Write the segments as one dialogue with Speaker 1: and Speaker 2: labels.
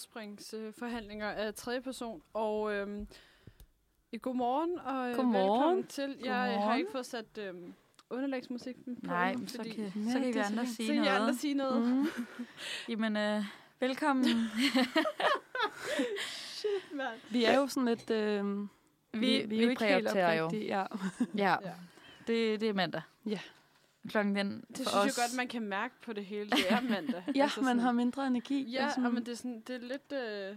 Speaker 1: overspringsforhandlinger af tredje person. Og øhm, i godmorgen og øh,
Speaker 2: Godmorgen.
Speaker 1: velkommen til. Jeg øh, har
Speaker 2: Godmorgen.
Speaker 1: ikke fået sat øhm, underlægsmusikken på.
Speaker 2: Nej,
Speaker 1: endnu,
Speaker 2: men så
Speaker 1: fordi-
Speaker 2: kan, så kan vi
Speaker 1: det er
Speaker 2: andre
Speaker 1: så fint.
Speaker 2: sige
Speaker 1: så kan I
Speaker 2: noget.
Speaker 1: andre sige noget. Mm.
Speaker 2: Mm. Jamen, øh, velkommen.
Speaker 3: Vi er jo sådan lidt... Øh,
Speaker 2: Vi, vi, vi er jo ikke helt jo.
Speaker 3: Ja.
Speaker 2: Ja,
Speaker 1: Ja.
Speaker 2: det, det er mandag.
Speaker 3: Ja.
Speaker 2: Klokken den
Speaker 1: Det
Speaker 2: for
Speaker 1: synes
Speaker 2: os.
Speaker 1: jeg godt, man kan mærke på det hele. Det er mandag.
Speaker 3: ja,
Speaker 1: Altså
Speaker 3: man
Speaker 1: sådan-
Speaker 3: har mindre energi.
Speaker 1: Ja,
Speaker 3: og
Speaker 2: altså-
Speaker 1: sådan... men det er, sådan, det er lidt øh,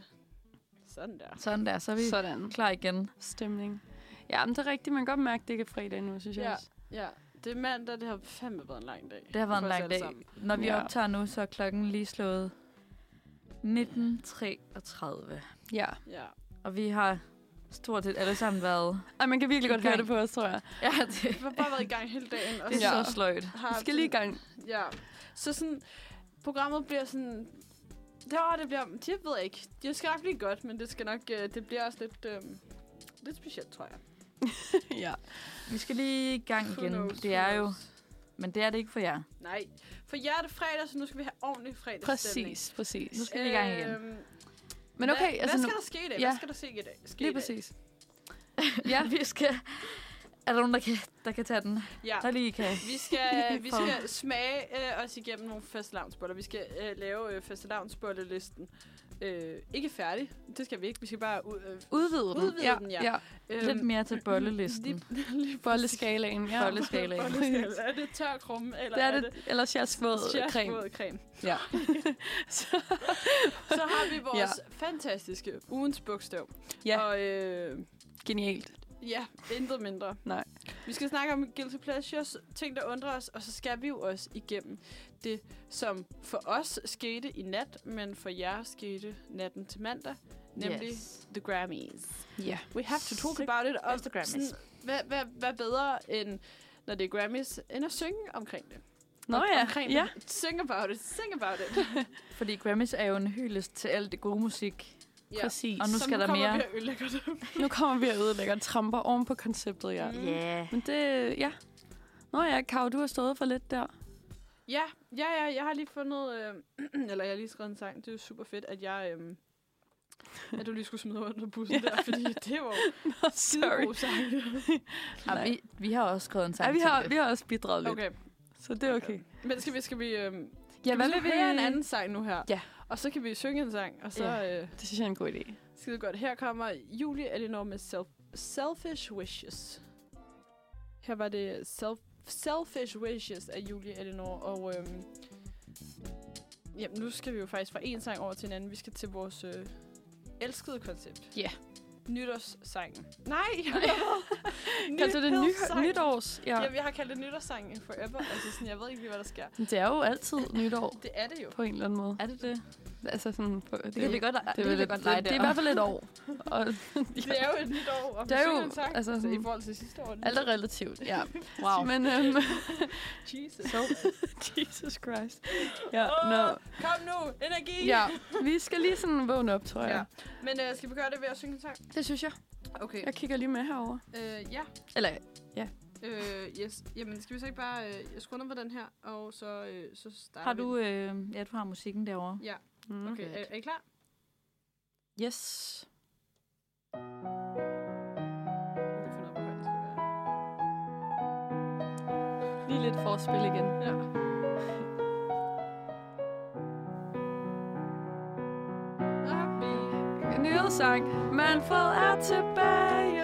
Speaker 1: sådan der.
Speaker 2: Sådan der, så er vi så.
Speaker 3: sådan
Speaker 2: klar igen.
Speaker 3: stemning. Ja, men det er rigtigt. Man kan godt mærke, at det ikke er fredag nu, synes jeg
Speaker 1: Ja.
Speaker 3: også.
Speaker 1: Ja, det er mandag, det har fandme været en lang dag.
Speaker 2: Det har været
Speaker 1: for
Speaker 2: en
Speaker 1: os
Speaker 2: lang
Speaker 1: alle
Speaker 2: dag.
Speaker 1: sammen.
Speaker 2: Når vi
Speaker 3: Ja.
Speaker 2: optager nu, så er klokken lige slået 19.33.
Speaker 3: Ja.
Speaker 1: Ja.
Speaker 2: Og vi har stort set alle sammen været...
Speaker 3: Ej, man kan virkelig godt
Speaker 2: I gang.
Speaker 3: høre det på os, tror jeg.
Speaker 2: Ja, det,
Speaker 1: Vi har bare været i gang hele dagen. Og
Speaker 2: det er
Speaker 1: så
Speaker 2: ja.
Speaker 3: Ja.
Speaker 2: så sløjt.
Speaker 1: har
Speaker 3: Vi skal lige i gang.
Speaker 1: Ja. Så sådan, programmet bliver sådan... Det, åh, det bliver... Det ved jeg ikke. Det skal nok blive godt, men det skal nok... Øh, det bliver også lidt... Øh, lidt specielt, tror jeg.
Speaker 3: ja.
Speaker 2: Vi skal lige i gang
Speaker 1: Who
Speaker 2: igen.
Speaker 1: knows,
Speaker 2: det
Speaker 1: who
Speaker 2: er jo...
Speaker 1: knows?
Speaker 2: Men det er det ikke for jer.
Speaker 1: Nej. For jer er det fredag, så nu skal vi have ordentlig fredagsstemning.
Speaker 3: Præcis, præcis.
Speaker 2: Nu skal vi i gang igen.
Speaker 1: Øhm,
Speaker 3: Men okay,
Speaker 1: hvad,
Speaker 3: altså
Speaker 1: hvad
Speaker 3: nu...
Speaker 1: skal der ske i dag?
Speaker 3: ja.
Speaker 1: Hvad skal der ske i dag? Ske i
Speaker 3: Lige
Speaker 1: dag?
Speaker 3: præcis.
Speaker 2: Ja, vi skal... Er der nogen, der kan, der kan tage den?
Speaker 1: Ja.
Speaker 2: Der lige kan.
Speaker 1: Vi skal, vi
Speaker 2: For-
Speaker 1: skal smage øh, os igennem nogle fastelavnsboller. Vi skal øh, lave øh, fastelavnsbollelisten. Øh, ikke færdig. Det skal vi ikke. Vi skal bare ud... Øh,
Speaker 3: Udvide den.
Speaker 1: Udvide
Speaker 3: ja,
Speaker 1: den, ja.
Speaker 3: ja.
Speaker 1: øh,
Speaker 2: Lidt mere til bollelisten.
Speaker 1: lige
Speaker 3: Bolleskalaen. Ja.
Speaker 2: Bolleskalaen.
Speaker 1: Bolleskala. Er det tør krumme, eller
Speaker 3: Det er det, ellers jeres våd creme.
Speaker 1: Sjærsvåd creme.
Speaker 3: Ja.
Speaker 1: Så har vi vores ja. fantastiske ugens bogstav.
Speaker 3: Ja.
Speaker 1: Og øh,
Speaker 3: Genialt.
Speaker 1: ja, intet mindre.
Speaker 3: Nej.
Speaker 1: Vi skal snakke om guilty pleasures, ting der undrer os, og så skal vi jo også igennem det, som for os skete i nat, men for jer skete natten til mandag, nemlig yes. The Grammys.
Speaker 3: Ja.
Speaker 1: We have to talk
Speaker 2: Sick.
Speaker 1: about it.
Speaker 2: Yes, the Grammys.
Speaker 1: hvad, hvad, hvad bedre end når det er Grammys, end at synge omkring det.
Speaker 3: Nå
Speaker 1: Om-
Speaker 3: ja,
Speaker 1: Omkring
Speaker 3: ja.
Speaker 1: Det. Sing about it, sing about it.
Speaker 2: Fordi Grammys er jo en hyldest til alt det gode musik.
Speaker 3: Præcis.
Speaker 2: Og nu skal der mere.
Speaker 1: Som nu kommer vi og ødelægger det.
Speaker 3: Nu kommer vi og ødelægger og tramper oven på konceptet, ja.
Speaker 1: Mm.
Speaker 2: Yeah.
Speaker 3: Men det, ja. Nå ja, Kav, du har stået for lidt der.
Speaker 1: Ja, ja, ja, jeg har lige fundet, øh, eller jeg har lige skrevet en sang, det er jo super fedt, at jeg, øh, at du lige skulle smide mig under bussen der, fordi det var jo
Speaker 3: Nå, sorry.
Speaker 1: skidegod sang.
Speaker 2: Ja, vi, vi har også skrevet en sang
Speaker 3: Ja, vi
Speaker 2: til
Speaker 3: har,
Speaker 2: det.
Speaker 3: vi har også bidraget lidt, okay.
Speaker 1: Okay,
Speaker 3: så det er okay.
Speaker 1: men skal vi, skal vi, øh,
Speaker 3: Ja,
Speaker 1: skal vi, så høre en anden sang nu her?
Speaker 3: Ja.
Speaker 1: Og så kan vi synge en sang, og så øh,
Speaker 3: Det synes jeg er en god idé.
Speaker 1: skide godt. Her kommer Julie Elinor med self, Selfish Wishes. Her var det self, Selfish Wishes af Julie Elinor, og øh, jamen, nu skal vi jo faktisk fra en sang over til en anden. Vi skal til vores øh, elskede koncept.
Speaker 3: Ja.
Speaker 1: Nytårssangen. Nej!
Speaker 3: Kaldte du Altså, det ny,
Speaker 1: Nytårssangen.
Speaker 3: nytårs? Ja.
Speaker 1: Ja. Jamen, jeg har kaldt det nytårssangen forever. Altså, sådan, jeg ved ikke lige, hvad der sker.
Speaker 3: Det er jo altid nytår,
Speaker 1: Det er det jo.
Speaker 3: på en eller anden måde.
Speaker 2: Er det det?
Speaker 3: Altså sådan... På, det,
Speaker 2: kan vi godt- det kan vi
Speaker 3: lidt-
Speaker 2: godt lege
Speaker 3: det, det er
Speaker 2: der.
Speaker 3: i hvert fald et år. Og,
Speaker 1: Det er jo et nyt år, og
Speaker 3: Det er jo,
Speaker 1: en sang.
Speaker 3: altså,
Speaker 1: så i
Speaker 3: sådan-
Speaker 1: forhold til sidste år. er det
Speaker 3: alt er
Speaker 1: nyt.
Speaker 3: relativt, ja.
Speaker 2: Wow.
Speaker 3: Men, øhm,
Speaker 1: Jesus.
Speaker 3: så, Jesus Christ. Ja, no.
Speaker 1: Kom nu, energi!
Speaker 3: ja, vi skal lige sådan vågne op, tror jeg.
Speaker 1: Ja. Men øh, skal vi gøre det ved at synge en sang?
Speaker 3: Det synes jeg.
Speaker 1: Okay.
Speaker 3: Jeg kigger lige med herover.
Speaker 1: Øh, ja.
Speaker 3: Eller,
Speaker 1: Øh, yes. Jamen, skal vi så ikke bare... Øh, jeg skruer ned på den her, og så, øh, så starter
Speaker 2: Har
Speaker 1: vi
Speaker 2: du, øh, ja, du har musikken derovre.
Speaker 1: den. Ja,
Speaker 3: mm.
Speaker 1: okay. Er, er I klar?
Speaker 3: Yes.
Speaker 1: Vi finder ud af, hvor højt det skal være.
Speaker 3: Lige lidt forspil igen.
Speaker 1: Ja. Happy.
Speaker 3: Nyhedssang. Manfred er tilbage.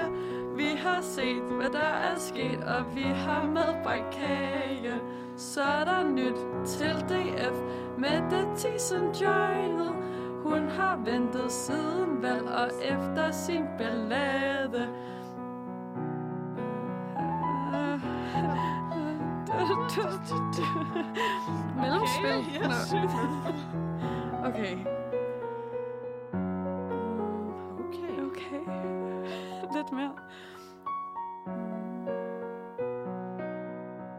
Speaker 3: Vi har set, hvad der er sket, og vi har medbragt kage. Så er der nyt til DF. Mette Thyssen joined. Hun har ventet siden valg og efter sin ballade. Mellemspil.
Speaker 1: Okay, yes.
Speaker 3: Nå. Okay.
Speaker 1: Okay.
Speaker 3: Okay. Lidt mere.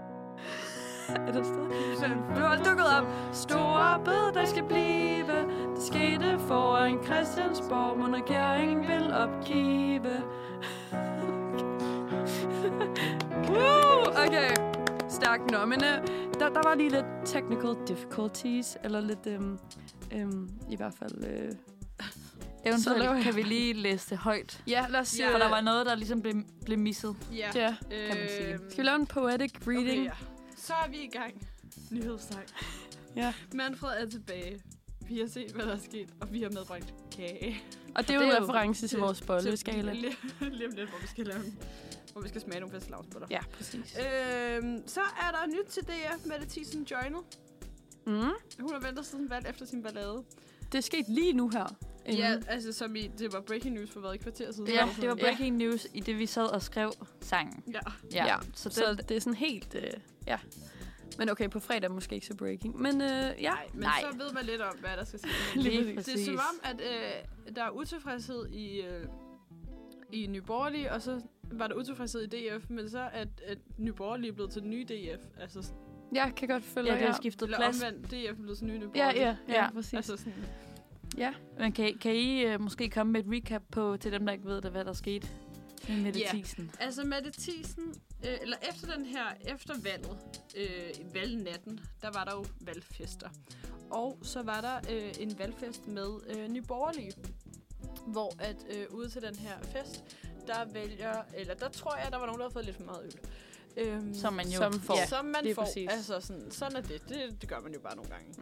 Speaker 3: Er der stadig? Du har dukket op. Store bed, der skal blive. Det skete foran Christiansborg, men regeringen vil opgive. Woo! Okay. Stærkt nok, men øh, der, der var lige lidt technical difficulties, eller lidt øhm, Øhm, I hvert fald... Øh, laver
Speaker 2: Eventuelt
Speaker 3: jeg-
Speaker 2: kan vi lige læse det højt.
Speaker 3: ja, lad os...
Speaker 1: Ja.
Speaker 2: For der var noget, der ligesom blev, blev misset.
Speaker 1: Ja.
Speaker 3: Ja.
Speaker 1: Øh,
Speaker 2: kan man sige.
Speaker 3: Skal vi lave en poetic reading?
Speaker 1: Okay, ja. Så er vi i gang. Nyhedssnak.
Speaker 3: Ja.
Speaker 1: Manfred er tilbage. Vi har set, hvad der er sket, og vi har medbragt kage.
Speaker 3: Og det er jo
Speaker 2: Det er
Speaker 3: en
Speaker 2: jo-
Speaker 3: reference til
Speaker 1: det-
Speaker 3: vores bolleskala.
Speaker 1: Lige, lige om lidt, hvor vi skal lave den. Hvor vi skal smage nogle fastelavnsbøtter.
Speaker 3: Ja, præcis.
Speaker 1: Øhm, så er der nyt til DF. Mette Thiesen joined.
Speaker 3: Mm.
Speaker 1: Hun har ventet siden valg efter sin ballade.
Speaker 3: Det er sket lige nu her. Øhm, inden.
Speaker 1: Ja, altså som i, det var breaking news for hvad, et kvarter siden?
Speaker 2: Ja, det var
Speaker 1: breaking
Speaker 2: breaking news i det, vi sad og skrev sangen.
Speaker 1: Ja.
Speaker 3: Ja,
Speaker 2: Så det,
Speaker 3: Så
Speaker 2: så,
Speaker 3: det er sådan helt... Øh, ja. Men okay, på fredag måske ikke så breaking. Men øh, ja,
Speaker 1: Nej, men
Speaker 2: Nej.
Speaker 1: så ved man lidt om, hvad der skal ske.
Speaker 3: Lige
Speaker 2: lige
Speaker 1: det er
Speaker 2: præcis.
Speaker 1: som om, at øh, der er utilfredshed i, øh, i Nye Borgerlige, og så var der utilfredshed i DF, men så er at Nye Borgerlige blevet til den nye DF. Altså, sådan-
Speaker 3: jeg kan godt følge
Speaker 2: ja, det
Speaker 3: jer.
Speaker 2: har skiftet
Speaker 1: eller
Speaker 2: plads.
Speaker 1: omvendt, DF er blevet til den nye Nye
Speaker 3: Ja,
Speaker 1: Borgerlige.
Speaker 3: ja, ja,
Speaker 2: Ja.
Speaker 3: præcis.
Speaker 1: Altså sådan,
Speaker 2: Men kan, I- kan I uh, måske komme med et recap på, til dem, der ikke ved, det, hvad der skete med Mette
Speaker 1: Ja.
Speaker 2: yeah. Thiesen?
Speaker 1: Altså Mette Thiesen, øh, eller efter den her, efter valget, øh, valgnatten, der var der jo valgfester. Og så var der øh, en valgfest med øh, Nyborgerlige, hvor at øh, ude til den her fest, der vælger, eller der tror jeg, der var nogen, der havde fået lidt for meget øl. Øhm,
Speaker 2: Som man jo
Speaker 3: Som-
Speaker 2: som, får.
Speaker 1: ja,
Speaker 2: Ja.
Speaker 1: som man
Speaker 3: lige
Speaker 1: får.
Speaker 3: præcis.
Speaker 1: Altså sådan, sådan er det. det. Det gør man jo bare nogle gange.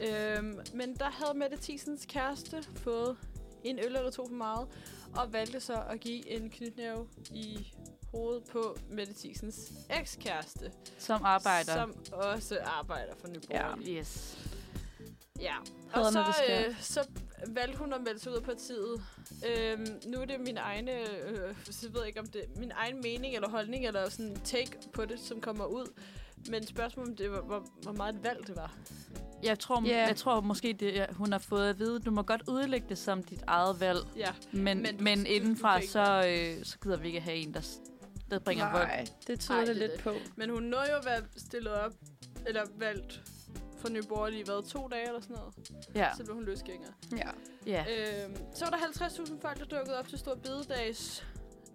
Speaker 3: Ja.
Speaker 1: Øhm, men der havde Mette Thiesens kæreste fået en øl eller to for meget, og valgte så at give en knytnæve i hovedet på Mette Thiesens ekskæreste.
Speaker 2: Som arbejder. Som,
Speaker 1: Som også arbejder for Nyborg. Ja.
Speaker 2: yes.
Speaker 1: ja.
Speaker 3: Hader,
Speaker 1: Og så,
Speaker 3: når det sker.
Speaker 1: øh, så valgte hun at melde sig ud af partiet. Øhm, nu er det min egen, øh, så ved jeg ikke om det min egen mening eller holdning eller sådan take på det, som kommer ud. Men spørgsmålet om det var, hvor, hvor meget et valg det var.
Speaker 2: Jeg tror,
Speaker 3: Ja.
Speaker 2: yeah. jeg tror måske, det, er- hun har fået at vide, du må godt udlægge det som dit eget valg,
Speaker 1: Ja.
Speaker 2: men,
Speaker 1: Men du-
Speaker 2: men, men
Speaker 1: du- du
Speaker 2: indenfra,
Speaker 1: kan ikke-
Speaker 2: så, øh, så gider vi ikke have en, der, s- der bringer vold.
Speaker 3: Nej, det tyder
Speaker 1: Ej,
Speaker 3: det,
Speaker 1: det er
Speaker 3: lidt
Speaker 1: det.
Speaker 3: på.
Speaker 1: Men hun nåede jo at være stillet op, eller valgt for Nye Borgerlige, hvad, to dage eller sådan noget?
Speaker 2: Ja.
Speaker 1: Så blev hun løsgænger.
Speaker 3: Ja.
Speaker 2: ja.
Speaker 1: Øhm, så var der 50.000 folk, der dukkede op til Stor Bededags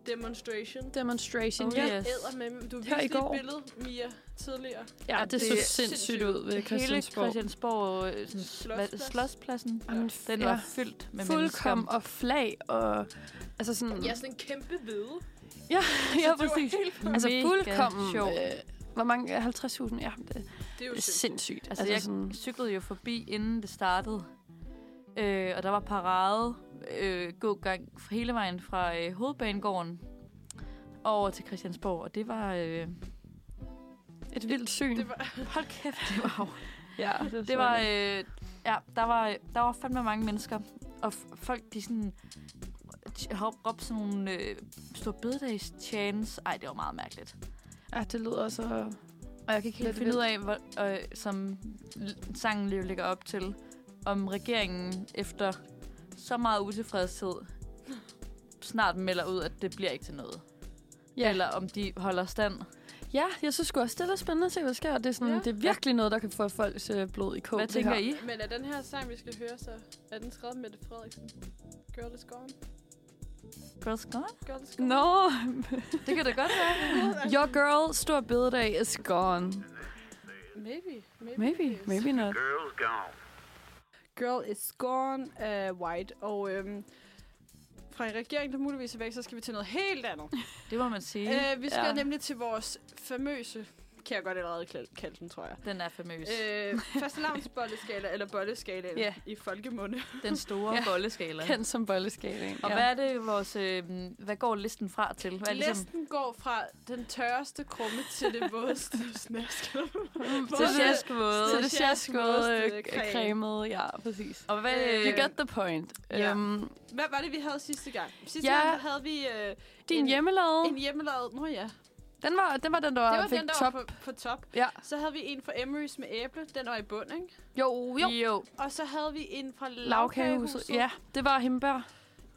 Speaker 1: demonstration.
Speaker 3: Demonstration,
Speaker 2: Oh,
Speaker 3: ja.
Speaker 2: yes.
Speaker 1: Yes. Med, du
Speaker 3: Her
Speaker 1: viste
Speaker 3: i
Speaker 1: lige
Speaker 3: går.
Speaker 1: et billede, Mia, tidligere.
Speaker 3: Ja,
Speaker 2: Ja,
Speaker 3: det,
Speaker 2: det
Speaker 3: så
Speaker 2: er
Speaker 3: sindssygt
Speaker 1: sindssygt.
Speaker 3: ud ved
Speaker 2: Hele
Speaker 3: Christiansborg.
Speaker 2: Christiansborg, øh, sådan,
Speaker 1: Slotsplads.
Speaker 2: Slotsplads. slotspladsen,
Speaker 3: Jamen,
Speaker 2: den
Speaker 3: ja.
Speaker 2: var fyldt med
Speaker 3: Fuldkom
Speaker 2: mennesker.
Speaker 3: og flag og... Altså sådan...
Speaker 1: Ja, sådan en kæmpe hvide.
Speaker 3: ja
Speaker 1: det var
Speaker 3: præcis.
Speaker 1: helt-
Speaker 3: Altså
Speaker 2: Mega
Speaker 3: fuldkommen...
Speaker 2: sjov.
Speaker 3: Øh, hvor mange? 50.000? Ja, det
Speaker 1: Det er
Speaker 3: er
Speaker 1: jo sindssygt.
Speaker 3: sindssygt.
Speaker 2: Altså, jeg
Speaker 3: sådan,
Speaker 2: cyklede jo forbi, inden det startede. Øh, og der var parade, øh, god gang hele vejen fra øh, hovedbanegården over til Christiansborg. Og det var... Øh,
Speaker 3: et vildt syn.
Speaker 1: Det var,
Speaker 2: hold kæft, det var jo-
Speaker 3: ja,
Speaker 2: Det var... Øh, ja, der var, der var fandme mange mennesker. Og f- folk, de sådan... t- har råbt sådan nogle øh, store bededags chance. Ej, det var meget mærkeligt.
Speaker 3: Ja, øh, ah, det lyder så...
Speaker 2: Og jeg kan ikke helt
Speaker 3: Lidt
Speaker 2: finde ud af, hvor, øh, som l- sangen jo ligger op til, om regeringen efter så meget utilfredshed snart melder ud, at det bliver ikke til noget.
Speaker 3: Ja.
Speaker 2: Eller om de holder stand.
Speaker 3: Ja, jeg synes sgu også, det er lidt spændende at se, hvad der sker. og Det er, sådan,
Speaker 1: Ja.
Speaker 3: ja. det er virkelig noget, der kan få folks øh, blod i kog.
Speaker 2: Hvad
Speaker 3: det
Speaker 2: tænker
Speaker 3: her.
Speaker 2: I?
Speaker 1: men er den her sang, vi skal høre, så er den skrevet af Mette Frederiksen? Girl is gone.
Speaker 2: Girls gone?
Speaker 1: Girl is gone.
Speaker 3: Nå,
Speaker 2: Det kan da godt være.
Speaker 3: your girl, stor bededag is gone.
Speaker 1: Maybe. Maybe.
Speaker 3: Maybe,
Speaker 1: it is.
Speaker 3: maybe not.
Speaker 4: Girls gone.
Speaker 1: Girl is gone af White. Og øhm, fra en regering, der muligvis er væk, så skal vi til noget helt andet.
Speaker 2: Det må man sige.
Speaker 1: Øh, vi skal
Speaker 3: Ja.
Speaker 1: ja. nemlig til vores famøse, kan jeg godt allerede kal- kalde den, tror jeg.
Speaker 2: Den er famøs.
Speaker 1: Øh, fastelavnsbolleskala, eller bolleskala
Speaker 3: Ja.
Speaker 1: yeah. i folkemunde.
Speaker 2: Den store
Speaker 3: ja.
Speaker 2: ja. bolleskala.
Speaker 3: Kendt som bolleskalaen.
Speaker 2: Og hvad er det vores... Øh, hvad går listen fra til? Hvad er det, ligesom,
Speaker 1: Listen går fra den tørreste krumme til det vådeste snask.
Speaker 2: til
Speaker 1: Både-
Speaker 2: sjaskvåde.
Speaker 3: Så det
Speaker 1: Sjask,
Speaker 3: sjaskede, øh,
Speaker 1: rustede creme.
Speaker 3: cremet, ja, præcis.
Speaker 2: Og hvad...
Speaker 1: Øh,
Speaker 2: Øh,
Speaker 3: You get the point.
Speaker 1: ja.
Speaker 3: Øhm,
Speaker 1: Hvad var det, vi havde sidste gang? Sidste
Speaker 3: Ja.
Speaker 1: ja. gang havde vi øh,
Speaker 3: din
Speaker 1: En-
Speaker 3: hjemmelavede,
Speaker 1: en hjemmelavet... Nå ja,
Speaker 3: den, var, den var den, der,
Speaker 1: det var
Speaker 3: fik
Speaker 1: den, der
Speaker 3: top.
Speaker 1: var på, på top.
Speaker 3: Ja.
Speaker 1: Så havde vi en fra Emery's med æble, den var i bund, ikke?
Speaker 3: Jo, jo.
Speaker 2: øh, jo. jo.
Speaker 1: Og så havde vi en fra
Speaker 3: Lavkagehuset.
Speaker 1: Lavkagehuset.
Speaker 3: Ja, det var hembær.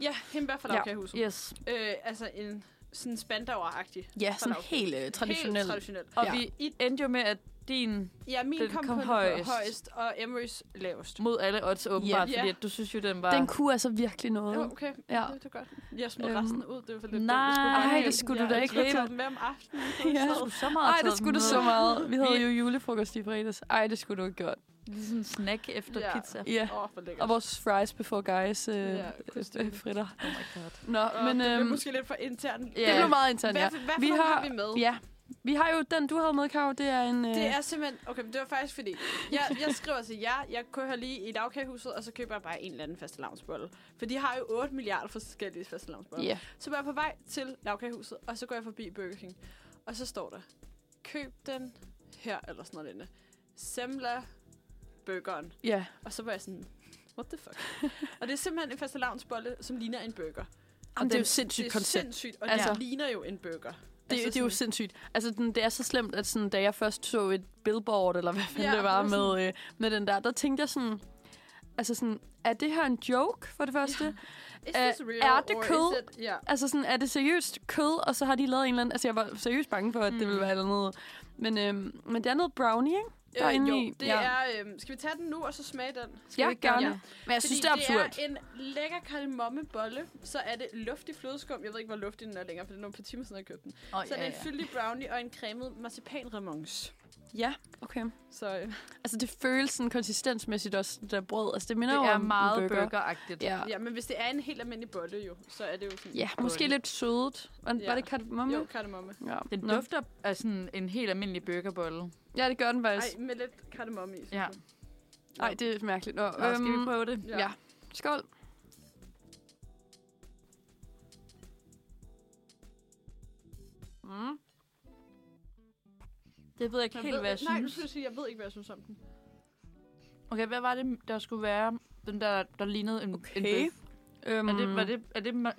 Speaker 1: ja hembær fra
Speaker 3: Ja.
Speaker 1: Lavkagehuset. Ja.
Speaker 2: Yes.
Speaker 1: Øh, altså en sådan spandauer-agtig.
Speaker 3: Ja,
Speaker 1: sådan
Speaker 3: helt øh,
Speaker 1: Helt traditionel.
Speaker 2: Og
Speaker 3: Ja.
Speaker 2: ja. vi endte jo med, at din
Speaker 1: Ja, min
Speaker 2: Den
Speaker 1: kom,
Speaker 2: kom
Speaker 1: på højst.
Speaker 2: højest.
Speaker 1: højst, og Emerys lavest.
Speaker 2: mod alle odds åbenbart,
Speaker 1: Ja.
Speaker 2: yeah. fordi
Speaker 1: Ja.
Speaker 2: at du synes jo, den var...
Speaker 3: Den kunne altså virkelig noget.
Speaker 1: Ja, okay.
Speaker 3: Ja.
Speaker 1: Ja. Det, det er godt. Jeg smed
Speaker 3: Øhm,
Speaker 1: resten ud. Det var for lidt
Speaker 2: nej,
Speaker 1: dumt. Jeg
Speaker 3: ej,
Speaker 1: bare-
Speaker 3: det skulle du da
Speaker 1: jeg
Speaker 3: ikke
Speaker 1: skulle
Speaker 3: have
Speaker 1: tage den med om aftenen.
Speaker 3: Ja.
Speaker 1: Ja.
Speaker 2: Du skulle så meget
Speaker 3: Ej,
Speaker 2: have
Speaker 3: det
Speaker 2: taget
Speaker 3: skulle du
Speaker 2: den
Speaker 3: så
Speaker 2: med.
Speaker 3: meget. Vi havde
Speaker 2: Vi-
Speaker 3: jo julefrokost i fredags. Ej, det skulle du have gjort.
Speaker 2: Lige sådan en snack efter
Speaker 1: Ja.
Speaker 2: pizza.
Speaker 3: Ja.
Speaker 1: Åh, for lækkert.
Speaker 3: Og vores fries before guys øh,
Speaker 1: Ja,
Speaker 3: ja,
Speaker 1: kunstigt.
Speaker 3: fritter.
Speaker 2: Oh my god.
Speaker 3: Nå,
Speaker 1: Åh,
Speaker 3: men
Speaker 1: det
Speaker 3: øhm,
Speaker 1: blev måske lidt for internt.
Speaker 2: Ja.
Speaker 3: det blev meget internt,
Speaker 1: Hvad,
Speaker 3: ja.
Speaker 1: hvad, hvad
Speaker 3: Vi
Speaker 1: vi har...
Speaker 3: har-
Speaker 1: har vi med?
Speaker 3: ja. Vi har jo den, du havde med, Karo. Det er en... Øh,
Speaker 1: Det er simpelthen... Okay, men det var faktisk fordi... Jeg, jeg skriver til jer, jeg kører lige i dagkagehuset, og så køber jeg bare en eller anden fastelavnsbolle. For de har jo 8 milliarder forskellige fastelavnsboller.
Speaker 3: Ja.
Speaker 1: Så var jeg på vej til lavkagehuset, og så går jeg forbi Burger King. Og så står der, køb den her, eller sådan noget lignende. Semla burgeren.
Speaker 3: Ja.
Speaker 1: Og så var jeg sådan, what the fuck? og det er simpelthen en fastelavnsbolle, som ligner en burger.
Speaker 3: Jamen, det er
Speaker 1: den-
Speaker 3: jo sindssygt
Speaker 1: det er
Speaker 3: koncept.
Speaker 1: sindssygt, og altså,
Speaker 3: Altså-
Speaker 1: den ligner jo en burger.
Speaker 3: Det, altså, det er jo sindssygt. Altså, den, det er så slemt, at sådan, da jeg først så et billboard, eller hvad fanden
Speaker 1: Ja,
Speaker 3: ja, det var
Speaker 1: det var
Speaker 3: med, øh, med den der, der tænkte jeg sådan, altså sådan, er det her en joke, for det første? Ja.
Speaker 1: Is this
Speaker 3: Øh,
Speaker 1: real,
Speaker 3: er det
Speaker 1: or is
Speaker 3: kød?
Speaker 1: it- Ja.
Speaker 3: Altså sådan, er det seriøst kød, og så har de lavet en eller anden, altså jeg var seriøst bange for, at mm. det ville være noget. Men, øhm, men det er noget brownie, ikke? Der er
Speaker 1: Øh,
Speaker 3: inde
Speaker 1: jo,
Speaker 3: i-
Speaker 1: det
Speaker 3: ja.
Speaker 1: er... Øh, skal vi tage den nu, og så smage den?
Speaker 3: ja,
Speaker 2: vi ikke gøre
Speaker 3: gerne.
Speaker 1: det?
Speaker 3: Men jeg synes, det er absurd.
Speaker 1: det er en lækker kardemommebolle, så er det luftig flødeskum. Jeg ved ikke, hvor luftig den er længere, for det er nogle par timer siden, jeg købte den.
Speaker 2: Oh,
Speaker 1: Så er det en fyldig brownie og en cremet marcipanremonce.
Speaker 3: Ja, okay.
Speaker 1: Så øh,
Speaker 3: Altså, det føles sådan konsistensmæssigt også, det der brød. Altså, det minder
Speaker 2: Det
Speaker 3: jo
Speaker 2: er
Speaker 3: om en
Speaker 2: meget
Speaker 3: burger.
Speaker 2: burgeragtigt.
Speaker 3: Ja.
Speaker 1: ja, men hvis det er en helt almindelig bolle jo, så er det jo sådan...
Speaker 3: ja, måske lidt sødet. Var, ja.
Speaker 1: Ja.
Speaker 3: var det kardemomme?
Speaker 1: Jo, kardemomme.
Speaker 3: Ja.
Speaker 2: Den
Speaker 3: Nå.
Speaker 2: dufter af sådan en helt almindelig burgerbolle.
Speaker 3: Ja, det gør den
Speaker 1: Ej,
Speaker 3: faktisk.
Speaker 1: med lidt kardemomme i. synes
Speaker 2: Ja.
Speaker 1: jeg.
Speaker 3: Nej, det er mærkeligt. Nå, øhm,
Speaker 2: Nå, skal vi prøve det?
Speaker 3: Ja. ja. Skål. Mm.
Speaker 2: Det ved jeg ikke
Speaker 1: Jeg
Speaker 2: helt,
Speaker 1: ved,
Speaker 2: hvad jeg
Speaker 1: nej, nu
Speaker 2: synes.
Speaker 1: skal jeg sige, jeg ved ikke, hvad jeg synes om den.
Speaker 2: Okay, hvad var det, der skulle være? Den der, der lignede en, en
Speaker 3: Okay.
Speaker 2: bøf.
Speaker 3: Øhm,
Speaker 2: Er det, var det, er det øh,
Speaker 1: sådan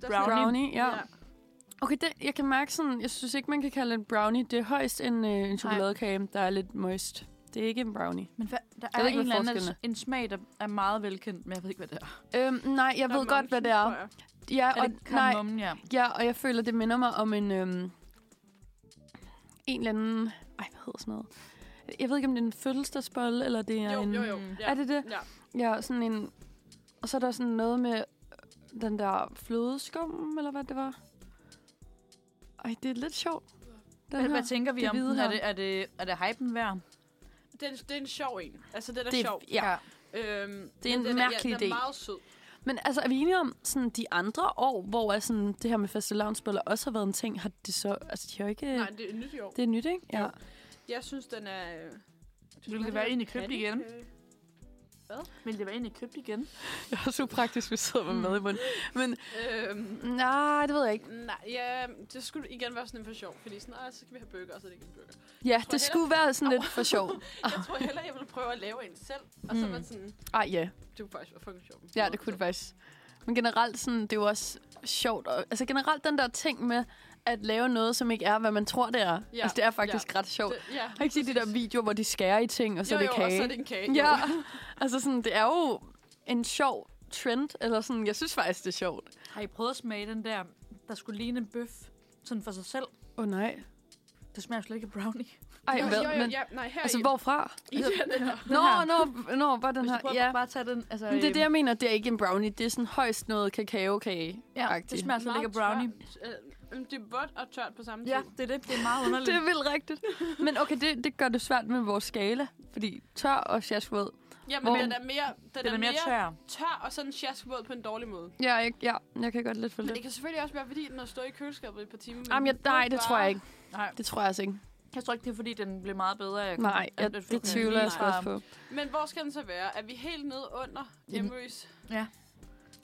Speaker 2: brownie? brownie?
Speaker 3: brownie? Ja. Okay, det, jeg kan mærke sådan, jeg synes ikke, man kan kalde det en brownie. Det er højst en, øh, en chokoladekage, der er lidt moist. Det er ikke en brownie.
Speaker 2: Men hvad, der
Speaker 3: ved
Speaker 2: er
Speaker 3: ikke,
Speaker 2: en
Speaker 3: hvad
Speaker 2: eller anden
Speaker 3: forskellen
Speaker 2: en smag, der er meget velkendt, men jeg ved ikke, hvad det er.
Speaker 3: Øhm, nej, jeg
Speaker 1: Der
Speaker 3: ved
Speaker 1: er
Speaker 3: godt, hvad
Speaker 1: mange,
Speaker 3: det er.
Speaker 1: tror jeg.
Speaker 3: Ja,
Speaker 2: Er
Speaker 3: og,
Speaker 2: det
Speaker 3: nej,
Speaker 2: kardemommen, ja?
Speaker 3: ja, og jeg føler, det minder mig om en... Øhm, en eller anden... Ej, hvad hedder sådan noget? Jeg ved ikke, om det er en fødselsdagsbolle, eller det er
Speaker 1: Jo,
Speaker 3: en...
Speaker 1: jo, jo. Ja.
Speaker 3: Er det det?
Speaker 1: Ja.
Speaker 3: Ja, sådan en... Og så er der sådan noget med den der flødeskum, eller hvad det var. Ej, det er lidt sjovt. Den
Speaker 2: Hvad,
Speaker 3: her.
Speaker 2: hvad tænker vi
Speaker 3: det
Speaker 2: om
Speaker 3: hvide
Speaker 2: den? Er
Speaker 3: her.
Speaker 2: det, er det, er det hypen værd?
Speaker 1: Det, er, det er en sjov en. Altså, den er
Speaker 3: Det er-
Speaker 1: sjov.
Speaker 3: ja.
Speaker 1: Øhm,
Speaker 3: Det er en
Speaker 1: men den
Speaker 3: mærkelig
Speaker 1: ja, Den
Speaker 3: idé.
Speaker 1: er meget sød.
Speaker 3: Men altså, er vi enige om sådan, de andre år, hvor er sådan, det her med fastelavnsboller også har været en ting, har det så... Altså, de har jo ikke...
Speaker 1: Nej, det er nyt i år.
Speaker 3: Det er nyt, ikke? Ja.
Speaker 1: Jo. Jeg synes, den er... øh,
Speaker 2: Vil det være en, I købte
Speaker 1: Panik,
Speaker 2: igen?
Speaker 1: øh,
Speaker 2: Vil det være en, I købte igen?
Speaker 3: Jeg er så praktisk, vi sidder med mad i munden. Men
Speaker 1: Øhm,
Speaker 3: nej, det ved jeg ikke.
Speaker 1: nej, ja, det skulle igen være sådan en for sjov, fordi sådan, "Ej, så skal vi have burger, og så er det ikke en burger.
Speaker 3: Ja,
Speaker 1: tror
Speaker 3: det skulle være sådan lidt for sjov.
Speaker 1: Jeg tror hellere, jeg ville prøve at lave en selv, og så
Speaker 2: Mm.
Speaker 1: var det sådan,
Speaker 3: Ej, ja.
Speaker 1: det kunne faktisk være fucking sjovt.
Speaker 3: Ja, det kunne det faktisk. Men generelt, sådan, det er jo også sjovt. Og, altså generelt den der ting med at lave noget, som ikke er, hvad man tror, det er.
Speaker 1: Ja,
Speaker 3: Ja, altså, det er faktisk ja, ret sjovt.
Speaker 1: Det, ja.
Speaker 3: Har I ikke set de der videoer, hvor de skærer i ting, og så
Speaker 1: jo,
Speaker 3: er det
Speaker 1: jo,
Speaker 3: kage?
Speaker 1: og så er det en kage.
Speaker 3: Ja,
Speaker 1: Jo.
Speaker 3: altså sådan, det er jo en sjov trend, eller sådan, jeg synes faktisk, det er sjovt.
Speaker 2: Har I prøvet at smage den der, der skulle ligne en bøf? Sådan for sig selv.
Speaker 3: Åh oh, nej.
Speaker 2: Det smager jo slet ikke af brownie.
Speaker 3: Ej,
Speaker 1: Jo,
Speaker 3: hvad?
Speaker 1: jo, jo,
Speaker 3: Men,
Speaker 1: ja, nej, her
Speaker 3: altså,
Speaker 1: i,
Speaker 3: hvorfra?
Speaker 1: i den her.
Speaker 3: Nå, nå, nå, bare den
Speaker 2: Hvis
Speaker 3: her.
Speaker 2: du prøver
Speaker 3: Ja.
Speaker 2: bare at tage den, altså...
Speaker 3: Men det er
Speaker 2: øh,
Speaker 3: det, jeg mener, det er ikke en brownie. Det er sådan højst noget kakaokage.
Speaker 2: Ja, det
Speaker 3: agtigt.
Speaker 2: smager slet ikke af brownie.
Speaker 1: Tørt, øh, det er vådt og tørt på samme tid.
Speaker 2: Ja, det er det. Det er meget underligt.
Speaker 3: Det er vildt rigtigt. Men okay, det, det gør det svært med vores skala, fordi tør og sjaskvåd.
Speaker 1: ja men
Speaker 3: Hvor-
Speaker 1: den er mere, den
Speaker 2: Den er mere tør.
Speaker 1: tør og sådan sjaskvåd på en dårlig måde.
Speaker 3: Ja, jeg, ja, jeg kan godt lidt for
Speaker 1: Men
Speaker 3: det.
Speaker 1: det kan selvfølgelig også være, fordi den har stået i køleskabet i et par timer. men
Speaker 3: Jamen, jeg,
Speaker 1: den burde
Speaker 3: nej, det tror jeg
Speaker 1: bare-
Speaker 3: ikke.
Speaker 2: Nej,
Speaker 3: Det tror jeg altså ikke.
Speaker 2: jeg tror ikke, det er fordi, den blev meget bedre. Jeg
Speaker 3: Nej, jeg, det tvivler jeg sgu også på.
Speaker 1: Men hvor skal den så være? Er vi helt nede under
Speaker 3: Jamen-
Speaker 1: Emerys?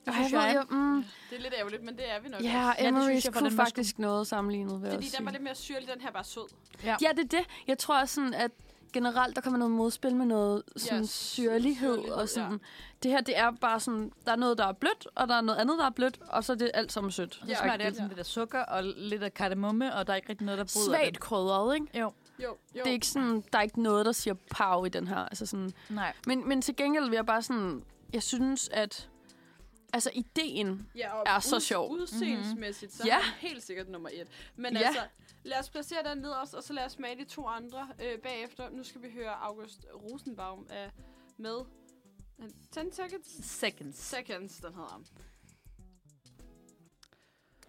Speaker 3: Ej,
Speaker 2: synes
Speaker 3: hvor
Speaker 2: jeg.
Speaker 3: jeg, mm,
Speaker 1: Det er lidt ærgerligt, men det er vi nok
Speaker 3: ja,
Speaker 1: også.
Speaker 2: synes
Speaker 3: Emery's
Speaker 2: jeg, for
Speaker 3: kunne
Speaker 2: den var sgu-
Speaker 3: faktisk noget sammenlignet, vil jeg
Speaker 1: Fordi
Speaker 3: også
Speaker 1: den var
Speaker 3: sige.
Speaker 1: lidt mere syrlig, den her var sød.
Speaker 3: Ja, det er det. Jeg tror også sådan, at generelt, der kommer noget modspil med noget sådan
Speaker 1: Ja,
Speaker 3: yes, syrlighed
Speaker 1: syrlighed,
Speaker 3: og sådan. Det her, det er bare sådan, der er noget, der er blødt, og der er noget andet, der er blødt, og så er det alt sammen sødt.
Speaker 2: Så
Speaker 1: Ja.
Speaker 2: smager det
Speaker 1: Ja.
Speaker 2: altid lidt af sukker og lidt af kardemomme, og der er ikke rigtig noget, der bryder
Speaker 3: Svagt krydret, ikke?
Speaker 2: det. Jo,
Speaker 1: Jo, jo.
Speaker 3: Det er ikke sådan, der er ikke noget, der siger pav i den her. Altså sådan,
Speaker 2: nej.
Speaker 3: Men, men til gengæld vil jeg bare sådan... Jeg synes, at... Altså, ideen.
Speaker 1: Ja, og
Speaker 3: er så sjov. Mhm.
Speaker 1: Udseendsmæssigt, så
Speaker 3: Ja.
Speaker 1: er han helt sikkert nummer et. Men
Speaker 3: Ja.
Speaker 1: altså, lad os placere den ned også, og så lad os smage de to andre øh, bagefter. Nu skal vi høre August Rosenbaum af, med 10 Seconds.
Speaker 2: Seconds.
Speaker 1: Seconds, den hedder.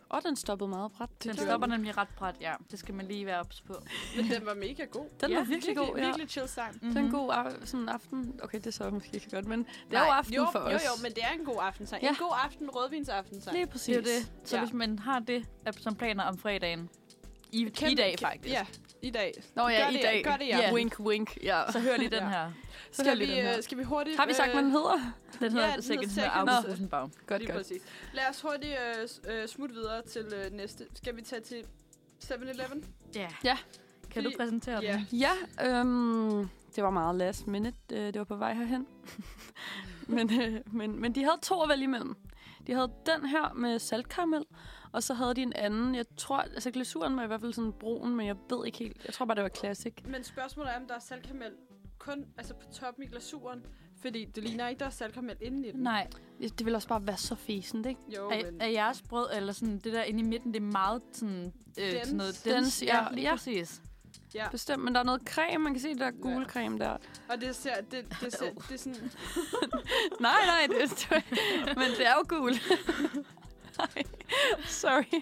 Speaker 3: Og den stoppede meget bræt. Det
Speaker 2: Den
Speaker 3: gjorde
Speaker 2: stopper nemlig ret bræt, ja. Det skal man lige være ops på.
Speaker 1: Men den var mega god.
Speaker 3: Den
Speaker 2: Ja,
Speaker 3: var virkelig god, ja. Mm.
Speaker 1: Virkelig chill sang.
Speaker 3: Det er en god af- sådan aften. Okay, det er så måske ikke så godt, men det er
Speaker 2: Nej,
Speaker 3: jo aften
Speaker 1: Jo,
Speaker 3: for os.
Speaker 1: jo, jo, men det er en god aftensang. Ja.
Speaker 3: Ja.
Speaker 1: En god aften, rødvinsaftensang.
Speaker 3: Lige
Speaker 2: Det
Speaker 3: præcis.
Speaker 2: er jo det. Så
Speaker 1: Ja.
Speaker 2: hvis man har det at- som planer om fredagen, i, i dag faktisk,
Speaker 1: Ja, i dag.
Speaker 3: Nå ja,
Speaker 1: Gør
Speaker 3: i
Speaker 1: det,
Speaker 3: dag.
Speaker 1: gør det, ja.
Speaker 3: Wink, wink. Ja.
Speaker 2: så hør lige den
Speaker 1: Ja.
Speaker 2: her.
Speaker 3: Så
Speaker 1: Skal
Speaker 3: hør lige
Speaker 1: vi,
Speaker 3: den her.
Speaker 1: øh, skal vi hurtigt...
Speaker 3: Har vi sagt, hvad den hedder?
Speaker 2: Den
Speaker 1: Ja,
Speaker 2: hedder
Speaker 1: den hedder
Speaker 2: Seconds med
Speaker 1: Seconds.
Speaker 2: August
Speaker 1: Nå.
Speaker 2: Rosenbaum.
Speaker 3: Godt,
Speaker 1: Lige
Speaker 3: godt.
Speaker 1: præcis. Lad os hurtigt øh, s- øh, smutte videre til øh, næste. Skal vi tage til 7-Eleven?
Speaker 2: Ja.
Speaker 3: Ja.
Speaker 2: Kan du
Speaker 1: Fordi-
Speaker 2: præsentere
Speaker 1: Ja.
Speaker 2: den?
Speaker 3: Ja, øhm, det var meget last minute. øh, Det var på vej herhen. men, øh, men, men de havde to at vælge imellem. De havde den her med saltkaramel, og så havde de en anden. Jeg tror, altså glasuren var i hvert fald sådan brun, men jeg ved ikke helt. Jeg tror bare, det var classic.
Speaker 1: Men spørgsmålet er, om der er saltkaramel kun altså på toppen i glasuren. Fordi det ligner ikke, der er saltkaramel inde i den.
Speaker 2: Nej.
Speaker 3: Det ville også bare være så fæsent, ikke?
Speaker 1: Jo,
Speaker 2: Er,
Speaker 1: men...
Speaker 2: er jeres brød, eller sådan det der inde i midten, det er meget sådan, øh,
Speaker 1: Dense.
Speaker 2: sådan noget
Speaker 3: Dense, ja.
Speaker 2: lige
Speaker 3: Ja.
Speaker 2: præcis.
Speaker 1: Ja,
Speaker 3: Bestemt, men der er noget creme. Man kan se, der er gule
Speaker 1: Ja.
Speaker 3: creme der.
Speaker 1: og det ser... Det, det, ser, det er sådan...
Speaker 3: Nej, nej, det er, men det er jo gul. Nej, Sorry.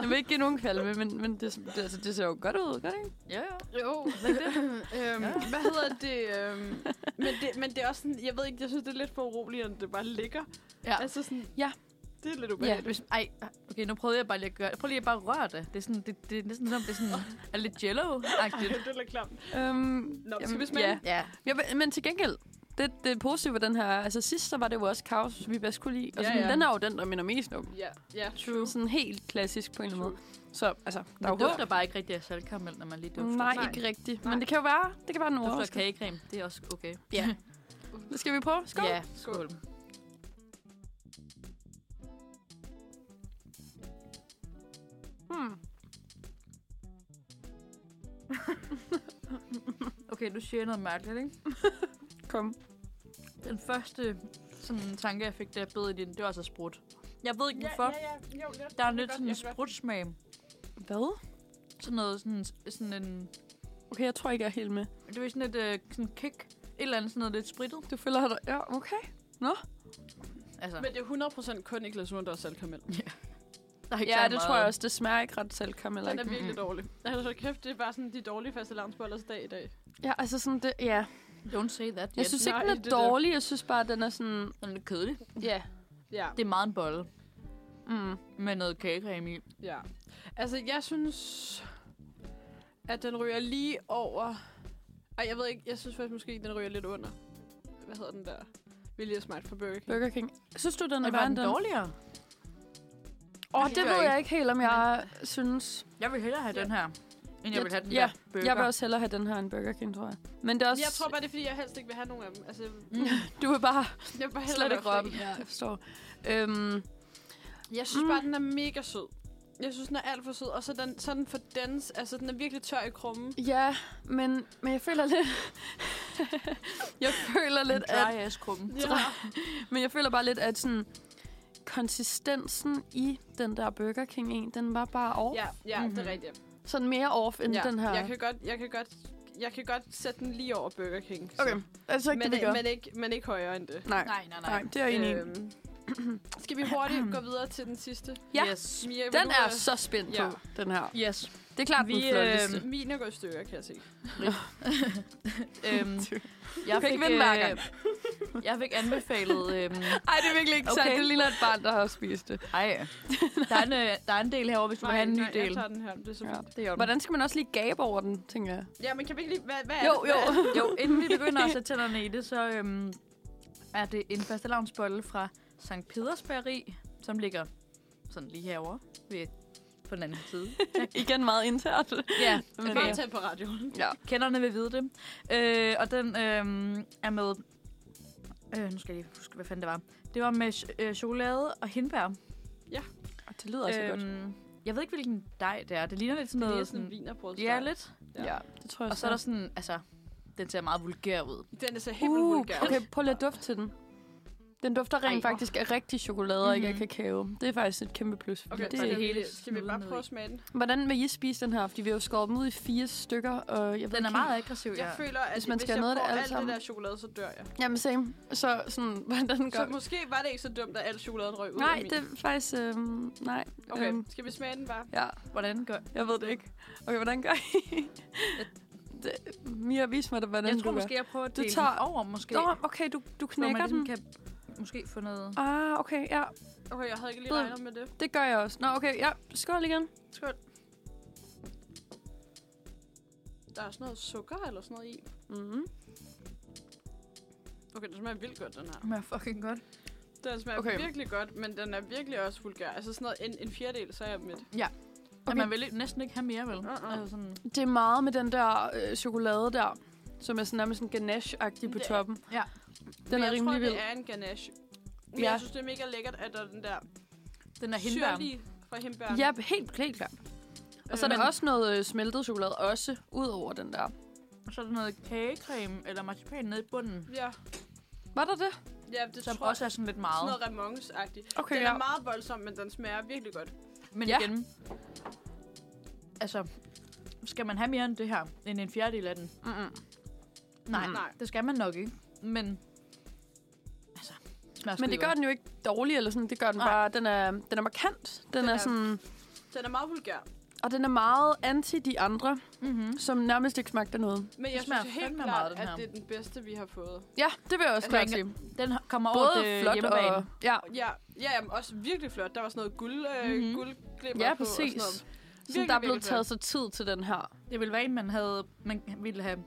Speaker 3: Jeg vil ikke give nogen kvalme, men, men det, det, altså, det ser jo godt ud, gør det ikke?
Speaker 2: Ja, ja.
Speaker 1: Jo, øhm, hvad hedder det, øhm, men det? Men det er også sådan, jeg ved ikke, jeg synes, det er lidt for uroligt, at det bare ligger.
Speaker 2: Ja.
Speaker 1: Altså sådan,
Speaker 3: Ja.
Speaker 1: Det er lidt
Speaker 2: Ja,
Speaker 1: ubehageligt.
Speaker 2: hvis, ej, okay, nu prøvede jeg bare lige at gøre det. Prøv lige at bare røre det. Det er sådan, det, det er næsten som, det er sådan, er lidt
Speaker 1: Ja.
Speaker 2: jello-agtigt.
Speaker 1: det er lidt klamt.
Speaker 3: Øhm,
Speaker 1: Nå, skal
Speaker 3: jamen,
Speaker 1: vi smage
Speaker 3: ja.
Speaker 2: Ja.
Speaker 3: ja, men- men til gengæld, det, det positive ved den her, er, altså sidst så var det jo også kaos, vi bedst kunne lide. Og
Speaker 1: Ja,
Speaker 3: sådan,
Speaker 1: ja.
Speaker 3: den er jo den, der minder mest om.
Speaker 1: Ja, ja.
Speaker 3: True. Sådan helt klassisk på en eller anden måde. Så altså, der
Speaker 2: Der
Speaker 3: er jo
Speaker 2: dufter bare ikke rigtig af saltkaramel, når man lige dufter.
Speaker 3: Nej,
Speaker 1: Nej.
Speaker 3: ikke rigtigt.
Speaker 1: Nej.
Speaker 3: Men det kan jo være, det kan være den
Speaker 2: Det dufter af
Speaker 3: overraskelse.
Speaker 2: kagecreme. Det er også okay.
Speaker 3: Ja. Skal vi prøve? Skål.
Speaker 2: Ja,
Speaker 1: Skål.
Speaker 2: skål.
Speaker 3: Hmm.
Speaker 2: Okay, nu siger jeg noget mærkeligt, ikke?
Speaker 3: Kom.
Speaker 2: Den første sådan, tanke, jeg fik, da jeg bed i den, det var altså sprut. Jeg ved ikke hvorfor.
Speaker 1: Ja, ja, ja. Jo, jeg-
Speaker 2: Der er
Speaker 1: jeg
Speaker 2: lidt
Speaker 1: kan
Speaker 2: sådan en
Speaker 1: godt- jeg kan
Speaker 2: sprutsmag.
Speaker 3: Hvad?
Speaker 2: Sådan noget, sådan, sådan en...
Speaker 3: Okay, jeg tror ikke, jeg er helt med.
Speaker 2: Det var sådan et øh, sådan kick. Et eller andet sådan noget lidt sprittet.
Speaker 3: Du føler dig... Ja, okay.
Speaker 2: Altså,
Speaker 1: godt- Men det er 100% kun i glasuren, der er saltkaramel.
Speaker 2: der er ikke
Speaker 3: Ja,
Speaker 2: så
Speaker 3: det
Speaker 2: meget.
Speaker 3: tror jeg også. Det smager ikke ret saltkaramel.
Speaker 1: Den er
Speaker 3: ikke?
Speaker 1: virkelig
Speaker 2: Mm-mm.
Speaker 1: dårlig. Altså kæft, det er bare sådan de dårlige faste lavnsbollers dag i dag.
Speaker 3: Ja, altså sådan det... Ja.
Speaker 2: Don't say that yet.
Speaker 3: Jeg synes ikke,
Speaker 1: nej,
Speaker 3: den
Speaker 1: det
Speaker 3: er
Speaker 1: der-
Speaker 3: dårlig. Jeg synes bare, den er sådan...
Speaker 2: Den er lidt kedelig.
Speaker 3: Ja.
Speaker 1: Ja,
Speaker 2: Det er meget en bolle.
Speaker 3: Mm.
Speaker 2: Med noget kagecreme i.
Speaker 1: ja. Altså, jeg synes, at den ryger lige over... Ej, jeg ved ikke, jeg synes faktisk måske, den ryger lidt under. Hvad hedder den der? Vilje Smart fra Burger King.
Speaker 3: Burger King. Synes du, den er
Speaker 2: Og var
Speaker 3: værre
Speaker 2: den
Speaker 3: end den? Åh,
Speaker 2: dårligere?
Speaker 3: oh,
Speaker 1: Altså,
Speaker 2: synes
Speaker 3: det
Speaker 2: jeg
Speaker 3: ved
Speaker 2: ikke.
Speaker 3: jeg ikke helt, om jeg synes.
Speaker 2: Jeg vil hellere have
Speaker 1: Ja.
Speaker 2: den her, end jeg
Speaker 3: Jeg-
Speaker 2: vil have den
Speaker 3: ja,
Speaker 2: der burger.
Speaker 3: Jeg vil også hellere have den her end Burger King, tror jeg. Men det er også...
Speaker 1: Jeg tror bare, det er, fordi jeg helst ikke vil have nogen af dem. Altså,
Speaker 2: Mm.
Speaker 3: Du vil bare
Speaker 1: jeg vil bare hellere
Speaker 3: slet
Speaker 1: være
Speaker 3: ikke røre
Speaker 1: fri.
Speaker 3: dem. Ja, jeg forstår. Øhm,
Speaker 1: Jeg synes
Speaker 3: Mm.
Speaker 1: bare, den er mega sød. Jeg synes, den er alt for sød. Og så er den, så er den for dens. Altså, den er virkelig tør i krummen.
Speaker 3: ja, men, men jeg føler lidt... jeg føler lidt,
Speaker 2: Lidt
Speaker 3: at
Speaker 2: dry ass krumme.
Speaker 1: Ja.
Speaker 3: Men jeg føler bare lidt, at sådan, konsistensen i den der Burger King en, den var bare off. Ja.
Speaker 1: Ja, ja, mm-hmm. det er
Speaker 2: Mhm.
Speaker 1: rigtigt.
Speaker 3: Sådan mere off end
Speaker 1: ja.
Speaker 3: den her.
Speaker 1: Jeg kan godt, jeg kan godt, jeg kan godt sætte den lige over Burger King. så.
Speaker 3: Okay, altså ikke
Speaker 1: Men, øh,
Speaker 3: men, det, vi gør. Men,
Speaker 1: men, ikke, men ikke højere end det.
Speaker 3: nej.
Speaker 2: Nej, nej, nej.
Speaker 3: nej, det er jeg enig i.
Speaker 1: Øhm, skal vi hurtigt gå videre til den sidste?
Speaker 3: Ja.
Speaker 2: Yes.
Speaker 1: Mia, vil
Speaker 3: Den
Speaker 1: du,
Speaker 3: er
Speaker 1: øh,
Speaker 3: så spændt
Speaker 1: ja.
Speaker 3: på, den her.
Speaker 2: Yes.
Speaker 3: Det er klart vi,
Speaker 2: Vi,
Speaker 3: den flotteste.
Speaker 2: øhm,
Speaker 1: Min er gået i stykker, kan jeg se.
Speaker 2: øhm, jeg
Speaker 3: Du kan ikke vinde hver gang.
Speaker 2: øh, jeg fik anbefalet... Øhm,
Speaker 3: Ej, det er virkelig ikke
Speaker 2: okay.
Speaker 3: sandt. Det ligner et barn, der har spist det.
Speaker 2: ej, der er, en, øh, der er en del herovre, hvis du vil have en ny
Speaker 1: nej,
Speaker 2: del.
Speaker 1: Jeg tager den her, det er så
Speaker 3: Ja.
Speaker 1: fint.
Speaker 2: Det er jo
Speaker 3: Hvordan skal man også lige gabe over den, tænker jeg?
Speaker 1: Ja, men kan vi ikke lige... Hvad, hvad
Speaker 3: Jo,
Speaker 1: er det?
Speaker 3: jo.
Speaker 1: Hvad er det?
Speaker 2: Jo, inden vi begynder at sætte tænderne i det, så øhm, er det en fastelavnsbolle fra Sankt Pedersbæreri, som ligger sådan lige herovre ved, på den anden side.
Speaker 3: Igen meget internt.
Speaker 2: ja,
Speaker 3: Men
Speaker 1: Bare
Speaker 2: okay.
Speaker 1: tag på radioen.
Speaker 3: Ja.
Speaker 2: Kenderne vil vide det. Øh, og den øh, er med... Øh, nu skal jeg lige huske, hvad fanden det var. Det var med ch- øh, chokolade og hindbær. Øhm,
Speaker 3: Og det lyder altså godt.
Speaker 2: jeg ved ikke, hvilken dej det er. Det ligner lidt sådan
Speaker 1: Det er
Speaker 2: noget...
Speaker 1: sådan en
Speaker 2: Sådan,
Speaker 1: vinerbrød.
Speaker 2: ja, lidt.
Speaker 1: Ja.
Speaker 3: Ja, det tror jeg
Speaker 2: Og så er der sådan... Altså, den ser meget vulgær ud.
Speaker 1: Den er så helt vildt
Speaker 3: Uh,
Speaker 1: vulgær.
Speaker 3: okay, prøv lige at dufte til den. Den dufter
Speaker 2: Ej,
Speaker 3: rent
Speaker 2: hvor-
Speaker 3: faktisk af rigtig chokolade og ikke af
Speaker 2: Mhm.
Speaker 3: kakao. Det er faktisk et kæmpe plus.
Speaker 1: Okay,
Speaker 3: det
Speaker 1: så
Speaker 3: er
Speaker 1: det
Speaker 2: det
Speaker 1: hele
Speaker 2: hele
Speaker 1: skal vi bare
Speaker 2: smulret ned
Speaker 1: prøve at
Speaker 2: i.
Speaker 1: smage den?
Speaker 3: Hvordan vil I spise den her? Fordi vi har jo skåret dem ud i fire stykker. Og jeg ved
Speaker 2: Den er
Speaker 3: ikke
Speaker 2: meget aggressiv, ja.
Speaker 1: Jeg føler, at hvis,
Speaker 3: Hvis man skal
Speaker 1: jeg
Speaker 3: have noget af
Speaker 1: får
Speaker 3: det alle
Speaker 1: alt det
Speaker 3: sammen.
Speaker 1: der chokolade, så dør jeg.
Speaker 3: helt- Jamen same. Så sådan, hvordan
Speaker 1: Så
Speaker 3: gør
Speaker 1: måske var det ikke så dumt, at al chokoladen røg ud af
Speaker 3: Nej,
Speaker 1: min.
Speaker 3: det er faktisk... Øh, nej.
Speaker 1: Okay,
Speaker 3: øhm.
Speaker 1: skal vi smage den bare?
Speaker 3: Ja,
Speaker 2: Hvordan gør
Speaker 3: jeg ved det ikke. Okay, hvordan gør I? det, Mia, vis mig det,
Speaker 2: Jeg
Speaker 3: hvordan
Speaker 2: tror
Speaker 3: du gør.
Speaker 2: måske, jeg prøver at
Speaker 3: Du
Speaker 2: dele den
Speaker 3: tager-
Speaker 2: over, måske.
Speaker 3: Nå, okay, du, du
Speaker 2: så man
Speaker 3: knækker
Speaker 2: ligesom
Speaker 3: den.
Speaker 2: kan måske få noget...
Speaker 3: Ah, okay, ja.
Speaker 1: Okay, jeg havde ikke lige
Speaker 3: Ved-
Speaker 1: regnet med det.
Speaker 3: Det gør jeg også. Nå, okay, ja. Skål igen.
Speaker 1: Skål. Der er sådan noget sukker eller sådan noget i.
Speaker 3: Mm-hmm.
Speaker 1: Okay, den smager vildt godt, den her.
Speaker 2: Det smager fucking godt.
Speaker 1: Den smager okay.
Speaker 3: Okay.
Speaker 1: virkelig godt, men den er virkelig også vulgær. Altså sådan noget, en, en fjerdedel, så er jeg midt.
Speaker 2: Okay.
Speaker 3: Okay.
Speaker 2: Man vil næsten ikke have mere, vel?
Speaker 1: Uh-uh.
Speaker 2: Altså sådan,
Speaker 3: Det er meget med den der øh, chokolade der, som er sådan nærmest sådan ganache-agtig på
Speaker 1: Det er-
Speaker 3: toppen.
Speaker 2: ja.
Speaker 3: Den er
Speaker 1: jeg
Speaker 3: rimelig
Speaker 1: tror,
Speaker 3: vild.
Speaker 1: det er en ganache. Men ja.
Speaker 3: Ja.
Speaker 1: jeg synes, det er mega lækkert, at der er den der
Speaker 2: den er hindbær.
Speaker 1: syrlige fra hindbæren.
Speaker 3: Ja, helt, helt klart. Og så er der
Speaker 1: Øhm.
Speaker 3: også noget øh, smeltet chokolade også, ud over den der.
Speaker 2: Og så er der noget kagecreme eller marcipan nede i bunden,
Speaker 1: Ja,
Speaker 3: Var der det?
Speaker 1: ja det
Speaker 2: som
Speaker 1: tror
Speaker 2: også er sådan lidt
Speaker 1: Sådan
Speaker 2: meget.
Speaker 1: noget remonce-agtigt.
Speaker 3: Okay,
Speaker 1: den
Speaker 3: ja.
Speaker 1: er meget voldsom, men den smager virkelig godt.
Speaker 2: Men
Speaker 3: Ja.
Speaker 2: ja. igen, altså, skal man have mere end det her, end en fjerdedel af den?
Speaker 3: Mm-mm.
Speaker 2: Nej,
Speaker 1: Nej.
Speaker 2: Nej. det skal man nok ikke. Men, altså, det smager
Speaker 3: Men det
Speaker 2: skide
Speaker 3: gør
Speaker 2: godt.
Speaker 3: den jo ikke dårlig, eller sådan. Det gør den
Speaker 2: Nej.
Speaker 3: bare, den er, den er markant. Den,
Speaker 1: Den
Speaker 3: den er,
Speaker 1: er-
Speaker 3: er sådan,
Speaker 1: Den er meget vulgær.
Speaker 3: og den er meget anti de andre,
Speaker 2: Mm-hmm.
Speaker 3: som nærmest ikke smagte af noget.
Speaker 1: Men jeg
Speaker 2: smager
Speaker 1: synes helt
Speaker 2: fandme
Speaker 1: klart,
Speaker 2: meget, den
Speaker 1: at
Speaker 2: her.
Speaker 1: det er den bedste, vi har fået.
Speaker 3: Ja, det vil jeg også
Speaker 2: Altså,
Speaker 3: klart
Speaker 2: man
Speaker 3: sige.
Speaker 2: Den kommer over
Speaker 3: Både
Speaker 2: det
Speaker 3: flot
Speaker 2: hjemmebane.
Speaker 3: og... Ja,
Speaker 1: Ja, ja jamen, også virkelig flot. Der var sådan noget guld, øh,
Speaker 2: Mhm.
Speaker 1: mm-hmm. guldglimmer
Speaker 3: ja
Speaker 1: på. Og sådan
Speaker 3: præcis.
Speaker 1: noget.
Speaker 3: Så der er
Speaker 1: Virkelig,
Speaker 3: blevet
Speaker 1: virkelig
Speaker 3: taget sig tid til den her.
Speaker 2: Det ville være en, man, havde, man ville have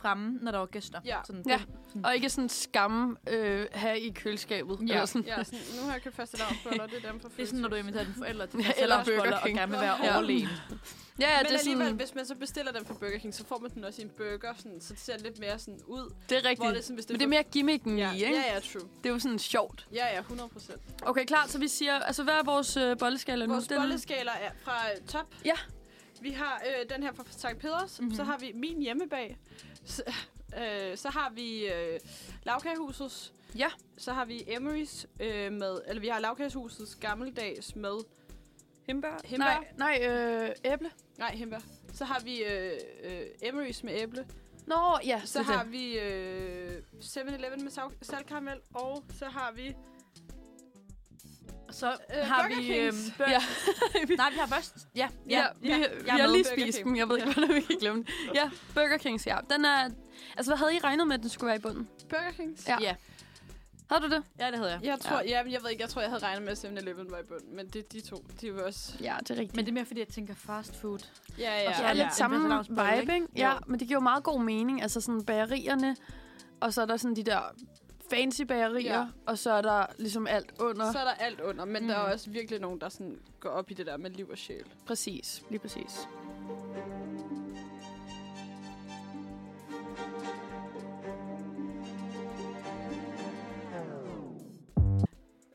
Speaker 2: fremme, når der var gæster.
Speaker 1: Ja.
Speaker 2: Sådan,
Speaker 3: Ja.
Speaker 2: det-
Speaker 3: Og ikke sådan skam øh, have i køleskabet.
Speaker 2: Ja.
Speaker 3: Eller sådan.
Speaker 1: Ja, sådan, nu har jeg købt faste og det er dem fra
Speaker 2: Det er sådan, når du inviterer dine forældre til
Speaker 3: Ja,
Speaker 2: fast-
Speaker 3: eller
Speaker 2: fastboller
Speaker 3: Burger
Speaker 2: og
Speaker 3: King.
Speaker 2: gerne vil være
Speaker 1: Ja.
Speaker 2: overlegen.
Speaker 3: Ja, ja
Speaker 1: Ja,
Speaker 3: det
Speaker 1: men
Speaker 3: er
Speaker 1: alligevel,
Speaker 3: sådan,
Speaker 1: sådan... hvis man så bestiller den fra Burger King, så får man den også i en burger, sådan, så det ser lidt mere sådan ud.
Speaker 3: det er
Speaker 1: Hvor det er
Speaker 3: rigtigt.
Speaker 1: sådan, hvis det
Speaker 3: Men det er mere gimmicken
Speaker 1: ja,
Speaker 3: i, ikke?
Speaker 1: ja, ja, true.
Speaker 3: Det er jo sådan sjovt.
Speaker 1: Ja, ja, 100 procent.
Speaker 3: Okay, klar. Så vi siger, altså hvad er vores øh, bolleskala nu?
Speaker 1: Vores bolleskala er fra øh, top.
Speaker 3: Ja.
Speaker 1: Vi har øh, den her fra Sankt Peders, mm-hmm.
Speaker 2: Mhm.
Speaker 1: så har vi min hjemmebag, så, øh, så har vi øh, lavkagehusets,
Speaker 3: Ja.
Speaker 1: så har vi Emery's øh, med, eller vi har lavkagehusets gammeldags med
Speaker 3: Himbær?
Speaker 1: Hindbær.
Speaker 3: Nej, nej øh, æble.
Speaker 1: Nej, hembær. Så har vi øh, øh, Emery's med æble.
Speaker 3: Nå, ja.
Speaker 1: Så
Speaker 3: det er
Speaker 1: har
Speaker 3: det.
Speaker 1: vi øh, 7-Eleven med sav- saltkaramel. Og så har vi...
Speaker 2: Så
Speaker 1: Øh,
Speaker 2: har
Speaker 1: Burger
Speaker 2: vi...
Speaker 1: Kings.
Speaker 2: bør-
Speaker 3: Ja.
Speaker 2: Nej, vi har først... Ja,
Speaker 3: Ja,
Speaker 2: ja.
Speaker 3: vi,
Speaker 1: ja,
Speaker 3: vi,
Speaker 1: jeg er
Speaker 3: har
Speaker 1: med.
Speaker 3: lige
Speaker 1: Burger
Speaker 3: spist
Speaker 1: King.
Speaker 3: dem. Jeg ved ikke, hvordan vi kan glemme den. Ja, Burger Kings, ja. Den er... Altså, hvad havde I regnet med, at den skulle være i bunden?
Speaker 1: Burger Kings.
Speaker 3: Ja.
Speaker 2: Ja,
Speaker 3: Havde du det?
Speaker 2: ja det hedder jeg.
Speaker 1: Jeg tror, ja. Jamen, jeg ved ikke, jeg tror, jeg havde regnet med, at 7-Eleven var i bunden. Men det er de to. De var også...
Speaker 3: Ja, det er rigtigt.
Speaker 2: Men det er mere, fordi jeg tænker fast food.
Speaker 1: Ja,
Speaker 3: Og så
Speaker 1: ja.
Speaker 3: er
Speaker 2: ja.
Speaker 3: lidt samme
Speaker 2: Den der sådan
Speaker 3: vibe, ikke?
Speaker 1: Jo.
Speaker 3: Ja, men det giver jo meget god mening. Altså sådan bagerierne, og så er der sådan de der fancy bagerier,
Speaker 1: Ja.
Speaker 3: ja. og så er der ligesom alt under.
Speaker 1: Så
Speaker 3: Så.
Speaker 1: er der alt under, men mm. der
Speaker 2: Mhm.
Speaker 1: er også virkelig nogen, der sådan går op i det der med liv og sjæl.
Speaker 3: Præcis, lige præcis.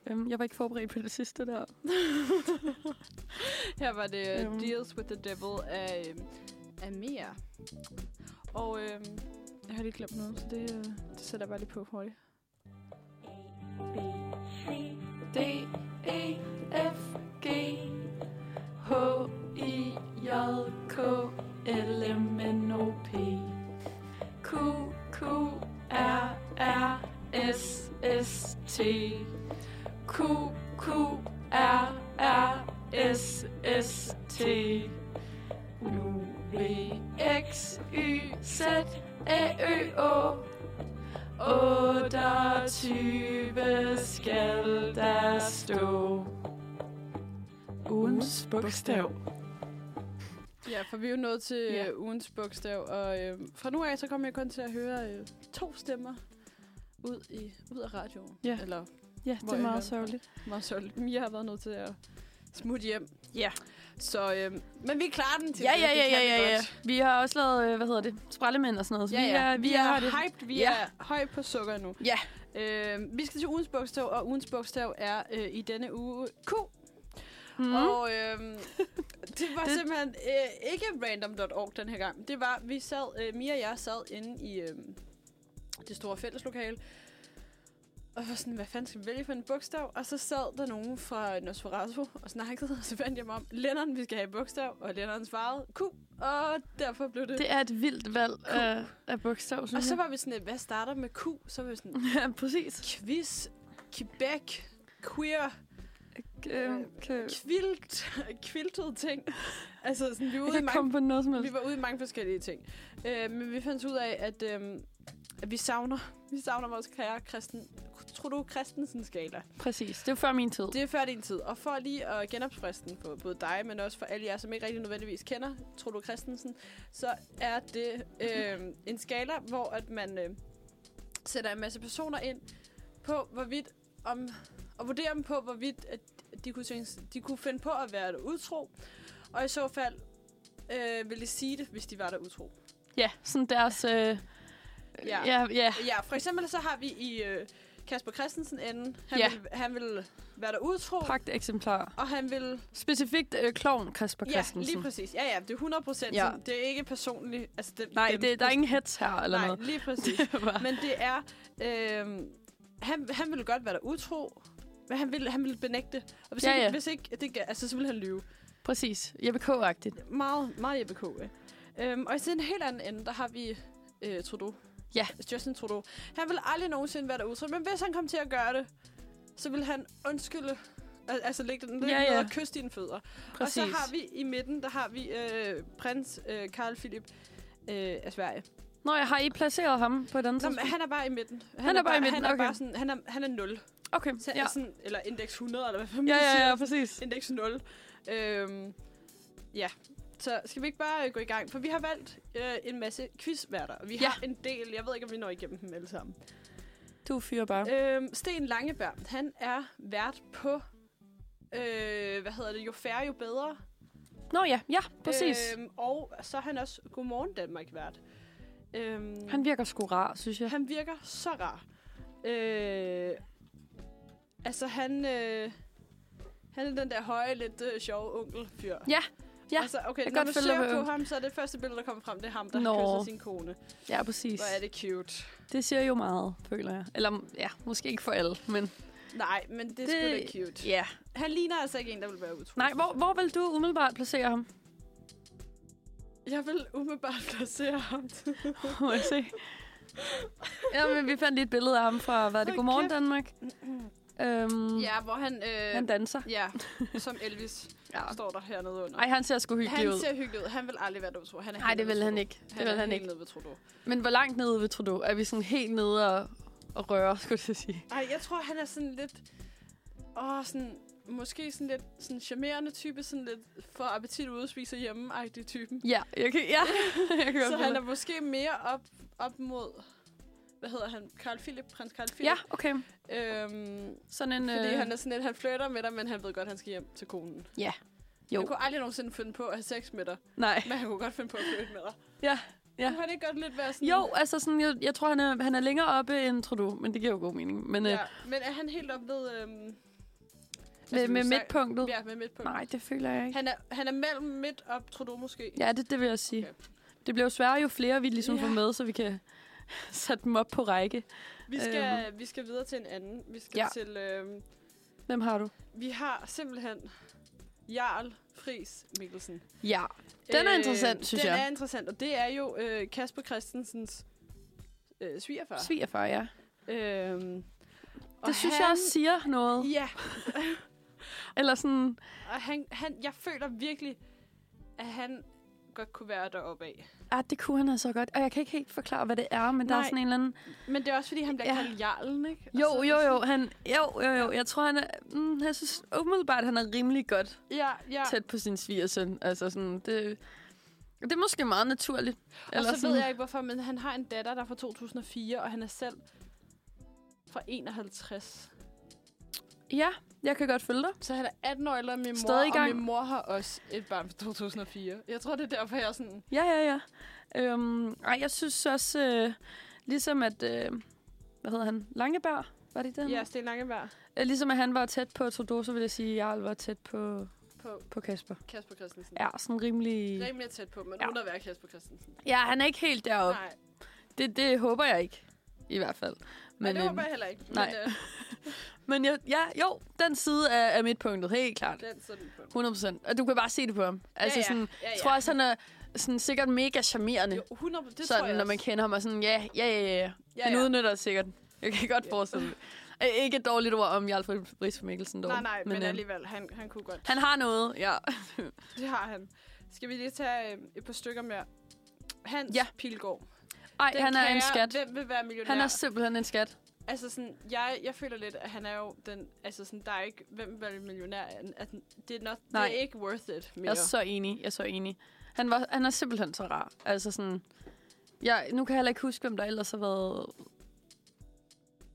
Speaker 3: Øhm, Jeg var ikke forberedt på det sidste der.
Speaker 1: Her var det
Speaker 3: Øhm.
Speaker 5: Mm.
Speaker 1: uh, Deals with the Devil af, øhm, af Mia. Og øhm, jeg har lige glemt noget, så det, øh, det sætter jeg bare lige på hurtigt.
Speaker 5: D, E, F, G, H, I, J, K, L, M, N, O, P, Q, Q, R, R, S, S, T, Q, Q, R, R, S, S, T, U, V, X, Y, Z, A, Ø, Å, 28 skal der stå. Ugens bogstav.
Speaker 1: Ja, for vi er jo nået til
Speaker 2: Ja.
Speaker 1: yeah. ugens bogstav, og øh, fra nu af, så kommer jeg kun til at høre øh, to stemmer ud, i, ud af radioen.
Speaker 3: Ja.
Speaker 1: Eller
Speaker 3: Ja,
Speaker 1: Hvor
Speaker 3: det er
Speaker 1: er
Speaker 3: meget
Speaker 1: den fra?
Speaker 3: sørgeligt.
Speaker 1: meget sørgeligt. Mia har været nødt til at smutte hjem.
Speaker 3: Ja.
Speaker 1: Så, øh, men vi klarer den til
Speaker 3: Ja,
Speaker 1: det,
Speaker 3: ja,
Speaker 1: det
Speaker 3: ja,
Speaker 1: kan
Speaker 3: ja,
Speaker 1: vi
Speaker 3: ja,
Speaker 1: godt.
Speaker 3: ja. Vi har også lavet, øh, hvad hedder det, sprællemænd og sådan noget. Så
Speaker 1: Ja, ja.
Speaker 3: Vi er, vi er, det.
Speaker 1: hyped, vi
Speaker 3: Ja.
Speaker 1: er høj på sukker nu.
Speaker 3: Ja.
Speaker 1: Øh, vi skal til ugens bogstav, og ugens bogstav er øh, i denne uge Q. Mm.
Speaker 3: Mm.
Speaker 1: Og øh, det var det...
Speaker 3: Det-
Speaker 1: simpelthen øh, ikke random.org den her gang. Det var, vi øhm, sad, øh, Mia og jeg sad inde i øh, det store fælleslokale, Og var sådan, hvad fanden skal vi vælge for en bogstav? Og så sad der nogen fra Nosferatu og snakkede, og så fandt jeg mig om, Lennon, vi skal have et bogstav, og Lennon svarede Q, og derfor blev det... det
Speaker 3: Det er et vildt valg
Speaker 1: Cool.
Speaker 3: af, af bogstav,
Speaker 1: og
Speaker 3: synes
Speaker 1: så
Speaker 3: jeg.
Speaker 1: var vi sådan, hvad starter med Q? Så var vi sådan,
Speaker 3: ja, præcis.
Speaker 1: quiz, Quebec, queer,
Speaker 3: Øhm, kan-
Speaker 1: kvilt, kviltede ting. Altså, sådan, vi var
Speaker 3: Jeg
Speaker 1: ude i
Speaker 3: kan
Speaker 1: mange
Speaker 3: komme på noget som
Speaker 1: Vi
Speaker 3: helst.
Speaker 1: var ude i mange forskellige ting. Øh, men vi fandt ud af, at, øh, at vi savner, vi savner vores kære Christen, Trudeau Christensen skala.
Speaker 3: Præcis. Det var før min tid.
Speaker 1: Det er før din tid. Og for lige at genopfriske den på både dig, men også for alle jer, som ikke rigtig nødvendigvis kender Trudeau Christensen, så er det øh, en skala, hvor at man øh, sætter en masse personer ind på, hvorvidt om, og vurderer dem på, hvorvidt at de, kunne synes, de kunne finde på at være der utro. Og i så fald øh, ville de sige det, hvis de var der utro.
Speaker 3: Ja, sådan deres... Øh,
Speaker 1: Ja.
Speaker 3: ja, ja.
Speaker 1: Ja, for eksempel så har vi i øh, Kasper Christensen enden. Han,
Speaker 3: Ja.
Speaker 1: vil, han vil være der utro,
Speaker 3: Pragt eksemplar.
Speaker 1: og han vil...
Speaker 3: Specifikt øh, kloven Kasper
Speaker 1: Ja,
Speaker 3: Christensen.
Speaker 1: lige præcis. Ja, ja, det er 100 procent.
Speaker 3: Ja.
Speaker 1: Ja. Det er ikke personligt. Altså, det,
Speaker 3: Nej,
Speaker 1: dem-
Speaker 3: det, der er ingen hets her eller
Speaker 1: Nej,
Speaker 3: noget.
Speaker 1: lige præcis. Men det er... Øh, han, han ville godt være der utro, men han ville, han ville benægte. Og hvis,
Speaker 3: Ja,
Speaker 1: ja, ikke,
Speaker 3: ja.
Speaker 1: ja. hvis ikke det gav, altså, så ville han lyve.
Speaker 3: Præcis. Jeppe K-agtigt.
Speaker 1: Meget, meget Jeppe K. ja. Øhm, og i sådan en helt anden ende, der har vi øh, Trudeau.
Speaker 3: Ja.
Speaker 1: Justin Trudeau. Han vil aldrig nogensinde være der utro, men hvis han kom til at gøre det, så vil han undskylde, al- altså lægge den lidt
Speaker 3: Ja,
Speaker 1: ja, ja.
Speaker 3: ja.
Speaker 1: og kysse dine fødder.
Speaker 3: Præcis.
Speaker 1: Og så har vi i midten, der har vi øh, prins øh, Karl Philip øh, af Sverige.
Speaker 3: Nå, jeg har I placeret ham på et andet
Speaker 1: Nå, men
Speaker 3: tidspunkt?
Speaker 1: han er bare i midten. Han,
Speaker 3: er bare i midten,
Speaker 1: han er
Speaker 3: okay.
Speaker 1: bare sådan, han er, han er 0.
Speaker 3: Okay,
Speaker 1: Så han
Speaker 3: ja.
Speaker 1: er sådan, eller indeks 100, eller hvad fanden
Speaker 3: Ja,
Speaker 1: man
Speaker 3: ja,
Speaker 1: siger.
Speaker 3: ja, præcis.
Speaker 1: Index 0. Øhm, ja, så skal vi ikke bare øh, gå i gang? For vi har valgt øh, en masse quizværter, og vi
Speaker 3: Ja.
Speaker 1: ja. har en del. Jeg ved ikke, om vi når igennem dem alle sammen.
Speaker 3: Du fyrer bare.
Speaker 1: Ja. Øhm, Sten Langeberg, han er vært på... Øh, hvad hedder det? Jo færre, jo bedre.
Speaker 3: Nå ja, ja, præcis.
Speaker 1: Øhm, og så er han også Godmorgen Danmark vært. Øhm,
Speaker 3: Han virker sgu rar, synes jeg.
Speaker 1: han virker så rar. Øh, altså, han... Øh, han er den der høje, lidt øh, sjove onkel-fyr.
Speaker 3: Ja,
Speaker 1: altså, okay,
Speaker 3: kan
Speaker 1: når
Speaker 3: godt
Speaker 1: du
Speaker 3: følge dig
Speaker 1: ser
Speaker 3: med
Speaker 1: på
Speaker 3: det.
Speaker 1: ham, så er det første billede, der kommer frem, det er ham, der
Speaker 3: Nå.
Speaker 1: Nå. kysser sin kone.
Speaker 3: Ja, præcis.
Speaker 1: Hvor er det cute.
Speaker 3: Det siger jo meget, føler jeg. Eller ja, måske ikke for alle, men...
Speaker 1: Nej, men det er det...
Speaker 3: Det-
Speaker 1: sgu da cute.
Speaker 3: Ja.
Speaker 1: Han ligner altså ikke en, der vil være utro.
Speaker 3: Nej, hvor, hvor vil du umiddelbart placere ham?
Speaker 1: Jeg vil umiddelbart placere ham.
Speaker 3: Må jeg se? ja, men vi fandt lige et billede af ham fra, hvad er det,
Speaker 1: Hold
Speaker 3: Godmorgen
Speaker 1: kæft.
Speaker 3: Danmark? øhm, ja.
Speaker 1: ja, hvor han... Øh,
Speaker 3: Han danser.
Speaker 1: ja, som Elvis
Speaker 3: Ja.
Speaker 1: står der hernede under.
Speaker 3: Ej, han ser sgu hyggelig
Speaker 1: han
Speaker 3: ud.
Speaker 1: ser hyggelig ud. Han vil aldrig være der utro. Han er
Speaker 3: Nej,
Speaker 1: helt nede
Speaker 3: det vil
Speaker 1: ved
Speaker 3: han
Speaker 1: Trudeau.
Speaker 3: ikke. Det vil
Speaker 1: er
Speaker 3: han
Speaker 1: helt
Speaker 3: ikke.
Speaker 1: nede ved Trudeau.
Speaker 3: Men hvor langt nede ved Trudeau? Er vi sådan helt nede og, og røre, skulle jeg til at sige?
Speaker 1: Ej, jeg tror, han er sådan lidt... Åh, sådan... Måske sådan lidt sådan charmerende type, sådan lidt for appetit ude og spiser hjemme-agtig typen.
Speaker 3: Ja, jeg kan, ja. jeg kan
Speaker 1: Så
Speaker 3: godt
Speaker 1: han er
Speaker 3: han
Speaker 1: måske mere op, op mod... Hvad hedder han? Karl Philip? Prins Karl Philip?
Speaker 3: Ja, okay.
Speaker 1: Øhm,
Speaker 3: Sådan en...
Speaker 1: fordi
Speaker 3: øh,
Speaker 1: han er sådan lidt, han flytter med dig, men han ved godt, han skal hjem til konen.
Speaker 3: Ja. Jo.
Speaker 1: Han kunne aldrig nogensinde finde på at have sex med dig,
Speaker 3: Nej.
Speaker 1: men han kunne godt finde på at flytte med dig.
Speaker 3: Ja, ja.
Speaker 1: Kunne han ikke godt lidt være sådan...
Speaker 3: Jo, altså sådan, jeg, jeg tror, han er, han er længere oppe end Trudeau, men det giver jo god mening. Men ja, øh,
Speaker 1: Ja, men er han helt op ved... Øhm, altså
Speaker 3: med, med midtpunktet?
Speaker 1: Ja, med midtpunkt.
Speaker 3: Nej, det føler jeg ikke.
Speaker 1: Han er, han er mellem midt op, Trudeau måske.
Speaker 3: Ja, det, det vil jeg sige. Okay.
Speaker 1: Okay.
Speaker 3: Det bliver jo sværere, jo flere vi ligesom
Speaker 1: Ja.
Speaker 3: får med, så vi kan sætte dem op på række.
Speaker 1: Vi skal, vi skal videre til en anden. Vi skal
Speaker 3: øhm. Ja.
Speaker 1: ja. til... Øh,
Speaker 3: Hvem har du?
Speaker 1: vi har simpelthen Jarl Fris Mikkelsen. Øh,
Speaker 3: Ja. Den er interessant, synes
Speaker 1: den
Speaker 3: jeg.
Speaker 1: Den er interessant, og det er jo øh, Kasper Christensens øh, svigerfar.
Speaker 3: Svigerfar, ja.
Speaker 1: Øhm,
Speaker 3: Det synes jeg også siger noget.
Speaker 1: Ja,
Speaker 3: Eller sådan,
Speaker 1: og han, han, jeg føler virkelig, at han godt kunne være deroppe af.
Speaker 3: ah, det kunne han altså godt. Og jeg kan ikke helt forklare, hvad det er, men Nej. der er
Speaker 1: Nej.
Speaker 3: sådan en eller anden...
Speaker 1: Men det er også, fordi han bliver
Speaker 3: Ja.
Speaker 1: ja. kaldt Jarlen, ikke? Og
Speaker 3: Jo,
Speaker 1: så-
Speaker 3: jo, jo, han, jo, jo, jo. Jeg tror, han er... Mm, jeg synes umiddelbart, han er rimelig godt
Speaker 1: Ja, ja.
Speaker 3: tæt på sin svigersøn. Altså sådan, det, det er måske meget naturligt.
Speaker 1: og så ved jeg ikke hvorfor, men han har en datter, der er fra 2004, og han er selv fra 51.
Speaker 3: Ja, jeg kan godt følge dig.
Speaker 1: Så han er 18 år eller min mor,
Speaker 3: Stadig i gang.
Speaker 1: og min mor har også et barn fra 2004. Jeg tror, det er derfor, jeg er sådan...
Speaker 3: Ja, ja, ja. Øhm, ej, jeg synes også, øh, ligesom at, øh, hvad hedder han, Langeberg, var det ikke det, han
Speaker 1: Ja,
Speaker 3: hed?
Speaker 1: Sten Langeberg
Speaker 3: Øh, Ligesom at han var tæt på Trudeau, så vil jeg sige, at Jarl var tæt på,
Speaker 1: på
Speaker 3: på Kasper.
Speaker 1: Kasper Christensen.
Speaker 3: Ja, sådan rimelig...
Speaker 1: Rimelig tæt på, men
Speaker 3: Ja.
Speaker 1: ja. uden at være Kasper Christensen.
Speaker 3: Ja, han er ikke helt deroppe.
Speaker 1: Nej.
Speaker 3: Det, det håber jeg ikke, i hvert fald.
Speaker 1: Men, det
Speaker 3: øhm,
Speaker 1: håber jeg heller ikke.
Speaker 3: nej.
Speaker 1: Men, øh,
Speaker 3: Men jeg, ja, jo, den side er, er midtpunktet, helt klart.
Speaker 1: den sådan på.
Speaker 3: 100 procent. Og du kan bare se det på ham. Altså,
Speaker 1: ja,
Speaker 3: sådan,
Speaker 1: ja, ja.
Speaker 3: jeg tror også, han er sådan, sikkert mega charmerende.
Speaker 1: Jo, 100, det
Speaker 3: sådan,
Speaker 1: tror jeg
Speaker 3: når man
Speaker 1: også.
Speaker 3: kender ham, og sådan, ja, ja, ja, ja.
Speaker 1: Ja,
Speaker 3: Han
Speaker 1: ja.
Speaker 3: udnytter det sikkert. Jeg kan godt forestille det. Øh, Ikke et dårligt ord om Jarl Friis Mikkelsen, dog.
Speaker 1: Nej, nej, men, men
Speaker 3: øh,
Speaker 1: alligevel, han, han kunne godt.
Speaker 3: Han har noget, ja.
Speaker 1: Det har han. Skal vi lige tage øh, et par stykker mere? Hans ja.
Speaker 3: Ja.
Speaker 1: Pilgaard.
Speaker 3: Ej, han er en skat.
Speaker 1: Hvem vil være millionær?
Speaker 3: Han er simpelthen en skat.
Speaker 1: Altså sådan, jeg, jeg føler lidt, at han er jo den... Altså sådan, der er ikke... Hvem vil være millionær? At, det, er not,
Speaker 3: Nej.
Speaker 1: det er ikke worth it mere.
Speaker 3: Jeg er så enig, jeg er så enig. Han, var, han er simpelthen så rar. Altså sådan... Jeg, nu kan jeg heller ikke huske, hvem der ellers har været...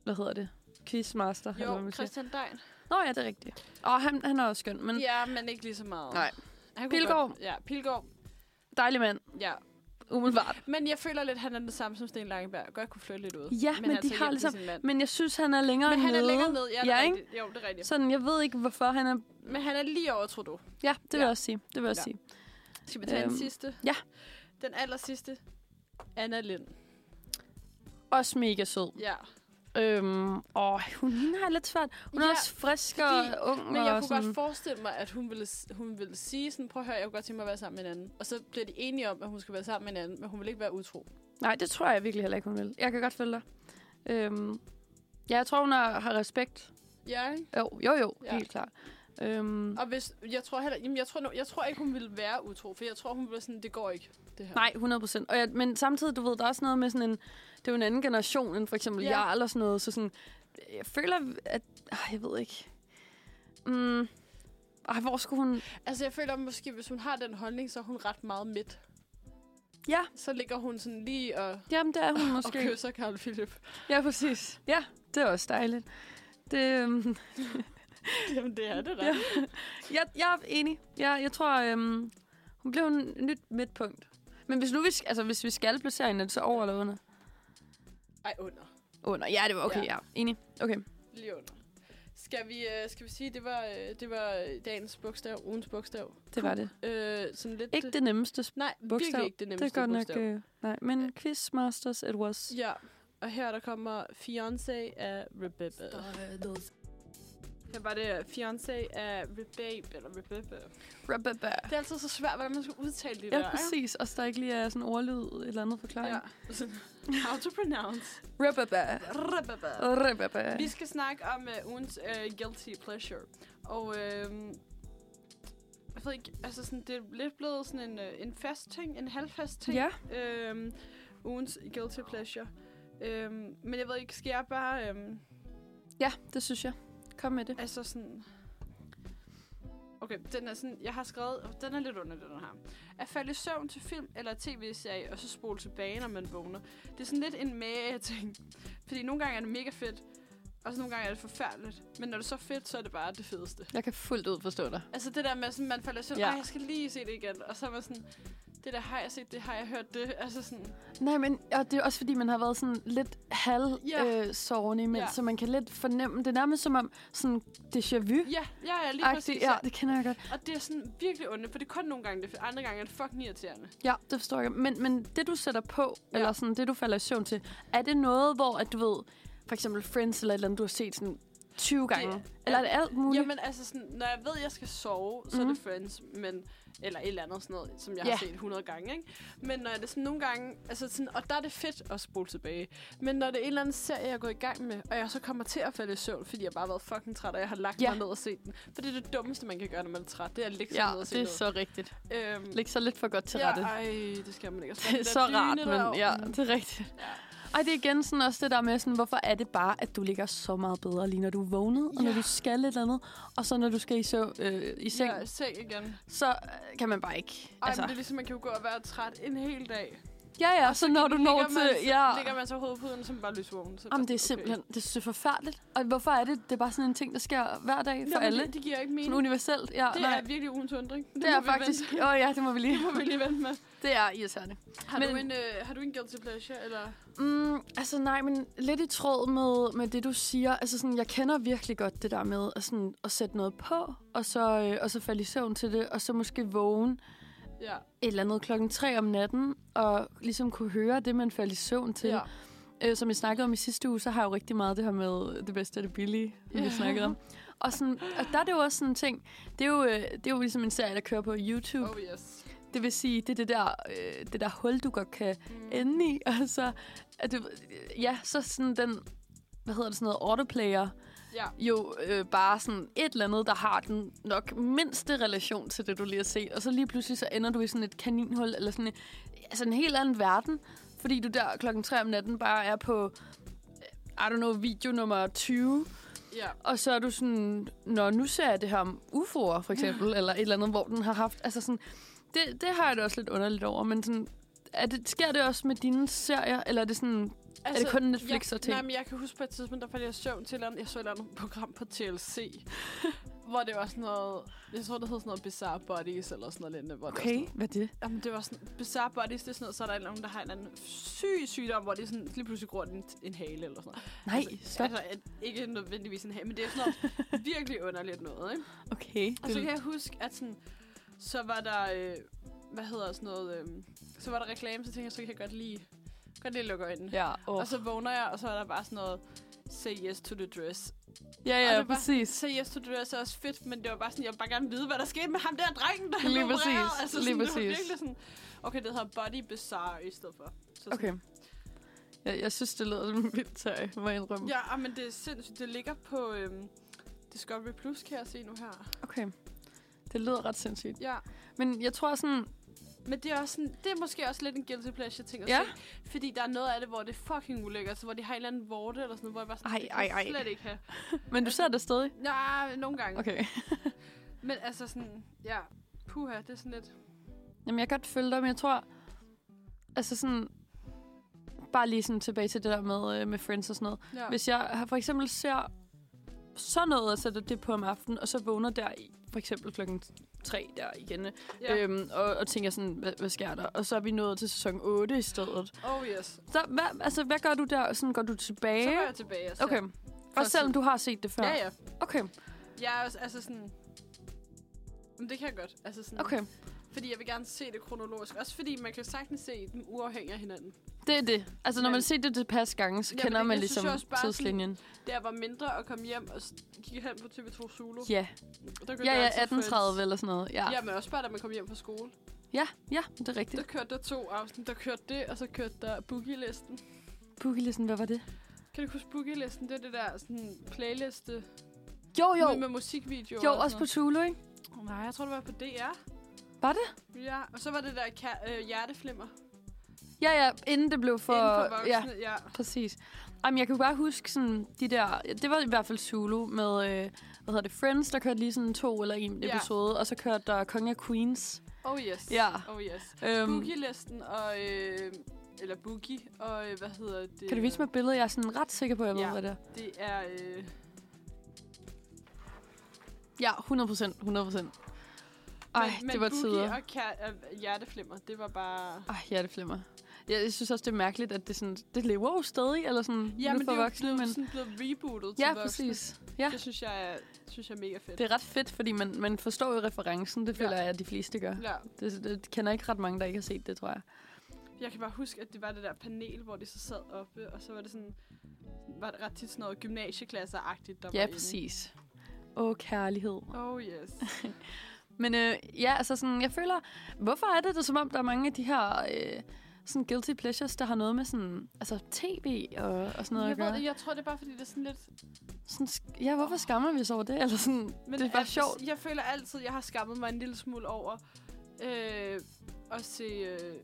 Speaker 3: Hvad hedder det? Quizmaster? eller hvad
Speaker 1: jo,
Speaker 3: man siger.
Speaker 1: Christian Dein.
Speaker 3: Nå ja, det er rigtigt. Og han, han er også skøn, men ja.
Speaker 1: Ja, men ikke lige så meget.
Speaker 3: Nej.
Speaker 1: Han kunne
Speaker 3: Pilgaard.
Speaker 1: Godt, ja, Pilgaard.
Speaker 3: dejlig mand,
Speaker 1: Ja.
Speaker 3: umiddelbart.
Speaker 1: Men jeg føler lidt, at han er den samme som Sten Langeberg. Godt kunne flytte lidt ud.
Speaker 3: Ja, men de har
Speaker 1: hjem til
Speaker 3: ligesom-
Speaker 1: sin mand.
Speaker 3: Men jeg synes, han er længere
Speaker 1: Men han er
Speaker 3: nede.
Speaker 1: længere ned. Ja, det er
Speaker 3: Ja, ikke?
Speaker 1: rigtigt. Jo, det er rigtigt.
Speaker 3: Sådan, jeg ved ikke, hvorfor han er...
Speaker 1: Men han er lige over Trudeau.
Speaker 3: Ja, det vil
Speaker 1: Ja.
Speaker 3: jeg også sige. Det vil jeg også
Speaker 1: Ja.
Speaker 3: ja. sige.
Speaker 1: Skal vi tage øhm,
Speaker 3: Øhm,
Speaker 1: den sidste?
Speaker 3: ja.
Speaker 1: Den aller sidste. Anna Lind.
Speaker 3: Også mega sød.
Speaker 1: Ja.
Speaker 3: Øhm, og hun hende har jeg lidt svært. Hun er
Speaker 1: Ja,
Speaker 3: også frisk og
Speaker 1: fordi-
Speaker 3: ung.
Speaker 1: Men jeg
Speaker 3: og
Speaker 1: kunne
Speaker 3: sådan.
Speaker 1: godt forestille mig, at hun ville, hun ville sige sådan, prøv at høre, jeg kunne godt tænke mig at være sammen med en anden. Og så bliver de enige om, at hun skal være sammen med en anden, men hun vil ikke være utro.
Speaker 3: Nej, det tror jeg virkelig heller ikke, hun vil. Jeg kan godt følge dig. Øhm, ja, jeg tror, hun har, har respekt.
Speaker 1: Ja, ikke?
Speaker 3: Jo, jo, jo.
Speaker 1: Ja.
Speaker 3: Ja. Helt klart. Øhm,
Speaker 1: Og hvis, jeg tror heller, jamen jeg tror, nu, jeg tror ikke, hun ville være utro, for jeg tror, hun ville sådan, det går ikke, det her.
Speaker 3: Nej, 100 procent. Jeg, men samtidig, du ved, der er også noget med sådan en... Det er jo en anden generation end for eksempel
Speaker 1: Ja.
Speaker 3: yeah. jeg eller sådan noget. Så sådan, jeg føler, at... Øh, jeg ved ikke. Mm, ej, hvor skulle hun...
Speaker 1: Altså, jeg føler måske, hvis hun har den holdning, så er hun ret meget midt.
Speaker 3: Ja.
Speaker 1: Så ligger hun sådan lige og,
Speaker 3: Jamen, det er hun
Speaker 1: og
Speaker 3: måske.
Speaker 1: kysser Carl Philip.
Speaker 3: Ja, præcis. Ja, det er også dejligt. Det, øhm,
Speaker 1: Jamen, det er det da.
Speaker 3: Ja. jeg, jeg er enig. Jeg, jeg tror, øhm, hun blev en nyt midtpunkt. Men hvis nu vi, sk- altså, hvis vi skal placere hende, er det så over eller under?
Speaker 1: Ej, under.
Speaker 3: Under. Ja, det var okay.
Speaker 1: Ja.
Speaker 3: Ja. ja. Enig. Okay.
Speaker 1: Lige under. Skal vi, øh, skal vi sige, det var, øh, det var øh, dagens bogstav, ugens bogstav?
Speaker 3: Det var det.
Speaker 1: Øh, sådan lidt...
Speaker 3: Ikke det nemmeste
Speaker 1: Nej, bogstav.
Speaker 3: bogstav.
Speaker 1: virkelig ikke det nemmeste
Speaker 3: Det er godt nok...
Speaker 1: bogstav.
Speaker 3: Øh, nej, men Quizmasters, it was.
Speaker 1: Ja, og her der kommer Fiancé af Rebecca.
Speaker 2: øh,
Speaker 1: Her var det øh, Fiancé af Rebecca, eller Rebecca.
Speaker 3: Rababa.
Speaker 1: Det er altid så svært, hvordan man skal udtale det der.
Speaker 3: Ja, præcis. Og der ikke lige er sådan en ordlyd et eller andet
Speaker 1: ikke?
Speaker 3: forklaring.
Speaker 1: Ja.
Speaker 3: Ja.
Speaker 1: How to pronounce.
Speaker 3: Rababa.
Speaker 1: Rebecca.
Speaker 3: Rababa.
Speaker 1: Vi skal snakke om uh, ugens uh, guilty pleasure. Og uh, jeg ved ikke, altså sådan, det er lidt blevet sådan en, uh, en fast ting, en halvfast ting.
Speaker 3: Ja.
Speaker 1: Øhm, ugens guilty pleasure. Øhm, men jeg ved ikke, skal jeg bare... Øhm,
Speaker 3: Ja, det synes jeg. Kom med det.
Speaker 1: altså sådan... Okay, den er sådan, jeg har skrevet, og den er lidt under den her. At falde i søvn til film eller tv-serie, og så spole tilbage, når man vågner. Det er sådan lidt en mage ting. Fordi nogle gange er det mega fedt, og så nogle gange er det forfærdeligt. Men når det er så fedt, så er det bare det fedeste.
Speaker 3: Jeg kan fuldt ud forstå dig.
Speaker 1: Altså det der med, sådan, man falder i søvn, ja.
Speaker 3: Ja.
Speaker 1: jeg skal lige se det igen. Og så er man sådan, det der har jeg set, det har jeg hørt, det. Altså sådan,
Speaker 3: Nej, men og det er også fordi, man har været sådan lidt halv
Speaker 1: Ja.
Speaker 3: øh, sovende imens,
Speaker 1: Ja.
Speaker 3: så man kan lidt fornemme. Det er nærmest som om sådan déjà vu
Speaker 1: ja, ja, ja, lige præcis.
Speaker 3: -agtigt. Ja, det kender jeg godt.
Speaker 1: Og det er sådan virkelig ondt, for det er kun nogle gange, det er fedt. andre gange er det fucking irriterende.
Speaker 3: Ja, det forstår jeg. Men, men det, du sætter på,
Speaker 1: Ja.
Speaker 3: ja. eller sådan, det, du falder i søvn til, er det noget, hvor at du ved, for eksempel Friends eller et eller andet, du har set sådan 20 gange?
Speaker 1: Det-
Speaker 3: eller er det alt muligt? Mhm.
Speaker 1: Jamen altså, sådan, når jeg ved, at jeg skal sove, så mm-hmm. er det Friends, men, eller et eller andet sådan noget, som jeg har
Speaker 3: Ja.
Speaker 1: set 100 gange, ikke? Men når det er sådan nogle gange, altså sådan, og der er det fedt at spole tilbage. Men når det er en eller anden serie, jeg går i gang med, og jeg så kommer til at falde i søvn, fordi jeg bare har været fucking træt, og jeg har lagt
Speaker 3: Ja.
Speaker 1: mig ned og set den. For det er det dummeste, man kan gøre, når man er træt, det er at ligge sig
Speaker 3: ja,
Speaker 1: ned og se
Speaker 3: det er
Speaker 1: noget.
Speaker 3: så rigtigt.
Speaker 1: Øhm,
Speaker 3: Læg så lidt for godt til
Speaker 1: ja,
Speaker 3: rette.
Speaker 1: ej, det skal man ikke. Og
Speaker 3: Det er
Speaker 1: den der
Speaker 3: så
Speaker 1: dyne
Speaker 3: rart, men
Speaker 1: derovre.
Speaker 3: ja, det er rigtigt. Ej, det er igen sådan også det der med, sådan, hvorfor er det bare, at du ligger så meget bedre lige når du er vågnet, og
Speaker 1: Ja.
Speaker 3: når du skal et eller andet, og så når du skal i, søv, øh, i seng,
Speaker 1: Ja, i seng igen. Ej,
Speaker 3: så øh, kan man bare ikke.
Speaker 1: altså.
Speaker 3: altså,
Speaker 1: men det er ligesom, man kan jo gå og være træt en hel dag.
Speaker 3: ja, ja, så når du når
Speaker 1: ligger man,
Speaker 3: til... Ja.
Speaker 1: Ligger man så hovedpuden, som bare lysvågen. Så
Speaker 3: Jamen, det er
Speaker 1: sådan, okay.
Speaker 3: simpelthen det er så forfærdeligt. Og hvorfor er det? Det er bare sådan en ting, der sker hver dag for
Speaker 1: Jamen,
Speaker 3: alle.
Speaker 1: Det, det giver ikke mening.
Speaker 3: Sådan universelt. Ja,
Speaker 1: det
Speaker 3: nej.
Speaker 1: er virkelig ugens undring. Det,
Speaker 3: det
Speaker 1: må
Speaker 3: er
Speaker 1: vi
Speaker 3: faktisk... Åh oh, ja, det må vi lige.
Speaker 1: Vente. Det må vi lige vente med.
Speaker 3: Det er irriterende.
Speaker 1: Har, men,
Speaker 3: Men-
Speaker 1: du en, øh, har du en guilty pleasure? Eller?
Speaker 3: Mm, altså nej, men lidt i tråd med, med det, du siger. Altså sådan, jeg kender virkelig godt det der med at, sådan, at sætte noget på, og så, øh, og så falde i søvn til det, og så måske vågne
Speaker 1: Ja.
Speaker 3: et eller andet klokken 3 om natten, og ligesom kunne høre det, man faldt i søvn til.
Speaker 1: ja.
Speaker 3: øh, som jeg snakkede om i sidste uge, så har jeg jo rigtig meget det her med det bedste og det billige, som vi snakkede om. Og, sådan, og der er det jo også sådan en ting, det er jo, øh, det er jo ligesom en serie, der kører på YouTube.
Speaker 1: Oh yes.
Speaker 3: Det vil sige, det er det der, øh, det der hul, du godt kan
Speaker 1: Mm.
Speaker 3: ende i. Og så, at du, ja, så sådan den, hvad hedder det, sådan noget autoplayer,
Speaker 1: Ja.
Speaker 3: jo øh, bare sådan et eller andet, der har den nok mindste relation til det, du lige har set. Og så lige pludselig så ender du i sådan et kaninhul, eller sådan en, altså en helt anden verden, fordi du der klokken 3 om natten bare er på, øh, I don't know, video nummer 20,
Speaker 1: Ja.
Speaker 3: og så er du sådan, når nu ser jeg det her om UFO'er, for eksempel, eller et eller andet, hvor den har haft... Altså sådan, det, det har jeg det også lidt underligt over, men sådan, er det, sker det også med dine serier, eller er det sådan... Altså, er det kun Netflix
Speaker 1: jeg,
Speaker 3: og ting?
Speaker 1: Nej, men jeg kan huske på et tidspunkt, der faldt jeg i søvn til et eller andet, jeg så et eller andet program på TLC, hvor det var sådan noget, jeg tror, det hed sådan noget Bizarre Bodies eller sådan noget lignende, hvor det var sådan,
Speaker 3: hvad er det?
Speaker 1: jamen, det var sådan, Bizarre Bodies, det er sådan noget, så er der nogen, der har en eller anden syg sygdom, hvor det sådan, lige pludselig gror en, en hale eller sådan noget.
Speaker 3: Nej,
Speaker 1: altså,
Speaker 3: stop.
Speaker 1: Altså, at- ikke nødvendigvis en hale, men det er sådan noget virkelig underligt noget, ikke?
Speaker 3: Okay.
Speaker 1: Og så kan jeg huske, at sådan, så var der, øh, hvad hedder sådan noget, øh, så var der reklame, så tænkte jeg, så kan jeg godt lige, godt lige lukke øjnene.
Speaker 3: Ja,
Speaker 1: Oh.
Speaker 3: oh.
Speaker 1: Og så vågner jeg, og så er der bare sådan noget, say yes to the dress.
Speaker 3: ja,
Speaker 1: og
Speaker 3: ja,
Speaker 1: det var-
Speaker 3: præcis.
Speaker 1: Say yes to the dress er altså også fedt, men det var bare sådan, jeg vil bare gerne vide, hvad der skete med ham der drengen, der
Speaker 3: Lige
Speaker 1: blev opereret.
Speaker 3: præcis,
Speaker 1: Altså, sådan,
Speaker 3: lige
Speaker 1: Det var
Speaker 3: præcis.
Speaker 1: virkelig sådan, okay, det hedder body bizarre i stedet for. Så sådan,
Speaker 3: Okay. Jeg, jeg synes, det lyder som en vild serie, må jeg indrømme.
Speaker 1: Ja, ah, men det er sindssygt. Det ligger på øhm, Discovery Plus, kan jeg se nu her.
Speaker 3: Okay. Det lyder ret sindssygt.
Speaker 1: Ja,
Speaker 3: Men jeg tror sådan...
Speaker 1: men det er, også sådan, det er måske også lidt en guilty pleasure ting at
Speaker 3: Ja.
Speaker 1: se. Fordi der er noget af det, hvor det er fucking ulækkert. Så hvor de har en eller anden vorte eller sådan noget, hvor jeg bare sådan,
Speaker 3: Ej,
Speaker 1: det kan
Speaker 3: ej,
Speaker 1: jeg
Speaker 3: ej.
Speaker 1: slet ikke have.
Speaker 3: Men du ser det stadig?
Speaker 1: Nej, nogle gange.
Speaker 3: Okay.
Speaker 1: Men altså sådan, ja, puha, det er sådan lidt...
Speaker 3: Jamen, jeg kan godt følge dig, men jeg tror... Altså sådan... Bare lige sådan tilbage til det der med, øh, med Friends og sådan noget.
Speaker 1: Ja.
Speaker 3: Hvis jeg har- for eksempel ser sådan noget, og sætter det på om aftenen, og så vågner der i, for eksempel klokken tre der igen, ja. øhm, og, og tænker sådan, hvad, hvad sker der? Og så er vi nået til sæson 8 i stedet.
Speaker 1: Oh yes.
Speaker 3: Så hvad, altså, hvad gør du der? Sådan går du
Speaker 1: Så
Speaker 3: tilbage?
Speaker 1: går jeg tilbage og ser.
Speaker 3: okay. Og selvom du har set det før?
Speaker 1: Ja, ja.
Speaker 3: Okay,
Speaker 1: Jeg er også, altså sådan... Men det kan jeg godt. Altså sådan,
Speaker 3: okay.
Speaker 1: Fordi jeg vil gerne se det kronologisk. Også fordi man kan sagtens se dem uafhængig af hinanden.
Speaker 3: Det er det. Altså, når
Speaker 1: Men-
Speaker 3: man ser det tilpas gange,
Speaker 1: Ja,
Speaker 3: så
Speaker 1: men
Speaker 3: kender
Speaker 1: det-
Speaker 3: man
Speaker 1: jeg synes
Speaker 3: ligesom
Speaker 1: jo også bare sådan-
Speaker 3: tidslinjen.
Speaker 1: Da jeg var mindre og kom hjem og s- gik hen på TV2 Zulu.
Speaker 3: Ja,
Speaker 1: Der kørte
Speaker 3: ja,
Speaker 1: jeg
Speaker 3: ja,
Speaker 1: altid
Speaker 3: 18.30
Speaker 1: Friends.
Speaker 3: eller sådan noget. Ja,
Speaker 1: Ja, men også bare, da man kom hjem fra skole.
Speaker 3: ja, ja det er
Speaker 1: Der
Speaker 3: rigtigt.
Speaker 1: kørte der to afsnit. Der kørte det, og så kørte der boogie-listen.
Speaker 3: Boogie-listen, hvad var det?
Speaker 1: Kan du huske boogie-listen? Det er det der sådan playliste
Speaker 3: Jo, jo.
Speaker 1: med musikvideoer.
Speaker 3: Jo,
Speaker 1: og sådan
Speaker 3: også på Tulu, ikke?
Speaker 1: noget. Nej, jeg tror, det var på DR.
Speaker 3: Var
Speaker 1: det? Ja, og så var det der ka- øh, hjerteflimmer.
Speaker 3: Ja, ja, inden det blev for...
Speaker 1: Inden for
Speaker 3: ja,
Speaker 1: voksne, ja. ja.
Speaker 3: præcis. Jamen, jeg kan jo bare huske sådan de der... Det var i hvert fald Zulu med, øh, hvad hedder det, Friends, der kørte lige sådan to eller en
Speaker 1: Ja.
Speaker 3: ja. episode, og så kørte der Konge af Queens.
Speaker 1: Oh yes.
Speaker 3: Ja.
Speaker 1: Oh yes.
Speaker 3: Øhm,
Speaker 1: Boogie-listen og... Øh, eller Boogie, og øh, hvad hedder det?
Speaker 3: kan du vise mig et billede? Jeg er sådan ret sikker på, at jeg ved,
Speaker 1: Ja.
Speaker 3: hvad det er.
Speaker 1: Det er... Øh,
Speaker 3: Ja, 100 procent, 100 procent. Ej,
Speaker 1: men, men
Speaker 3: det var
Speaker 1: Boogie
Speaker 3: tider.
Speaker 1: og kær- øh, hjerteflimmer, det var bare...
Speaker 3: Ej, ja, det flimmer. Ja, jeg synes også, det er mærkeligt, at det, sådan, det lever jo stadig, eller sådan,
Speaker 1: Ja,
Speaker 3: nu
Speaker 1: men
Speaker 3: for
Speaker 1: det er jo
Speaker 3: voksne,
Speaker 1: blevet,
Speaker 3: men...
Speaker 1: sådan blevet rebootet til
Speaker 3: Ja,
Speaker 1: voksne.
Speaker 3: præcis. Ja.
Speaker 1: Det synes jeg, er, synes jeg er mega fedt.
Speaker 3: Det er ret fedt, fordi man, man forstår jo referencen. Det
Speaker 1: Ja.
Speaker 3: føler jeg, at de fleste gør.
Speaker 1: Ja.
Speaker 3: Det, det kender ikke ret mange, der ikke har set det, tror jeg.
Speaker 1: Jeg kan bare huske, at det var det der panel, hvor de så sad oppe, og så var det sådan... Var det ret tit sådan noget gymnasieklasser-agtigt, der var
Speaker 3: Ja,
Speaker 1: inde.
Speaker 3: præcis. Åh, kærlighed.
Speaker 1: Oh yes.
Speaker 3: Men øh, ja, altså sådan, jeg føler, hvorfor er det, det er, som om, der er mange af de her øh, sådan guilty pleasures, der har noget med sådan, altså tv og, og sådan noget
Speaker 1: jeg,
Speaker 3: at gøre?
Speaker 1: ved, det, jeg tror, det er bare, fordi det er sådan lidt...
Speaker 3: Sådan, sk- ja, hvorfor skammer vi os over det? Eller sådan, men det er bare
Speaker 1: altså,
Speaker 3: sjovt.
Speaker 1: Jeg føler altid, jeg har skammet mig en lille smule over øh, at se... Øh,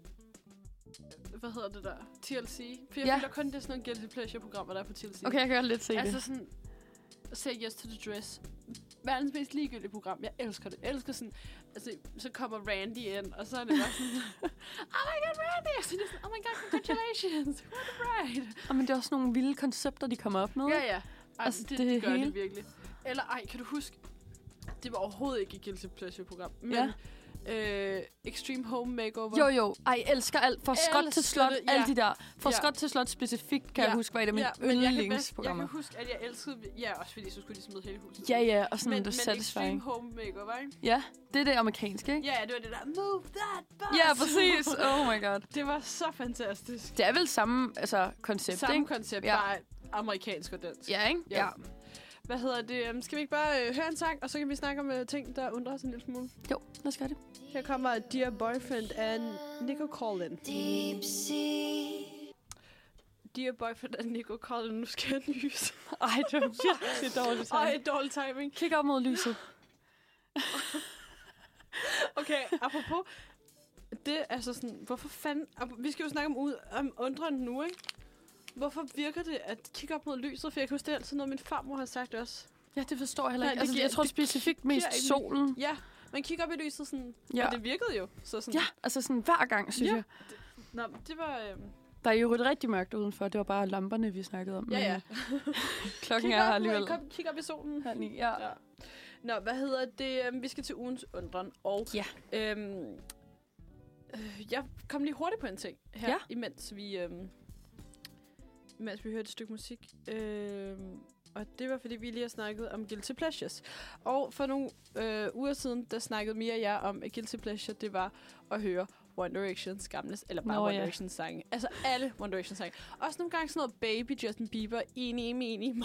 Speaker 1: hvad hedder det der? TLC. For jeg
Speaker 3: Ja.
Speaker 1: ja. føler kun, det er sådan nogle guilty pleasure-programmer, der er på TLC.
Speaker 3: Okay, jeg kan godt lidt se
Speaker 1: altså
Speaker 3: det.
Speaker 1: sådan... Say yes to the dress. Verdens mest ligegyldige program. Jeg elsker det. Jeg elsker sådan... Altså, så kommer Randy ind, og så er det bare sådan... oh my god, Randy! Og så er det sådan, oh my god, congratulations! What a ride!
Speaker 3: Oh, men det er også nogle vilde koncepter, de kommer op med.
Speaker 1: Ja, ja. Ej,
Speaker 3: Altså,
Speaker 1: altså, det,
Speaker 3: det
Speaker 1: det gør
Speaker 3: hele.
Speaker 1: det virkelig. Eller ej, kan du huske, det var overhovedet ikke et guilty pleasure-program, men
Speaker 3: Ja.
Speaker 1: øh, Extreme Home Makeover.
Speaker 3: Jo, jo. Ej, jeg elsker alt. Fra skot
Speaker 1: Elsker
Speaker 3: til slot,
Speaker 1: det, ja.
Speaker 3: ja. alle de der.
Speaker 1: Ja.
Speaker 3: Fra ja. skot til slot specifikt, kan
Speaker 1: Ja.
Speaker 3: ja. jeg huske, var et af mine ja,
Speaker 1: men jeg kan, bedst, jeg
Speaker 3: yndlingsprogrammer.
Speaker 1: kan huske, at jeg elskede... Ja, også fordi så skulle de smide hele huset.
Speaker 3: Ja, ja, og sådan
Speaker 1: men,
Speaker 3: men, det
Speaker 1: men Extreme
Speaker 3: satisfying.
Speaker 1: Home Makeover, ikke?
Speaker 3: Ja, det er det amerikanske, ikke?
Speaker 1: Ja, ja, det var det der, move that bus!
Speaker 3: Ja, præcis. Oh my god.
Speaker 1: det var så fantastisk.
Speaker 3: Det er vel samme altså, koncept,
Speaker 1: Samme
Speaker 3: ikke?
Speaker 1: koncept,
Speaker 3: Ja.
Speaker 1: bare amerikansk og dansk.
Speaker 3: Ja, ikke?
Speaker 1: Ja. Hvad hedder det? Øhm, Skal vi ikke bare øh, høre en sang, og så kan vi snakke om øh, ting, der undrer os en lille smule?
Speaker 3: Jo, lad os gøre det.
Speaker 1: Her kommer Dear Boyfriend af Nico Collin.
Speaker 6: Deep sea.
Speaker 1: Dear Boyfriend af Nico Collin. Nu skal jeg nyse.
Speaker 3: Ej, det var virkelig dårligt.
Speaker 1: Ej, dårlig timing.
Speaker 3: Kig op mod lyset.
Speaker 1: Okay, apropos. Det er så sådan, hvorfor fanden... ap- Vi skal jo snakke om, ud, om undren nu, ikke? Hvorfor virker det at kigge op mod lyset? For jeg kan huske, det er altid noget, min farmor har sagt også.
Speaker 3: Ja, det forstår jeg heller
Speaker 1: Nej,
Speaker 3: ikke.
Speaker 1: det
Speaker 3: Altså,
Speaker 1: giver-
Speaker 3: jeg tror
Speaker 1: det
Speaker 3: specifikt
Speaker 1: ikke
Speaker 3: mest
Speaker 1: mening.
Speaker 3: solen.
Speaker 1: Ja, man kigger op i lyset sådan... Ja.
Speaker 3: Ja.
Speaker 1: Og det virkede jo. Så sådan,
Speaker 3: Ja, altså sådan hver gang, synes
Speaker 1: Ja.
Speaker 3: ja. jeg.
Speaker 1: Nå, men det var... Øh,
Speaker 3: Der er jo et rigtig mørkt udenfor. Det var bare lamperne, vi snakkede om.
Speaker 1: ja,
Speaker 3: men øh,
Speaker 1: ja.
Speaker 3: Klokken
Speaker 1: Kig
Speaker 3: er her
Speaker 1: op,
Speaker 3: alligevel.
Speaker 1: mod- kom, kig op i solen.
Speaker 3: Halv ni, ja.
Speaker 1: Ja. Nå, hvad hedder det? Øhm, Vi skal til ugens undren, og
Speaker 3: Ja.
Speaker 1: øhm, øh, jeg kom lige hurtigt på en ting her,
Speaker 3: Ja.
Speaker 1: imens vi øhm, imens vi hørte et stykke musik. Øhm, og det var, fordi vi lige har snakket om Guilty Pleasures. Og for nogle øh, uger siden, der snakkede Mia og jeg om, at Guilty Pleasure, det var at høre One Directions gamle, eller bare
Speaker 3: Nå,
Speaker 1: One
Speaker 3: ja.
Speaker 1: Directions sange. Altså alle One Directions sange. Også nogle gange sådan noget Baby, Justin Bieber, Enig, Menig, Mine.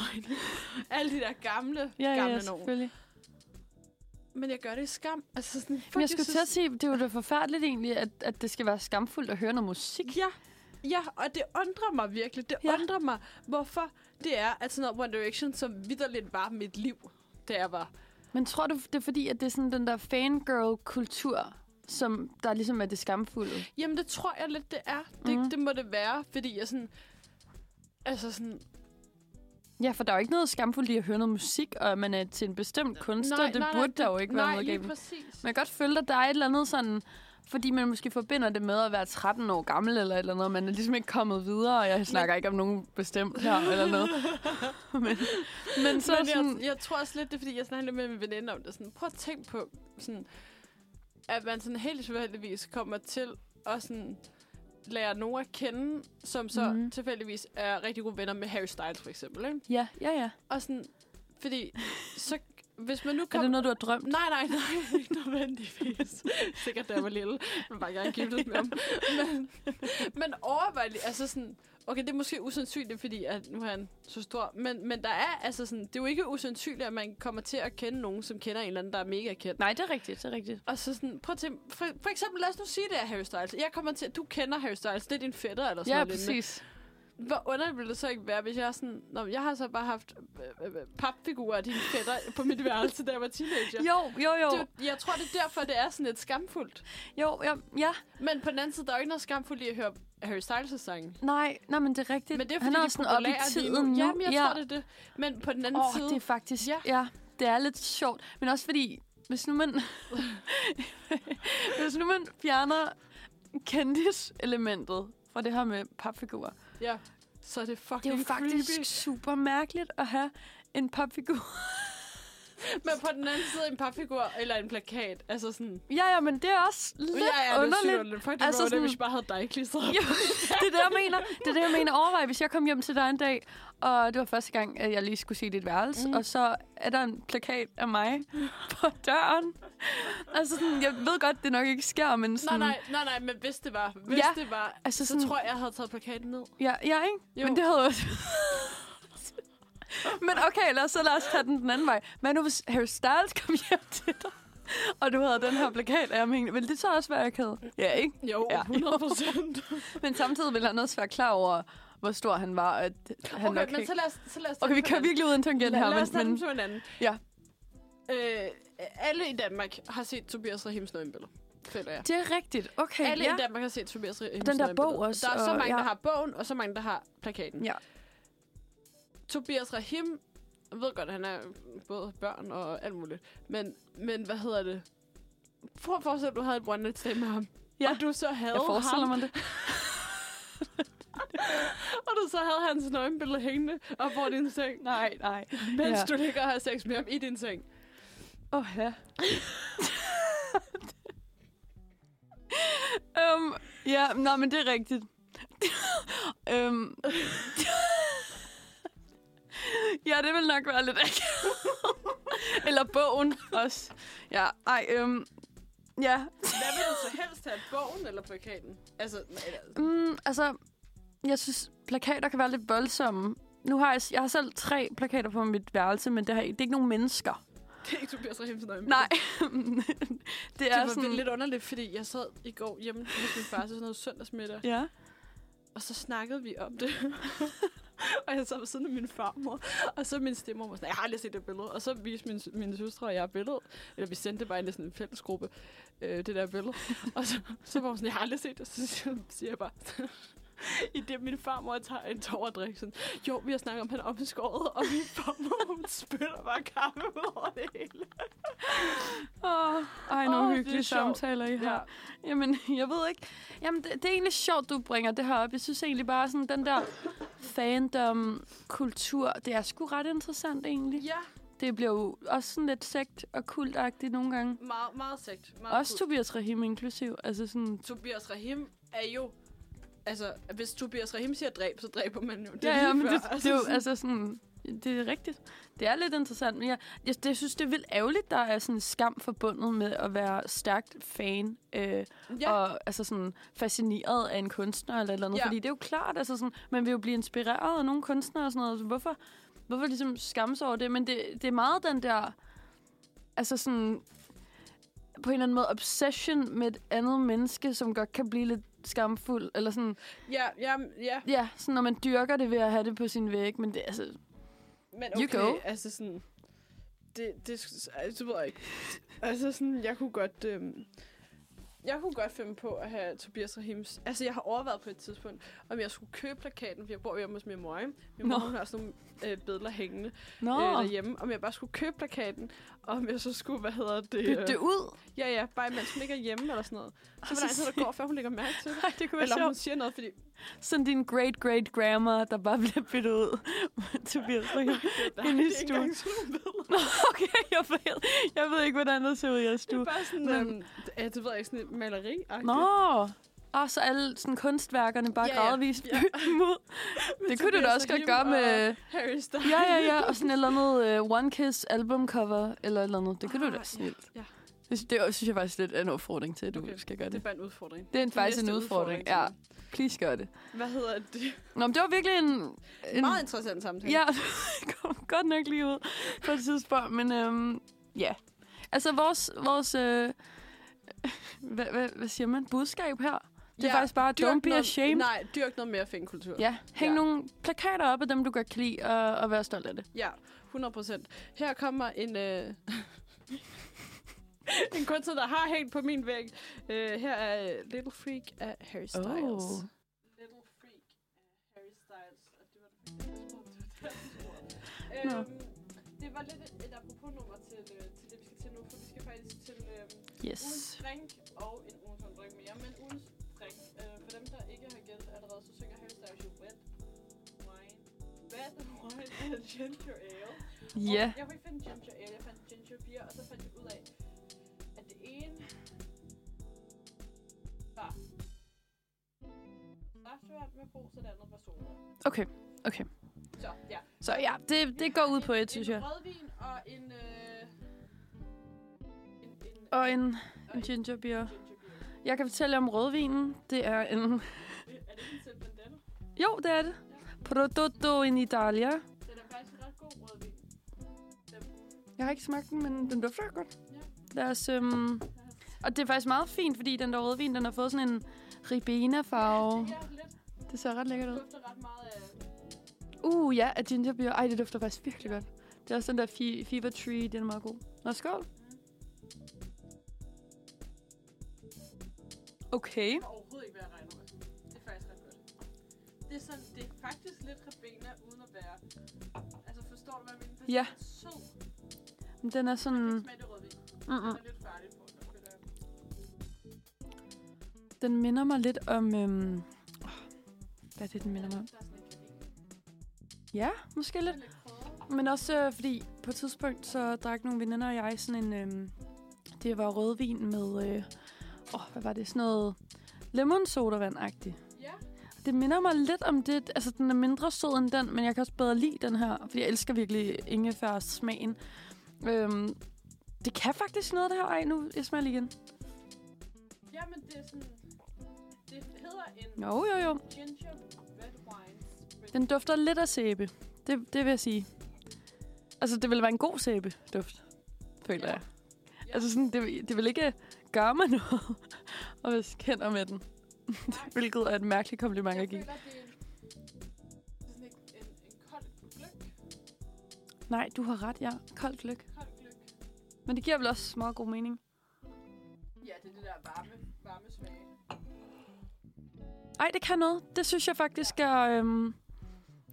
Speaker 1: Alle de der gamle,
Speaker 3: Ja,
Speaker 1: gamle
Speaker 3: ja,
Speaker 1: nogen.
Speaker 3: selvfølgelig.
Speaker 1: Men jeg gør det i skam. Altså sådan, fuck,
Speaker 3: Men jeg skulle til at
Speaker 1: synes-
Speaker 3: sige, det er jo da forfærdeligt egentlig, at, at det skal være skamfuldt at høre noget musik.
Speaker 1: Ja, ja, og det undrer mig virkelig. Det ja.
Speaker 3: Ja.
Speaker 1: undrer mig, hvorfor det er, at sådan noget One Direction så vidderligt var mit liv, da jeg var.
Speaker 3: Men tror du, det er fordi, at det er sådan den der fangirl-kultur, som der ligesom er det skamfulde?
Speaker 1: Jamen, det tror jeg lidt, det er. Det, mm.
Speaker 3: Mhm.
Speaker 1: det må det være, fordi jeg sådan... Altså sådan...
Speaker 3: Ja, for der er jo ikke noget skamfuldt i at høre noget musik, og at man er til en bestemt kunstner. det burde der jo ikke
Speaker 1: nej,
Speaker 3: være noget
Speaker 1: lige
Speaker 3: galt. med.
Speaker 1: præcis.
Speaker 3: Man kan godt føle, at der er et eller andet sådan... Fordi man måske forbinder det med at være 13 år gammel eller et eller andet, og man er ligesom ikke kommet videre, og jeg snakker ikke om nogen bestemt her eller noget. men, men så
Speaker 1: så
Speaker 3: men
Speaker 1: sådan,
Speaker 3: sådan...
Speaker 1: jeg, jeg tror også lidt, det er, fordi jeg snakkede lidt med min veninde om det. Sådan, prøv at tænke på, sådan, at man sådan helt tilfældigvis kommer til at sådan, lære nogen at kende, som så mm-hmm.
Speaker 3: Mhm.
Speaker 1: tilfældigvis er rigtig gode venner med Harry Styles for eksempel. Ikke?
Speaker 3: Ja, ja, ja.
Speaker 1: Og sådan, fordi så, hvis man nu
Speaker 3: Er
Speaker 1: kommer...
Speaker 3: det noget, du har drømt?
Speaker 1: Nej, nej, nej, ikke nødvendigvis. Sikkert, da jeg var lille. Jeg ville bare gerne giftes med ham. Men, men overvej lige, altså sådan, okay, det er måske usandsynligt, fordi at nu er han så stor, men, men der er, altså sådan, det er jo ikke usandsynligt, at man kommer til at kende nogen, som kender en eller anden, der er mega kendt.
Speaker 3: Nej, det er rigtigt, det er rigtigt.
Speaker 1: Og så sådan, prøv at tænke, for, for eksempel, lad os nu sige, det er Harry Styles. Jeg kommer til, du kender Harry Styles, det er din fætter eller sådan
Speaker 3: Ja,
Speaker 1: noget. lignende.
Speaker 3: præcis.
Speaker 1: Hvor underligt ville det så ikke være, hvis jeg er sådan... Nå, men jeg har så bare haft øh, øh, papfigurer af dine fætter på mit værelse, da jeg var teenager.
Speaker 3: Jo, jo, jo.
Speaker 1: Det, jeg tror, det er derfor, det er sådan lidt skamfuldt.
Speaker 3: Jo, ja, ja.
Speaker 1: Men på den anden side, der er jo ikke noget skamfuldt i at høre Harry Styles' sange.
Speaker 3: Nej, nej, men det er rigtigt.
Speaker 1: Men det er, fordi
Speaker 3: Han
Speaker 1: de
Speaker 3: er
Speaker 1: er
Speaker 3: også sådan oppe i
Speaker 1: populære lige
Speaker 3: tiden nu.
Speaker 1: Jamen, jeg tror, det er det. Men på den anden
Speaker 3: Åh,
Speaker 1: side...
Speaker 3: det er faktisk...
Speaker 1: Ja.
Speaker 3: Ja. ja. det er lidt sjovt. Men også fordi, hvis nu man... hvis nu man fjerner kendis-elementet fra det her med papfigurer.
Speaker 1: Ja, så er det
Speaker 3: Det
Speaker 1: fucking
Speaker 3: er jo faktisk
Speaker 1: creepy.
Speaker 3: super mærkeligt at have en papfigur.
Speaker 1: Men på den anden side, en papfigur eller en plakat. Altså sådan...
Speaker 3: Ja, ja, men det er også lidt
Speaker 1: ja, ja, det er sygt
Speaker 3: underligt.
Speaker 1: underligt. Fuck, det altså
Speaker 3: Altså
Speaker 1: var sådan...
Speaker 3: sådan-
Speaker 1: hvis jeg bare havde dig klistret. op.
Speaker 3: Jo, det er det, jeg mener. Det er det, jeg mener. Overvej, hvis jeg kom hjem til dig en dag, og det var første gang, at jeg lige skulle se dit værelse, mm. og så er der en plakat af mig på døren. Altså sådan, jeg ved godt, det nok ikke sker, men
Speaker 1: Nej,
Speaker 3: sådan...
Speaker 1: nej, nej, nej, men hvis det var, hvis
Speaker 3: Ja,
Speaker 1: det var,
Speaker 3: altså
Speaker 1: så
Speaker 3: sådan-
Speaker 1: tror jeg, jeg havde taget plakaten ned.
Speaker 3: Ja, ja ikke?
Speaker 1: Jo.
Speaker 3: Jo. Men det havde også... men okay, lad os, så lad os tage den den anden vej. Hvad nu, hvis Harry Styles kom hjem til dig? Og du havde den her plakat af mig. Vil det så også være akavet? Ja, ikke?
Speaker 1: Jo,
Speaker 3: Ja.
Speaker 1: 100 procent.
Speaker 3: Men samtidig ville han også være klar over, hvor stor han var. og At han
Speaker 1: Okay,
Speaker 3: nok
Speaker 1: men
Speaker 3: ikke...
Speaker 1: så lad os, så lad os tage
Speaker 3: Okay, vi
Speaker 1: den på
Speaker 3: kører
Speaker 1: den.
Speaker 3: virkelig ud af en tangent her,
Speaker 1: Lad os tage
Speaker 3: men,
Speaker 1: dem
Speaker 3: men
Speaker 1: som en anden.
Speaker 3: Ja.
Speaker 1: Øh, alle i Danmark har set Tobias Rahims nøgenbilleder, føler jeg.
Speaker 3: det er rigtigt. Okay,
Speaker 1: Alle
Speaker 3: ja.
Speaker 1: i Danmark har set Tobias Rahims
Speaker 3: den der
Speaker 1: nøgenbilleder.
Speaker 3: bog også,
Speaker 1: Der er så
Speaker 3: og-
Speaker 1: mange, der
Speaker 3: ja.
Speaker 1: har bogen, og så mange, der har plakaten.
Speaker 3: Ja.
Speaker 1: Tobias Rahim, jeg ved godt, han er både børn og alt muligt, men, men hvad hedder det? Prøv at forestille, at du havde et one night stand med ham.
Speaker 3: Ja.
Speaker 1: Og du så havde
Speaker 3: Jeg forestiller
Speaker 1: ham,
Speaker 3: mig det.
Speaker 1: og du så havde hans nøgenbillede hængende op på din seng.
Speaker 3: Nej, nej.
Speaker 1: Mens
Speaker 3: Ja.
Speaker 1: du ligger og har sex med ham i din seng.
Speaker 3: Åh, oh, ja. Øhm, Ja, nej, men det er rigtigt. øhm. ja, det vil nok være lidt akavet. Eller bogen også. Ja, ej, øhm. Ja,
Speaker 1: Hvad vil du så helst have? Bogen eller plakaten? Altså, eller-
Speaker 3: Mm, altså, jeg synes, plakater kan være lidt voldsomme. Nu har jeg, jeg har selv tre plakater på mit værelse, men det, har, det er ikke nogen mennesker.
Speaker 1: det er ikke Tobias Rahimsen og Emil.
Speaker 3: Nej. det
Speaker 1: Det
Speaker 3: er
Speaker 1: var
Speaker 3: sådan...
Speaker 1: sådan... lidt underligt, fordi jeg sad i går hjemme hos min far til sådan noget søndagsmiddag,
Speaker 3: Ja.
Speaker 1: og så snakkede vi om det. og jeg sad ved siden af min farmor, og så min stemmor var sådan, jeg har aldrig set det billede. Og så viste min, mine søstre og jeg billedet, eller vi sendte det bare ind i sådan en fællesgruppe, øh, det der billede. og så, så var hun sådan, jeg har aldrig set det, så siger- siger jeg bare... I det, min farmor tager en tårdrik, sådan, jo, vi har snakket om, han er omskåret, og min farmor, hun spytter bare kaffe ud over det hele.
Speaker 3: Åh, ej, nogle
Speaker 1: Åh,
Speaker 3: oh,
Speaker 1: det er
Speaker 3: hyggelige
Speaker 1: sjovt.
Speaker 3: samtaler, I har. Ja. Jamen, jeg ved ikke. Jamen, det, det er egentlig sjovt, du bringer det her op. Jeg synes egentlig bare sådan, den der fandom-kultur, det er sgu ret interessant egentlig.
Speaker 1: Ja,
Speaker 3: Det bliver jo også sådan lidt sekt og kultagtigt nogle gange.
Speaker 1: meget, meget segt. Meget
Speaker 3: Også Tobias Rahim inklusiv. Altså sådan,
Speaker 1: Tobias Rahim er jo... Altså, hvis Tobias Rahim siger dræb, så dræber man jo. Det er
Speaker 3: ja,
Speaker 1: lige
Speaker 3: ja, men
Speaker 1: før.
Speaker 3: det, det er jo
Speaker 1: sådan-
Speaker 3: altså sådan, det er rigtigt. Det er lidt interessant, men jeg, jeg, jeg synes, det er vildt ærgerligt, der er sådan skam forbundet med at være stærkt fan øh, ja.
Speaker 1: ja,
Speaker 3: og altså sådan fascineret af en kunstner eller et eller andet.
Speaker 1: Ja.
Speaker 3: Ja. Fordi det er jo klart, altså sådan, man vil jo blive inspireret af nogle kunstnere og sådan noget. Så hvorfor, hvorfor ligesom skamme sig over det? Men det, det er meget den der, altså sådan, på en eller anden måde obsession med et andet menneske, som godt kan blive lidt skamfuld, eller sådan,
Speaker 1: ja, ja, ja,
Speaker 3: Ja, sådan når man dyrker det ved at have det på sin væg, men det altså...
Speaker 1: men
Speaker 3: You
Speaker 1: okay,
Speaker 3: go.
Speaker 1: altså sådan... Det, det, det, det ved jeg ikke. Altså sådan, jeg kunne godt... Øhm, jeg kunne godt finde på at have Tobias Rahims... Altså, jeg har overvejet på et tidspunkt, om jeg skulle købe plakaten, for jeg bor hjemme hos min mor. ikke? Min mor
Speaker 3: Nå.
Speaker 1: hun har sådan nogle øh, billeder hængende
Speaker 3: Nå,
Speaker 1: øh,
Speaker 3: øh,
Speaker 1: derhjemme. Om jeg bare skulle købe plakaten, og om jeg så skulle, hvad hedder det...
Speaker 3: bytte det ud.
Speaker 1: Ja, ja, bare imens hun ikke er hjemme eller sådan noget. Så var
Speaker 3: så
Speaker 1: der altid, der går, før hun lægger mærke til det.
Speaker 3: Ej, det kunne være
Speaker 1: Eller om hun
Speaker 3: sjovt.
Speaker 1: siger noget, fordi
Speaker 3: Sådan din great great grandma, der bare bliver byttet ud. Tobias Ringe.
Speaker 1: der
Speaker 3: Inde
Speaker 1: det er
Speaker 3: i
Speaker 1: ikke
Speaker 3: stuen.
Speaker 1: engang sådan nogle billeder.
Speaker 3: Nå, okay, jeg ved, jeg ved ikke, hvordan det ser ud i jeres
Speaker 1: Det er
Speaker 3: stue.
Speaker 1: bare sådan,
Speaker 3: Men-
Speaker 1: øhm, ja, det ved jeg ikke, sådan et maleri
Speaker 3: Nå, og så alle sådan, kunstværkerne bare
Speaker 1: Ja,
Speaker 3: ja,
Speaker 1: ja.
Speaker 3: gradvist
Speaker 1: Ja.
Speaker 3: ja. dem ud. Det kunne du da også godt gøre med...
Speaker 1: Harry Styles.
Speaker 3: Ja, ja, ja, og sådan et eller andet uh, One Kiss albumcover, eller et eller andet. Det kunne ah, du
Speaker 1: Ah,
Speaker 3: da snilt.
Speaker 1: ja, ja.
Speaker 3: Det, det synes jeg faktisk lidt er en opfordring til, at du
Speaker 1: Okay,
Speaker 3: okay. skal gøre
Speaker 1: Det
Speaker 3: det.
Speaker 1: er bare en udfordring.
Speaker 3: Det er en,
Speaker 1: Det
Speaker 3: faktisk en
Speaker 1: næste
Speaker 3: udfordring.
Speaker 1: udfordring,
Speaker 3: Ja, please gør det.
Speaker 1: Hvad hedder det?
Speaker 3: Nå, men det var virkelig en... en
Speaker 1: En... Meget interessant samtale.
Speaker 3: Ja, det kom godt nok lige ud på et tidspunkt, men øhm, ja. Altså vores... vores øh, hvad, hvad, hvad siger man? Budskab her? Det er
Speaker 1: Ja,
Speaker 3: faktisk bare,
Speaker 1: Dyrk
Speaker 3: don't be
Speaker 1: noget-
Speaker 3: ashamed.
Speaker 1: Nej, dyrk noget mere fængkultur.
Speaker 3: Ja, hæng
Speaker 1: Ja.
Speaker 3: ja. nogle plakater op af dem, du godt kan lide, og, og vær stolt af det.
Speaker 1: Ja, 100 procent. Her kommer en... Øh, en kunstner, der har hængt på min væg. Øh, her er øh, Little Freak af Harry Styles.
Speaker 3: Åh.
Speaker 1: Little Freak af Harry Styles. Og det var det, jeg troede, det var det, jeg
Speaker 3: Nå.
Speaker 1: troede. Øhm, det var lidt et- et apropos-nummer til, øh, til det, vi skal til nu, for vi skal faktisk til øh, ugens
Speaker 3: Yes.
Speaker 1: drink og en ugens hånddrink mere. Men ugens drink, øh, for dem, der ikke har gættet allerede, så synger Harry Styles jo Red Wine. Red Wine and Ginger Ale. Og
Speaker 3: Ja.
Speaker 1: Jeg kunne ikke finde ginger ale, jeg fandt ginger beer, og så fandt jeg ud af, at det ene var saftevand med brug, så det andet var sodavand.
Speaker 3: Okay, okay.
Speaker 1: Så ja.
Speaker 3: Så ja, det, det går ud på
Speaker 1: En-
Speaker 3: et, synes
Speaker 1: en
Speaker 3: jeg.
Speaker 1: rødvin og en... Øh, en, en,
Speaker 3: Og en,
Speaker 1: og
Speaker 3: en ginger
Speaker 1: ginger
Speaker 3: beer.
Speaker 1: beer.
Speaker 3: Jeg kan fortælle om rødvinen. Det er en...
Speaker 1: Er det ikke en St. Bandana?
Speaker 3: Jo, det er det. Prodotto in Italia.
Speaker 1: Den er faktisk en ret god rødvin.
Speaker 3: Jeg har ikke smagt den, men den dufter godt.
Speaker 1: Ja.
Speaker 3: Lad os, øhm... Og det er faktisk meget fint, fordi den der rødvin, den har fået sådan en ribena-farve.
Speaker 1: Ja, lidt.
Speaker 3: Det ser ret lækkert
Speaker 1: Den
Speaker 3: ud.
Speaker 1: dufter ret meget af...
Speaker 3: Uh, ja, af ginger beer. Ej, det dufter faktisk virkelig godt. Det er også den der fi- Fever Tree, den er meget god. Nå, skål. Okay.
Speaker 1: Det var overhovedet ikke, hvad jeg regner med. Det er faktisk ret godt. Det er, sådan, det er faktisk lidt rabena uden at være... Altså, forstår du, hvad jeg mener? Den
Speaker 3: Ja. Mm.
Speaker 1: er Sød.
Speaker 3: Den er sådan...
Speaker 1: Smager det rødvin. Den
Speaker 3: Mm-mm.
Speaker 1: er lidt farlig på. den, føler jeg.
Speaker 3: Den minder mig lidt om... Øhm... åh, Hvad er det, den minder mig om?
Speaker 1: Der er sådan en kanel.
Speaker 3: Ja, måske lidt.
Speaker 1: Den er lidt krydret.
Speaker 3: Men også øh, fordi på et tidspunkt, så drak nogle veninder og jeg sådan en... Øh, det var rødvin med... Øh, åh, hvad var det? Sådan noget lemon sodavand-agtig.
Speaker 1: Ja.
Speaker 3: Det minder mig lidt om det. Altså, den er mindre sød end den, men jeg kan også bedre lide den her, fordi jeg elsker virkelig ingefær smagen. Øhm, det kan faktisk noget, det her. Ej, nu jeg smager lige igen.
Speaker 1: Jamen, det er sådan... Det hedder en
Speaker 3: Jo, jo, jo.
Speaker 1: ginger red wine. spritz.
Speaker 3: Den dufter lidt af sæbe. Det, det vil jeg sige. Altså, det vil være en god sæbe-duft, føler
Speaker 1: Ja.
Speaker 3: jeg. Altså, sådan, det, det vil ikke gøre mig noget at være skænder med den. Hvilket er et mærkeligt kompliment at
Speaker 1: Jeg
Speaker 3: give.
Speaker 1: føler, det er en- det er sådan en, en, en kold gløk.
Speaker 3: Nej, du har ret, ja. Koldt lykke.
Speaker 1: Kold gløk.
Speaker 3: Men det giver vel også meget god mening.
Speaker 1: Ja, det er det der varme, varme smag.
Speaker 3: Ej, det kan noget. Det synes jeg faktisk er... Øhm,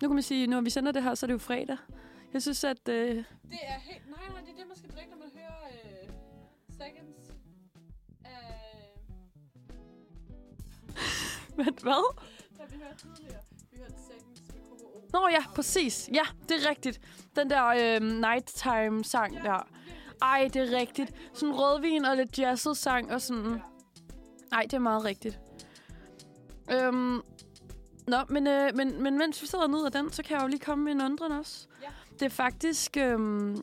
Speaker 3: nu kan man sige, når vi sender det her, så er det jo fredag. Jeg synes, at... Øh,
Speaker 1: Det er helt... Nej, nej, det er det, man skal drikke, når man hører øh, seconds Øh, af...
Speaker 3: vent, hvad?
Speaker 1: Hvad vi hørte tidligere. Vi hørte seconds med KKO.
Speaker 3: Nå ja, præcis. Ja, det er rigtigt. Den der øh, nighttime-sang der. Ej, det er rigtigt. Sådan rødvin og lidt jazzet sang og sådan. Nej, det er meget rigtigt. Øhm, nå, men, øh, men, men mens vi sidder og nyder den, så kan jeg jo lige komme med en undren også.
Speaker 1: Ja.
Speaker 3: Det er faktisk... Øhm,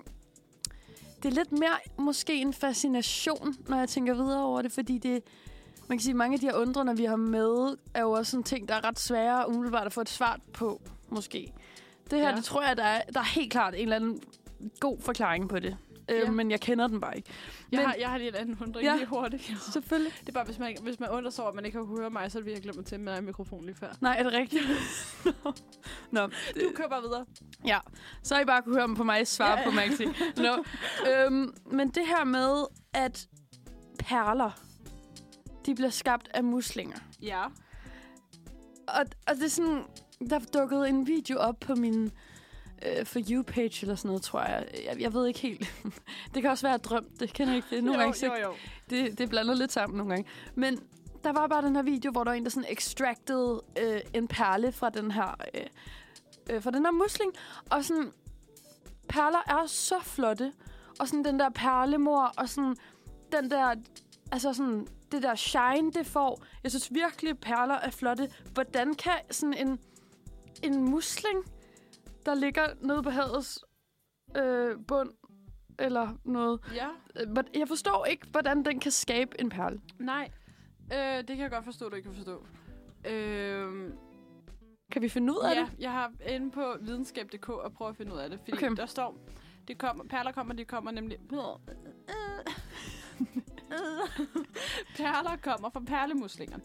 Speaker 3: det er lidt mere måske en fascination, når jeg tænker videre over det, fordi det... Man kan sige, at mange af de her undre, når vi har med, er jo også sådan ting, der er ret svære umiddelbart at få et svar på, måske. Det her,
Speaker 2: Ja.
Speaker 3: ja. det tror jeg, der er, der er helt klart en eller anden god forklaring på det. Øh,
Speaker 1: Ja.
Speaker 3: Men jeg kender den bare ikke.
Speaker 1: Jeg,
Speaker 3: Men-
Speaker 1: har, jeg har lige en anden hundring
Speaker 3: Ja.
Speaker 1: ja. lige hurtigt.
Speaker 3: Selvfølgelig.
Speaker 1: Det er bare, hvis man, hvis man undrer sig over, at man ikke har høre mig, så ville jeg glemt at tænde min mikrofon lige før.
Speaker 3: Nej, er det rigtigt? Nå.
Speaker 1: Du kører bare videre.
Speaker 3: Ja, så har I bare kunne høre dem på mig svare
Speaker 1: Ja.
Speaker 3: på Maxi. No. øhm, men det her med, at perler, de bliver skabt af muslinger.
Speaker 1: Ja.
Speaker 3: Og, og det er sådan, der dukkede en video op på min øh, For You-page eller sådan noget, tror jeg. jeg. Jeg ved ikke helt. det kan også være, at jeg drømte det. Kender I ikke det? Nogle gange så
Speaker 1: jo, jo.
Speaker 3: det, det er blandet lidt sammen nogle gange. Men der var bare den her video, hvor der var en, der sådan extracted øh, en perle fra den her, øh, øh, fra den her musling. Og sådan, perler er så flotte. Og sådan den der perlemor, og sådan den der, altså sådan, det der shine, det får. Jeg synes virkelig, perler er flotte. Hvordan kan sådan en, en musling, der ligger nede på havets øh, bund, eller noget,
Speaker 1: Ja.
Speaker 3: Øh, but- Jeg forstår ikke, hvordan den kan skabe en perle.
Speaker 1: Nej. Øh, det kan jeg godt forstå, du ikke kan forstå. Øh,
Speaker 3: Kan vi finde ud af
Speaker 1: Ja,
Speaker 3: det?
Speaker 1: jeg har inde på videnskab.dk og prøver at finde ud af det, fordi
Speaker 3: Okay.
Speaker 1: okay. der står, det kommer, perler kommer, de kommer nemlig... perler kommer fra perlemuslinger.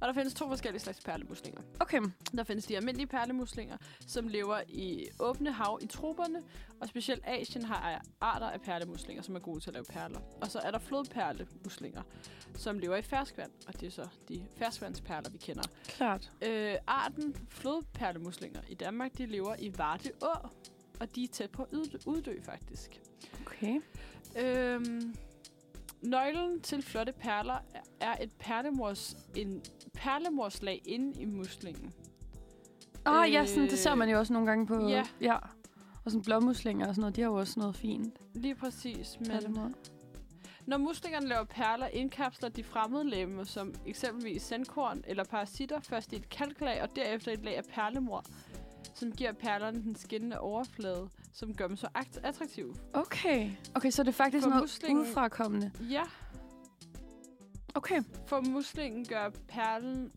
Speaker 1: Og der findes to forskellige slags perlemuslinger.
Speaker 3: Okay.
Speaker 1: Der findes de almindelige perlemuslinger, som lever i åbne hav i troberne, og specielt Asien har arter af perlemuslinger, som er gode til at lave perler. Og så er der flodperlemuslinger, som lever i ferskvand, og det er så de ferskvandsperler, vi kender.
Speaker 3: Klart.
Speaker 1: Øh, arten flodperlemuslinger i Danmark, de lever i Varde Å, og de er tæt på at uddø, uddø faktisk.
Speaker 3: Okay.
Speaker 1: Øhm, nøglen til flotte perler er- er et perlemors, en perlemorslag inde i muslingen.
Speaker 3: Åh, øh, ja, sådan,
Speaker 1: Øh,
Speaker 3: det ser man jo også nogle gange på...
Speaker 1: ja.
Speaker 3: ja. Og sådan blåmuslinger og sådan noget, de har jo også noget fint.
Speaker 1: Lige præcis. Men
Speaker 3: perlemor.
Speaker 1: når muslingerne laver perler, indkapsler de fremmede lemmer, som eksempelvis sandkorn eller parasitter, først i et kalklag og derefter et lag af perlemor, som giver perlerne den skinnende overflade, som gør dem så akt- attraktive.
Speaker 3: Okay. Okay, så det er faktisk
Speaker 1: For
Speaker 3: noget
Speaker 1: muslingen-
Speaker 3: udefrakommende.
Speaker 1: Ja,
Speaker 3: Okay.
Speaker 1: For muslingen gør perlen...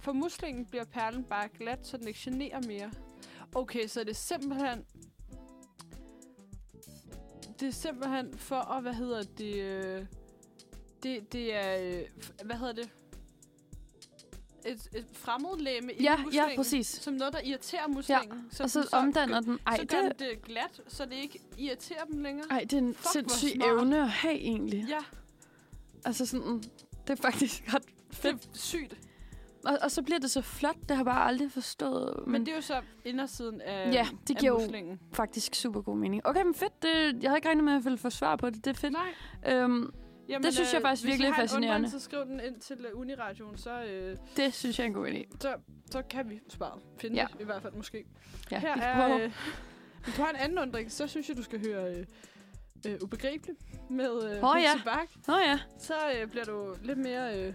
Speaker 1: For muslingen bliver perlen bare glat, så den ikke generer mere. Okay, så det er simpelthen... Det er simpelthen for at, hvad hedder det... øh, Det, det er... øh, f- Hvad hedder det? Et, et fremmedlæme i
Speaker 3: Ja, ja,
Speaker 1: muslingen.
Speaker 3: præcis.
Speaker 1: Som noget, der irriterer muslingen. Ja,
Speaker 3: Og så omdanner den. Ej,
Speaker 1: så
Speaker 3: det,
Speaker 1: gør
Speaker 3: er-
Speaker 1: den det glat, så det ikke irriterer dem længere.
Speaker 3: ej, det er en
Speaker 1: Fuck, hvor
Speaker 3: sindssyg
Speaker 1: smart.
Speaker 3: evne at have, egentlig.
Speaker 1: Ja,
Speaker 3: Altså sådan... Det er faktisk ret
Speaker 1: det
Speaker 3: fedt.
Speaker 1: er sygt.
Speaker 3: Og, og så bliver det så flot, det har jeg bare aldrig forstået.
Speaker 1: Men det er jo så indersiden af,
Speaker 3: Ja, det
Speaker 1: af
Speaker 3: giver jo-
Speaker 1: muslingen.
Speaker 3: faktisk super god mening. Okay, men fedt. Det, jeg havde ikke regnet med, at jeg ville få svar på det. Det er fedt.
Speaker 1: Nej.
Speaker 3: Øhm,
Speaker 1: Jamen, øh,
Speaker 3: Det synes jeg faktisk
Speaker 1: hvis I
Speaker 3: virkelig er
Speaker 1: har en
Speaker 3: fascinerende.
Speaker 1: undren, så skriv den ind til øh, Uniradioen, så, øh,
Speaker 3: det synes jeg er en god idé.
Speaker 1: så, så kan vi spare. Finde
Speaker 3: Ja.
Speaker 1: ja. i hvert fald måske.
Speaker 3: Ja,
Speaker 1: Her
Speaker 3: vi
Speaker 1: er,
Speaker 3: prøver.
Speaker 1: øh, hvis du har en anden undring, så synes jeg, du skal høre øh, øh, Ubegribelig med øh,
Speaker 3: Åh, ja.
Speaker 1: Bak.
Speaker 3: Nå ja.
Speaker 1: Så øh, bliver du lidt mere, øh,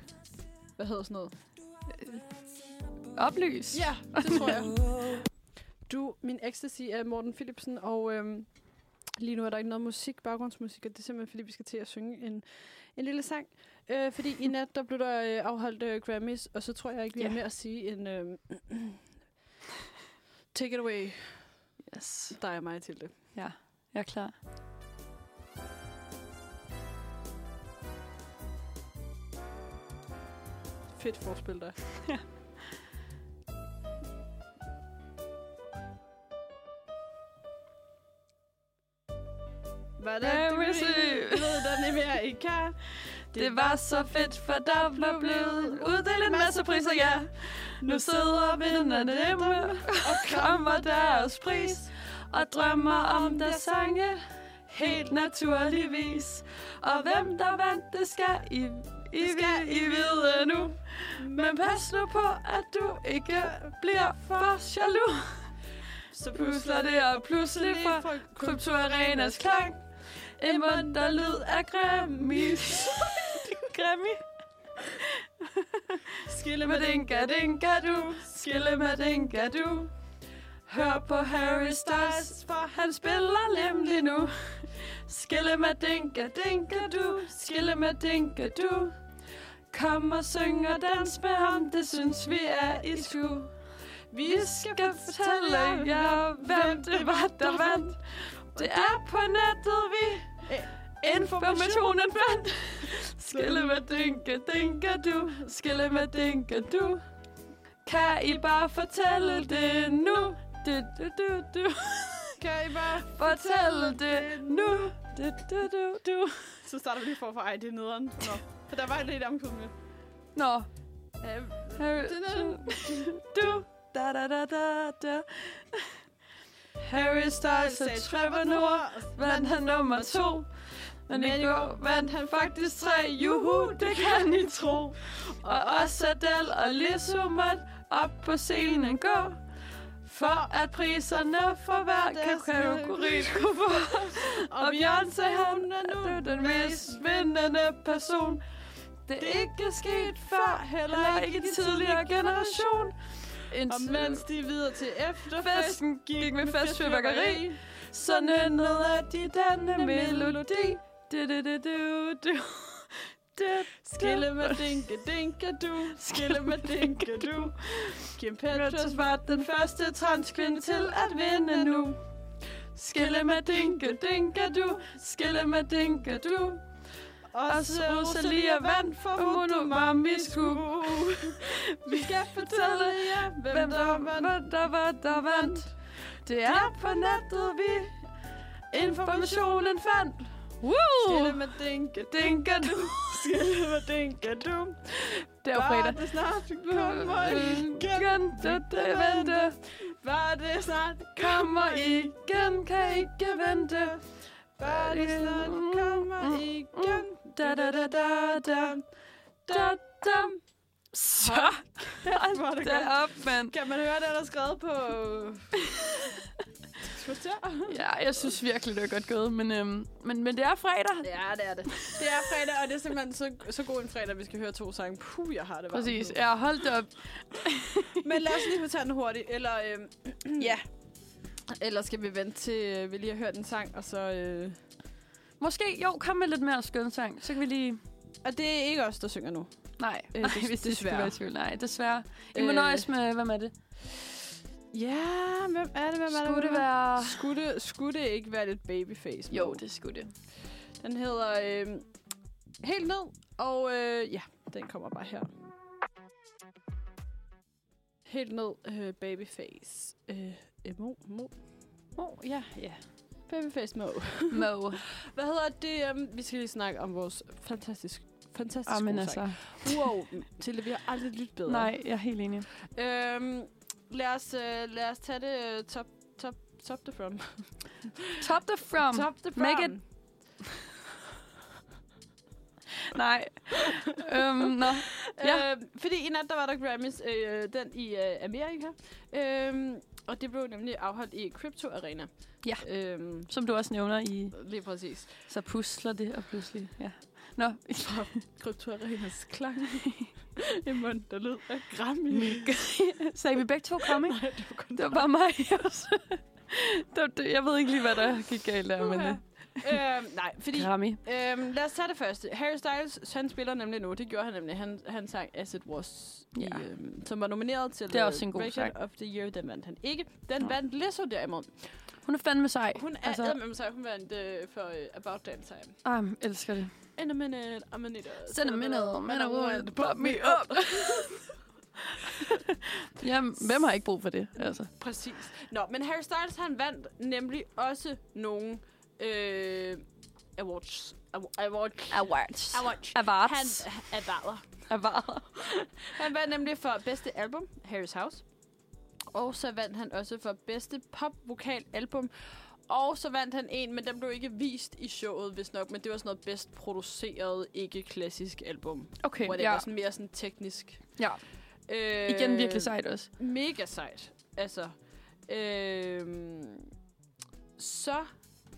Speaker 1: hvad hedder sådan noget,
Speaker 3: Oplys.
Speaker 1: Ja, det tror jeg. Du, min ecstasy er Morten Philipsen, og øhm, lige nu er der ikke noget musik, baggrundsmusik, og det er simpelthen, fordi vi skal til at synge en, en lille sang. Øh, fordi i nat, der blev der øh, afholdt øh, Grammys, og så tror jeg ikke, vi yeah. er med at sige en... Øh, take it away,
Speaker 3: Yes.
Speaker 1: dig og mig til det.
Speaker 3: Jeg er klar.
Speaker 1: Fedt forspil dig. Hvordan du
Speaker 3: Very
Speaker 1: vil
Speaker 3: sød.
Speaker 1: ved den mere I kan.
Speaker 3: Det var så fedt, for der blev blevet uddelt en masse priser, ja. Nu sidder vinderne hjemme og krammer deres pris og drømmer om deres sange, helt naturligvis. Og hvem der vandt, det skal I, I, skal I vide nu. Men pas nu på, at du ikke bliver for jaloux.
Speaker 1: så
Speaker 3: Pusler det og pludselig fra Kryptoarenas klang. En munter lyd af Grammy. Grammy.
Speaker 1: Skille
Speaker 3: Med dinka, dinka du. Skille med dinka du. Hør på Harry Styles, for han spiller nemlig nu. Skille med dinka, dinka du. Skille med dinka du. Kom og syng og dans med ham, det synes vi er i sku. Vi skal fortælle jer, hvem det var, der vandt. Det er på nettet, vi informationen fandt. Skille med dinka, dinka du. Skille med dinka du. Kan I bare fortælle det nu? Du, du, du, du.
Speaker 1: Kan I bare...
Speaker 3: Fortæl det nu. Du, du, du, du.
Speaker 1: Så starter vi lige forfra. Ej, det er nederen. Nå. For der var lidt omkommende.
Speaker 3: Nå,
Speaker 1: Øh,
Speaker 3: Harry, du, du, da, da, da, da, da. Harry Styles og Trevor Noah vandt han nummer to. Men i går vandt han faktisk tre. Juhu, det kan I tro. Og også Adele og Lizzo måtte op på scenen gå. For at priserne for hver
Speaker 1: Deres
Speaker 3: kategori skulle få. Og Beyoncé, han er nu den mest vindende person. Det er ikke sket før, heller ikke i tidligere generation.
Speaker 1: Og mens de er videre til efterfest,
Speaker 3: Festen gik med festfyrværkeri, så nynnede de denne melodi. Du, du, du, du, du. Du,
Speaker 1: Skille med dinke, dinke du. Skille med dinke du. Kim Petras
Speaker 3: Petras var den første transkvinde til at vinde nu. Skille med dinke, dinke du, skille med dinke du. Også Rosalia vandt for Mono Mami Sku.
Speaker 1: Vi skal fortælle
Speaker 3: Fortælle jer, hvem der vandt, der var, der vandt. Det er på nettet, vi informationen fandt.
Speaker 1: Skille
Speaker 3: Woo!
Speaker 1: med dinke,
Speaker 3: Dinke du.
Speaker 1: skille med dinke du.
Speaker 3: Det var
Speaker 1: Var
Speaker 3: fredag.
Speaker 1: det snart kommer igen?
Speaker 3: Igen, det, det vente.
Speaker 1: Var det snart
Speaker 3: Kommer igen, kan ikke vente.
Speaker 1: Var det
Speaker 3: Mm,
Speaker 1: snart kommer igen?
Speaker 3: Da, da, da, da, da. Da, da. Så.
Speaker 1: Kæft, hvor er det godt.
Speaker 3: Da op, mand.
Speaker 1: Kan man høre, det er der skrevet på... Twitter?
Speaker 3: Ja, jeg synes virkelig, det er godt gået, men, øhm, men, men det er fredag.
Speaker 1: Ja, det er det. Det er fredag, og det er simpelthen så, så god en fredag, vi skal høre to sange. Puh, jeg har det varmt
Speaker 3: Præcis.
Speaker 1: nu.
Speaker 3: Ja, hold det op.
Speaker 1: Men lad os lige få tage den hurtigt, eller... Øhm, ja. Eller skal vi vente til, øh, vi lige har hørt en sang, og så... Øh...
Speaker 3: Måske, jo, kom med lidt mere skønsang. Så kan vi lige...
Speaker 1: Og det er ikke os, der synger nu.
Speaker 3: Nej,
Speaker 1: Øh,
Speaker 3: øh,
Speaker 1: des-
Speaker 3: hvis det skulle
Speaker 1: desværre.
Speaker 3: være i tvivl. Nej, desværre. I må
Speaker 1: Øh,
Speaker 3: nøjes med, hvem er det?
Speaker 1: Ja, hvem er det, hvem er
Speaker 3: Skulle det
Speaker 1: hvem er
Speaker 3: være...
Speaker 1: Skulle det, skulle det ikke være lidt babyface?
Speaker 3: Jo,
Speaker 1: på?
Speaker 3: det skulle det.
Speaker 1: Den hedder øh, Helt Ned, og øh, ja, den kommer bare her. Helt Ned, øh, Babyface. Øh, mo, mo.
Speaker 3: Oh, ja, ja.
Speaker 1: Babyface Mo.
Speaker 3: Mo.
Speaker 1: Hvad hedder det? øhm, vi skal lige snakke om vores fantastisk, fantastisk
Speaker 3: Ah, men
Speaker 1: gode
Speaker 3: altså.
Speaker 1: sang. Wow, Tilde, vi har aldrig lyttet bedre.
Speaker 3: Nej, jeg er helt enig.
Speaker 1: Øhm, lad, os, øh, lad os tage det øh, top, top, top the from.
Speaker 3: Top the from.
Speaker 1: top the from.
Speaker 3: make it- Nej. øhm, nå.
Speaker 1: Ja. Øh, fordi i nat, der var der Grammys, øh, den i øh, Amerika. Øh, Og det blev nemlig afholdt i Crypto Arena.
Speaker 3: Ja.
Speaker 1: Øhm,
Speaker 3: Som du også nævner i...
Speaker 1: lige præcis.
Speaker 3: Så pusler det, og pludselig... Ja. Nå,
Speaker 1: Crypto Arenas klang i munden, der lød af Grammy.
Speaker 3: sagde vi begge to kom, ikke?
Speaker 1: Nej, det var kun
Speaker 3: Det var bare mig også. Det var det- Jeg ved ikke lige, hvad der gik galt der, men...
Speaker 1: Uha.
Speaker 3: øh,
Speaker 1: øhm, nej, fordi...
Speaker 3: Grammy.
Speaker 1: Øhm, lad os tage det første. Harry Styles, han spiller nemlig nu. Det gjorde han nemlig. Han, han sang As It Was, ja.
Speaker 3: Ja.
Speaker 1: i, øhm, som var nomineret til
Speaker 3: Det er
Speaker 1: øh,
Speaker 3: også en god
Speaker 1: Record
Speaker 3: sang.
Speaker 1: of the Year. Den vandt han ikke. Den
Speaker 3: Nå.
Speaker 1: vandt Lizzo derimod.
Speaker 3: Hun er fandme sej.
Speaker 1: Hun er
Speaker 3: Altså-
Speaker 1: altså, med sig. Hun vandt øh, for øh, About Damn Time.
Speaker 3: Ah, elsker det.
Speaker 1: In a minute, I'm a minute.
Speaker 3: Send a minute, man a woman, pop me up. Jamen, hvem har ikke brug for det, altså?
Speaker 1: Præcis. Nå, men Harry Styles, han vandt nemlig også nogle øh, awards. Awards. Awards.
Speaker 3: Awards.
Speaker 1: awards. Han
Speaker 3: Awards.
Speaker 1: avarer.
Speaker 3: Awards.
Speaker 1: Han vandt nemlig for bedste album, Harry's House. Og så vandt han også for bedste pop-vokal-album. Og så vandt han en, men den blev ikke vist i showet, hvis nok. Men det var sådan noget bedst produceret, ikke klassisk album.
Speaker 3: Okay,
Speaker 1: Hvor det
Speaker 3: ja.
Speaker 1: var sådan mere sådan teknisk.
Speaker 3: Ja.
Speaker 1: Øh,
Speaker 3: Igen virkelig sejt også.
Speaker 1: Mega sejt. Altså. Øh, så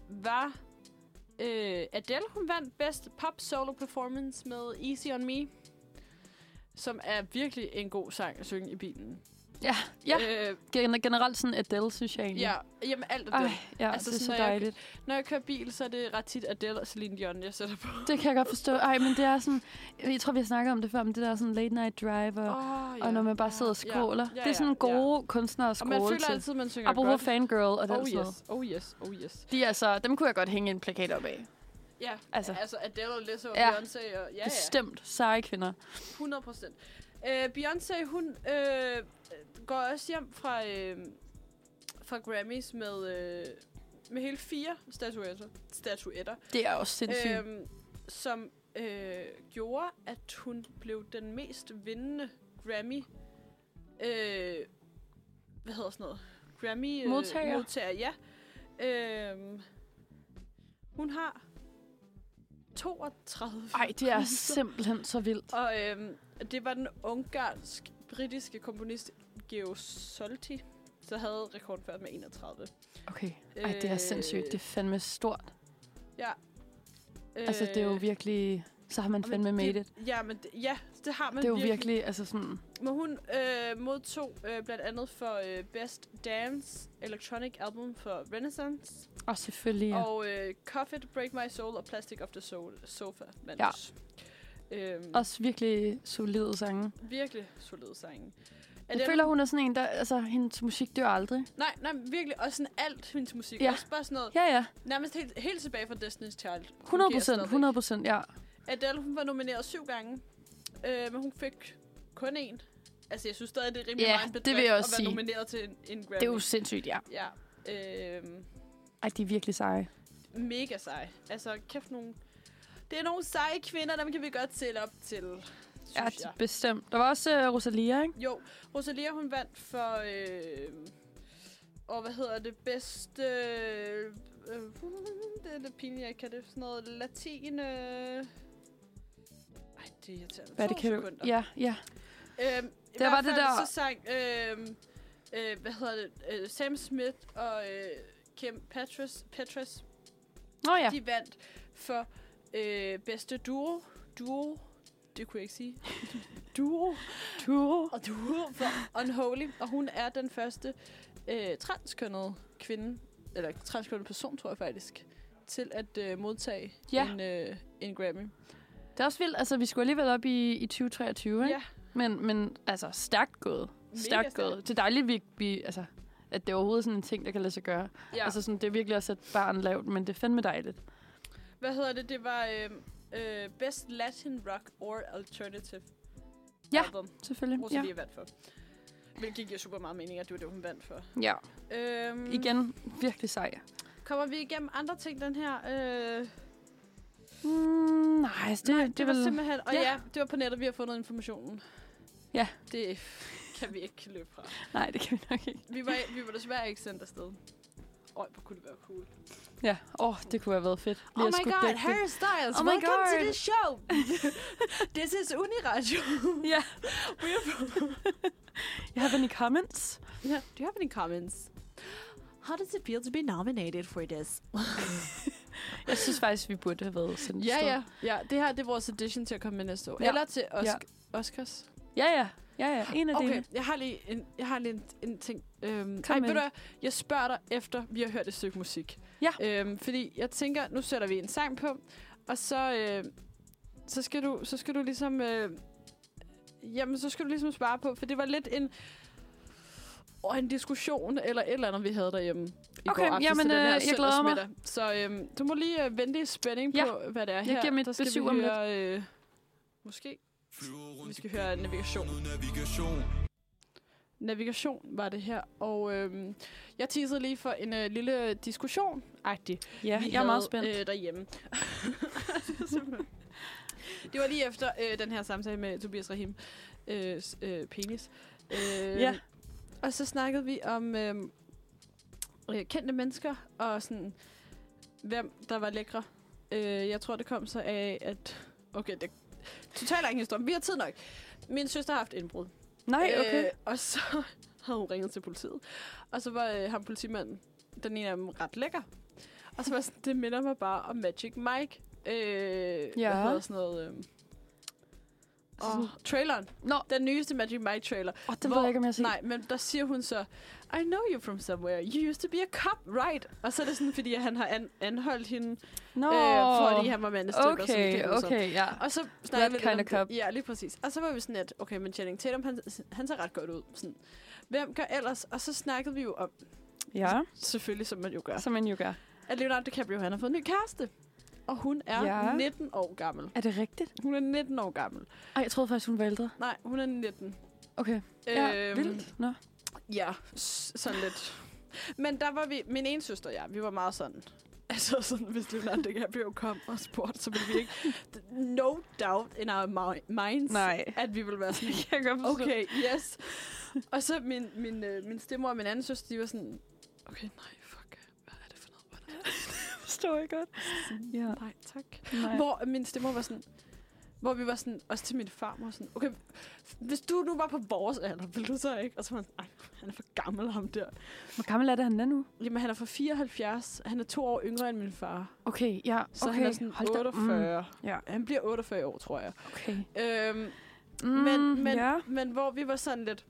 Speaker 1: var øh, Adele, hun vandt bedst pop solo performance med Easy On Me. Som er virkelig en god sang at synge i bilen.
Speaker 3: Ja, ja.
Speaker 1: Øh,
Speaker 3: Gen- Generelt sådan Adele, synes jeg egentlig.
Speaker 1: ja. Jamen alt af
Speaker 3: Ej,
Speaker 1: det.
Speaker 3: ja,
Speaker 1: Altså,
Speaker 3: altså, det
Speaker 1: sådan,
Speaker 3: er så
Speaker 1: når jeg-
Speaker 3: dejligt.
Speaker 1: Når jeg kører bil, så er det ret tit Adele og Celine Dion, jeg sætter på.
Speaker 3: Det kan jeg godt forstå. Ej, men det er sådan... Jeg tror, vi har snakket om det før, men det der sådan late night drive, og,
Speaker 1: Oh,
Speaker 3: og når man bare sidder og skråler.
Speaker 1: Ja,
Speaker 3: det er sådan
Speaker 1: ja, ja.
Speaker 3: gode kunstnere at
Speaker 1: Og
Speaker 3: skråle
Speaker 1: man føler
Speaker 3: til.
Speaker 1: altid, man synger
Speaker 3: Apropos
Speaker 1: godt.
Speaker 3: fangirl og den
Speaker 1: oh
Speaker 3: sådan noget.
Speaker 1: yes, oh yes, oh yes.
Speaker 3: De er altså, dem kunne jeg godt hænge en plakat op af.
Speaker 1: Ja,
Speaker 3: Altså.
Speaker 1: altså, altså Adele og Lizzo og
Speaker 3: Ja.
Speaker 1: Beyoncé. Og, ja, ja.
Speaker 3: Bestemt seje kvinder.
Speaker 1: 100 procent. Øh, Beyoncé, hun øh, går også hjem fra, øh, fra Grammys med, øh, med hele fire statuetter, statuetter
Speaker 3: Det er også sindssygt. Øhm,
Speaker 1: øh, som øh, gjorde, at hun blev den mest vindende Grammy. Øh, hvad hedder sådan noget? Grammy øh,
Speaker 3: Modtager.
Speaker 1: modtager ja. Øh, hun har 32
Speaker 3: Ej, det er simpelthen så vildt.
Speaker 1: og øhm, det var den ungarsk-britiske komponist Geo Solti, der havde rekorden før med 31.
Speaker 3: Okay, Ej, det er sindssygt. Det er fandme stort.
Speaker 1: Øh,
Speaker 3: Altså, det er jo virkelig... Så har man
Speaker 1: men
Speaker 3: fandme made
Speaker 1: det,
Speaker 3: it.
Speaker 1: Ja, men det, ja, det har man
Speaker 3: Det er jo virkelig, altså sådan...
Speaker 1: Men hun øh, modtog øh, blandt andet for øh, Best Dance Electronic Album for Renaissance,
Speaker 3: Og selvfølgelig...
Speaker 1: ja.
Speaker 3: Og
Speaker 1: og øh, Coffet, Break My Soul og Plastic of the Soul, Sofa vandt.
Speaker 3: Ja.
Speaker 1: Øhm,
Speaker 3: også virkelig solide sange.
Speaker 1: Virkelig solid sange.
Speaker 3: Jeg føler, hun er sådan en, der... Altså, hendes musik dør aldrig.
Speaker 1: Nej, nej, men virkelig. Også sådan alt hendes musik.
Speaker 3: Ja.
Speaker 1: Ja. Også bare sådan noget.
Speaker 3: Ja, ja.
Speaker 1: Nærmest helt, helt tilbage fra Destiny's Child.
Speaker 3: 100
Speaker 1: Fungerer
Speaker 3: procent,
Speaker 1: stadigvæk.
Speaker 3: 100 procent, ja.
Speaker 1: Adele, hun var nomineret syv gange, øh, men hun fik kun én. Altså, jeg synes stadig, det er rimelig
Speaker 3: Ja,
Speaker 1: meget en
Speaker 3: det
Speaker 1: bedrift
Speaker 3: vil jeg også
Speaker 1: at være
Speaker 3: sige.
Speaker 1: nomineret til en, en Grammy.
Speaker 3: Det er jo sindssygt, ja.
Speaker 1: Ja, øh,
Speaker 3: Ej, de er virkelig seje.
Speaker 1: mega sej. Altså, kæft nogle... Det er nogle seje kvinder, dem kan vi godt sætte op til, synes
Speaker 3: Ja,
Speaker 1: ja,
Speaker 3: de-
Speaker 1: jeg.
Speaker 3: bestemt. Der var også uh, Rosalia, ikke?
Speaker 1: Jo, Rosalia, hun vandt for... Øh, og hvad hedder det bedste... Øh, øh, det er lidt pinligt, jeg kan det. Sådan noget latin... Øh. Ej, det er irriterende.
Speaker 3: Hvad er
Speaker 1: To
Speaker 3: det, kan du?
Speaker 1: sekunder.
Speaker 3: Ja, ja.
Speaker 1: Øhm,
Speaker 3: Der
Speaker 1: I hvert
Speaker 3: var det
Speaker 1: fald
Speaker 3: der-
Speaker 1: Så sang, øhm, øh, hvad hedder det, øh, Sam Smith og øh, Kim Petras, Petras
Speaker 3: Nå ja.
Speaker 1: ja. de vandt for øh, bedste duo. Duo, det kunne jeg ikke sige. duo
Speaker 3: Duo.
Speaker 1: og duo for Unholy. Og hun er den første øh, transkønnede kvinde, eller transkønnede person, tror jeg faktisk, til at øh, modtage
Speaker 3: Ja.
Speaker 1: en, øh, en Grammy.
Speaker 3: Det er også vildt. Altså, vi skulle alligevel op i, i 2023, ikke?
Speaker 1: Ja.
Speaker 3: Men, men altså, stærkt gået. Stærkt
Speaker 1: stærkt.
Speaker 3: gået. Det er dejligt, vi, vi, altså, at det overhovedet er sådan en ting, der kan lade sig gøre. Ja. Altså, sådan, det er virkelig også et barn lavt, men det er fandme dejligt.
Speaker 1: Hvad hedder det? Det var øh, øh, Best Latin Rock or Alternative
Speaker 3: Ja.
Speaker 1: album,
Speaker 3: Selvfølgelig. Ja.
Speaker 1: Rosalie ja. vandt for. Hvilket giver super meget mening, at det var det, hun vandt for.
Speaker 3: ja.
Speaker 1: Øhm,
Speaker 3: Igen, virkelig sej.
Speaker 1: Kommer vi igennem andre ting, den her? Øh,
Speaker 3: Mm, nej, altså, det, nej, det,
Speaker 1: det
Speaker 3: det
Speaker 1: var
Speaker 3: vil...
Speaker 1: simpelthen... Og
Speaker 3: ja.
Speaker 1: ja. ja, det var på nettet, vi har fundet informationen.
Speaker 3: Ja.
Speaker 1: Det kan vi ikke løbe fra.
Speaker 3: Nej, det kan vi nok ikke.
Speaker 1: Vi var, vi var desværre ikke sendt afsted. Øj, hvor kunne det være cool.
Speaker 3: Ja, åh, oh, det kunne have været fedt.
Speaker 1: Oh
Speaker 3: at
Speaker 1: my
Speaker 3: skulle
Speaker 1: god,
Speaker 3: dække det.
Speaker 1: Harry Styles,
Speaker 3: Oh my
Speaker 1: welcome to
Speaker 3: god.
Speaker 1: the show. This is Uniradio.
Speaker 3: Ja. You have any comments?
Speaker 1: Yeah. Do you have any comments? How does it feel to be nominated for this?
Speaker 3: Jeg synes faktisk, vi burde have været sendt
Speaker 1: Ja,
Speaker 3: afsted.
Speaker 1: ja. ja det her det er vores edition til at komme med næste år. Ja.
Speaker 3: Ja.
Speaker 1: Eller til Osc-
Speaker 3: Ja.
Speaker 1: Oscars.
Speaker 3: Ja, ja. Ja, ja. En af
Speaker 1: Okay,
Speaker 3: dine.
Speaker 1: jeg har lige en, jeg har lige en, en ting. Øhm,
Speaker 3: Kom
Speaker 1: ej,
Speaker 3: med
Speaker 1: ved du,
Speaker 3: det.
Speaker 1: hvad? jeg spørger dig efter, vi har hørt et stykke musik.
Speaker 3: Ja.
Speaker 1: Øhm, fordi jeg tænker, nu sætter vi en sang på, og så, øh, så, skal, du, så skal du ligesom... Øh, jamen, så skal du ligesom svare på, for det var lidt en... Og en diskussion, eller et eller andet, vi havde derhjemme i
Speaker 3: Okay,
Speaker 1: går aftes
Speaker 3: jamen,
Speaker 1: til den
Speaker 3: øh,
Speaker 1: her
Speaker 3: jeg glæder mig.
Speaker 1: søndagsmiddag. Så øhm, du må lige øh, vente i spænding
Speaker 3: Ja,
Speaker 1: på, hvad det er her.
Speaker 3: giver mit
Speaker 1: Der skal vi
Speaker 3: besyv om lidt.
Speaker 1: høre, øh, måske vi skal høre navigation. Navigation var det her, og øhm, jeg teasede lige for en øh, lille diskussion agtig
Speaker 3: Ja, jeg er meget spændt.
Speaker 1: Øh, derhjemme. det var lige efter øh, den her samtale med Tobias Rahim øh, s- øh, penis. Øh,
Speaker 3: Ja.
Speaker 1: Og så snakkede vi om øh, øh, kendte mennesker og sådan hvem der var lækre. Øh, jeg tror det kom så af at okay det er totalt lang historie. Vi har tid nok. Min søster har haft indbrud.
Speaker 3: Nej, okay.
Speaker 1: Øh, og så havde hun ringet til politiet. Og så var øh, ham politimanden, den ene af dem, ret lækker. Og så var jeg sådan, det minder mig bare om Magic Mike. Øh, ja. Hvad hedder sådan noget... Øh, og traileren.
Speaker 3: Nå.
Speaker 1: Den nyeste Magic Mike trailer.
Speaker 3: Åh, oh, den ved jeg ikke, om jeg har set.
Speaker 1: Nej, men der siger hun så, I know you from somewhere. You used to be a cop, right? Og så er det sådan, fordi han har an- anholdt hende,
Speaker 3: Nå.
Speaker 1: øh, fordi han var mandestykker.
Speaker 3: okay, okay, ja.
Speaker 1: Og så snakkede vi lidt
Speaker 3: kind
Speaker 1: om
Speaker 3: of cop.
Speaker 1: det. Ja, lige præcis. Og så var vi sådan, at okay, men Channing Tatum, han, han ser ret godt ud. Sådan, hvem gør ellers? Og så snakkede vi jo om,
Speaker 3: Ja,
Speaker 1: selvfølgelig som man jo gør,
Speaker 3: som man jo gør.
Speaker 1: at Leonardo DiCaprio, han har fået en ny kæreste. Og hun er ja.
Speaker 3: Ja.
Speaker 1: 19 år gammel.
Speaker 3: Er det rigtigt?
Speaker 1: Hun er 19 år gammel.
Speaker 3: Ej, jeg troede faktisk, hun var ældre.
Speaker 1: Nej, hun er 19.
Speaker 3: Okay. Ja,
Speaker 1: Øhm,
Speaker 3: vildt. Nå.
Speaker 1: Ja, s- sådan lidt. Men der var vi, min ene søster og jeg, vi var meget sådan, altså sådan, hvis Leonardo DiCaprio kom og spurgte, så ville vi ikke, no doubt in our mi- minds,
Speaker 3: Nej.
Speaker 1: at vi ville være sådan,
Speaker 3: Jeg kan godt forstå.
Speaker 1: Okay, yes. Og så min, min, øh, min stemmer og min anden søster, de var sådan, okay, nej, fuck, hvad er det for noget? Hvad er det?
Speaker 3: Forstår jeg godt. Ja.
Speaker 1: Nej, tak.
Speaker 3: Nej.
Speaker 1: Hvor min stemmer var sådan, hvor vi var sådan, også til min farmor, sådan, okay, hvis du nu var på vores alder, ville du så ikke? Og så var han sådan, "Ej, han er for gammel, ham der.
Speaker 3: Hvor gammel er det, han er nu?
Speaker 1: Jamen, han er fra 74, han er to år yngre end min far.
Speaker 3: Okay, ja.
Speaker 1: Så
Speaker 3: okay.
Speaker 1: han er sådan
Speaker 3: da-
Speaker 1: 48. Mm,
Speaker 3: ja.
Speaker 1: Han bliver 48 år, tror jeg.
Speaker 3: Mm, okay.
Speaker 1: Øhm,
Speaker 3: Mm,
Speaker 1: men, men,
Speaker 3: ja.
Speaker 1: men hvor vi var sådan lidt...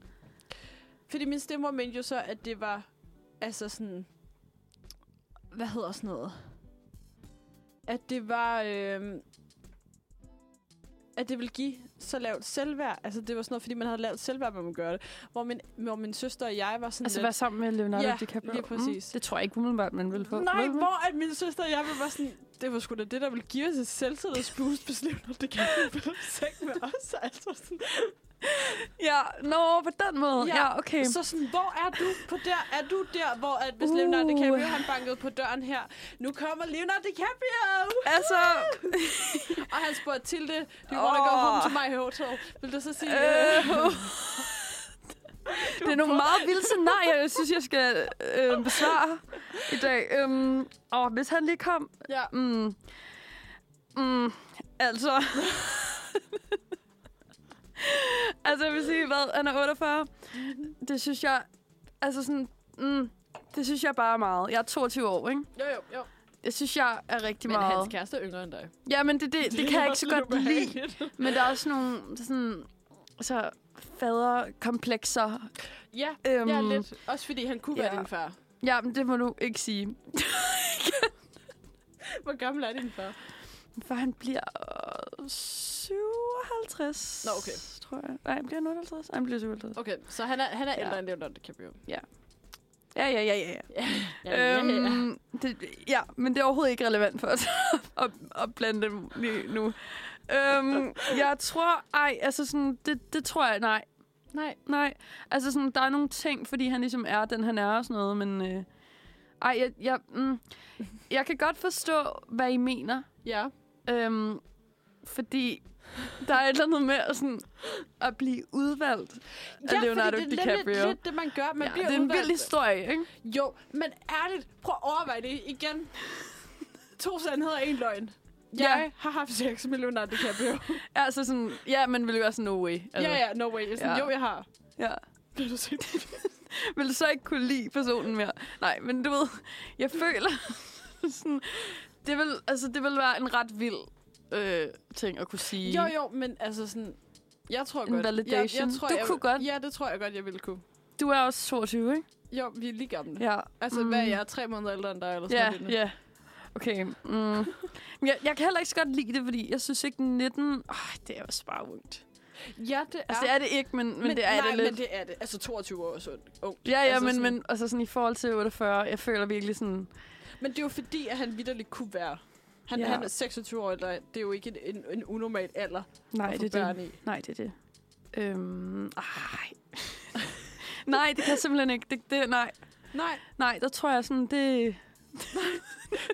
Speaker 1: Fordi min stemmer mente jo så, at det var... Altså sådan... Hvad hedder sådan noget? At det var... Øh, at det ville give så lavt selvværd. Altså, det var sådan noget, fordi man havde lavt selvværd, hvor man gør det. Hvor min, hvor min søster og jeg var sådan
Speaker 3: Altså
Speaker 1: lidt...
Speaker 3: være sammen med Leonardo
Speaker 1: Ja,
Speaker 3: DiCaprio.
Speaker 1: lige præcis.
Speaker 3: Mm, det tror jeg ikke umiddelbart, man ville få.
Speaker 1: Nej,
Speaker 3: Vil man?
Speaker 1: hvor at min søster og jeg var bare sådan, det var sgu da det, der ville give os et selvtillidsboost, hvis Leonardo DiCaprio blev i seng med os. Altså sådan,
Speaker 3: Ja, nå, på den måde.
Speaker 1: Ja.
Speaker 3: Ja, okay.
Speaker 1: Så sådan, hvor er du på der? Er du der, hvor at hvis uh.
Speaker 3: Uh.
Speaker 1: Leonardo DiCaprio han bankede på døren her? Nu kommer Leonardo DiCaprio!
Speaker 3: Altså,
Speaker 1: Og han spurgte til det. Do you wanna go
Speaker 3: Åh.
Speaker 1: home to my hotel? Vil du så sige... Øh.
Speaker 3: øh, det er nogle meget vilde scenarier, jeg synes, jeg skal øh, besvare i dag. Øhm, og hvis han lige kom...
Speaker 1: Ja.
Speaker 3: Mm, mm, altså... altså, jeg vil sige, hvad? Han er 48. Det synes jeg... Altså sådan... Mm, det synes jeg bare er meget. Jeg er 22 år, ikke?
Speaker 1: Jo, jo, jo.
Speaker 3: Det synes jeg er rigtig
Speaker 1: Men
Speaker 3: meget.
Speaker 1: hans kæreste er yngre end dig.
Speaker 3: Ja, men det, det, det, det kan jeg ikke så godt lide.
Speaker 1: lide.
Speaker 3: Men der er også nogle sådan, så faderkomplekser.
Speaker 1: Ja,
Speaker 3: Øhm,
Speaker 1: ja, lidt. Også fordi han kunne ja. være
Speaker 3: ja.
Speaker 1: din far.
Speaker 3: Ja, men det må du ikke sige.
Speaker 1: Hvor gammel er din far?
Speaker 3: For han bliver øh, 57.
Speaker 1: Nå, okay.
Speaker 3: Tror jeg. Nej, han bliver han 58. Nej, han bliver 57.
Speaker 1: Okay, så han er, han er
Speaker 3: Ja.
Speaker 1: ældre end Leonardo DiCaprio.
Speaker 3: Ja, ja, ja, ja. ja.
Speaker 1: Ja,
Speaker 3: øhm,
Speaker 1: ja, ja.
Speaker 3: Det, ja, men det er overhovedet ikke relevant for os at, at blande dem lige nu. Øhm, jeg tror, ej, altså sådan, det, det tror jeg, nej.
Speaker 1: Nej.
Speaker 3: Nej, altså sådan, der er nogle ting, fordi han ligesom er den, han er og sådan noget, men... Øh, ej, jeg, jeg, mm, jeg kan godt forstå, hvad I mener,
Speaker 1: Ja.
Speaker 3: øhm, fordi Der er et eller andet med at, sådan, at blive udvalgt af Leonardo
Speaker 1: fordi det er
Speaker 3: DiCaprio.
Speaker 1: nemlig lidt det, man gør. Man
Speaker 3: ja,
Speaker 1: bliver
Speaker 3: det er en vild
Speaker 1: udvalgt.
Speaker 3: historie, ikke?
Speaker 1: Jo, men ærligt, prøv at overveje det igen. To sandheder og en løgn. Jeg
Speaker 3: Ja.
Speaker 1: har haft sex med Leonardo DiCaprio.
Speaker 3: Altså sådan, ja, men ville jo være sådan, no way. Altså,
Speaker 1: ja, ja, no way. Jeg er Sådan,
Speaker 3: Ja.
Speaker 1: Jo, jeg har.
Speaker 3: ja.
Speaker 1: Bliver du set?
Speaker 3: Vil du så ikke kunne lide personen mere? Nej, men du ved, jeg føler sådan, det vil, altså, det vil være en ret vild øh, ting at kunne sige.
Speaker 1: Jo, jo, men altså sådan... Jeg tror
Speaker 3: En
Speaker 1: godt...
Speaker 3: validation.
Speaker 1: Jeg, jeg tror,
Speaker 3: Du
Speaker 1: jeg,
Speaker 3: kunne godt.
Speaker 1: Ja, det tror jeg godt, jeg ville kunne.
Speaker 3: Du er også 22, ikke?
Speaker 1: Jo, vi er lige gamle.
Speaker 3: Ja.
Speaker 1: Altså,
Speaker 3: Mm.
Speaker 1: mm. hvad er jeg? Tre måneder ældre end dig? Eller sådan
Speaker 3: Ja,
Speaker 1: noget.
Speaker 3: ja. Okay. Mm. Men Jeg, jeg kan heller ikke så godt lide det, fordi jeg synes ikke 19... Åh, det er også bare ungt.
Speaker 1: ja, det er.
Speaker 3: Altså, det er det ikke, men, men, men det er
Speaker 1: nej,
Speaker 3: det lidt.
Speaker 1: men det er det. Altså, 22 år er sundt. Oh.
Speaker 3: Ja, ja,
Speaker 1: altså
Speaker 3: men,
Speaker 1: sådan-
Speaker 3: men altså sådan i forhold til 48, jeg føler virkelig sådan...
Speaker 1: Men det er jo fordi, at han vidderligt kunne være... Han,
Speaker 3: Ja.
Speaker 1: ja. han er 26 år, eller det er jo ikke en, en, en unormal alder
Speaker 3: Nej,
Speaker 1: at få
Speaker 3: det er
Speaker 1: børn
Speaker 3: det.
Speaker 1: i.
Speaker 3: Nej, det er det. Øhm, ej. nej, det kan jeg simpelthen ikke. Det, det, nej.
Speaker 1: Nej,
Speaker 3: nej, der tror jeg sådan, det...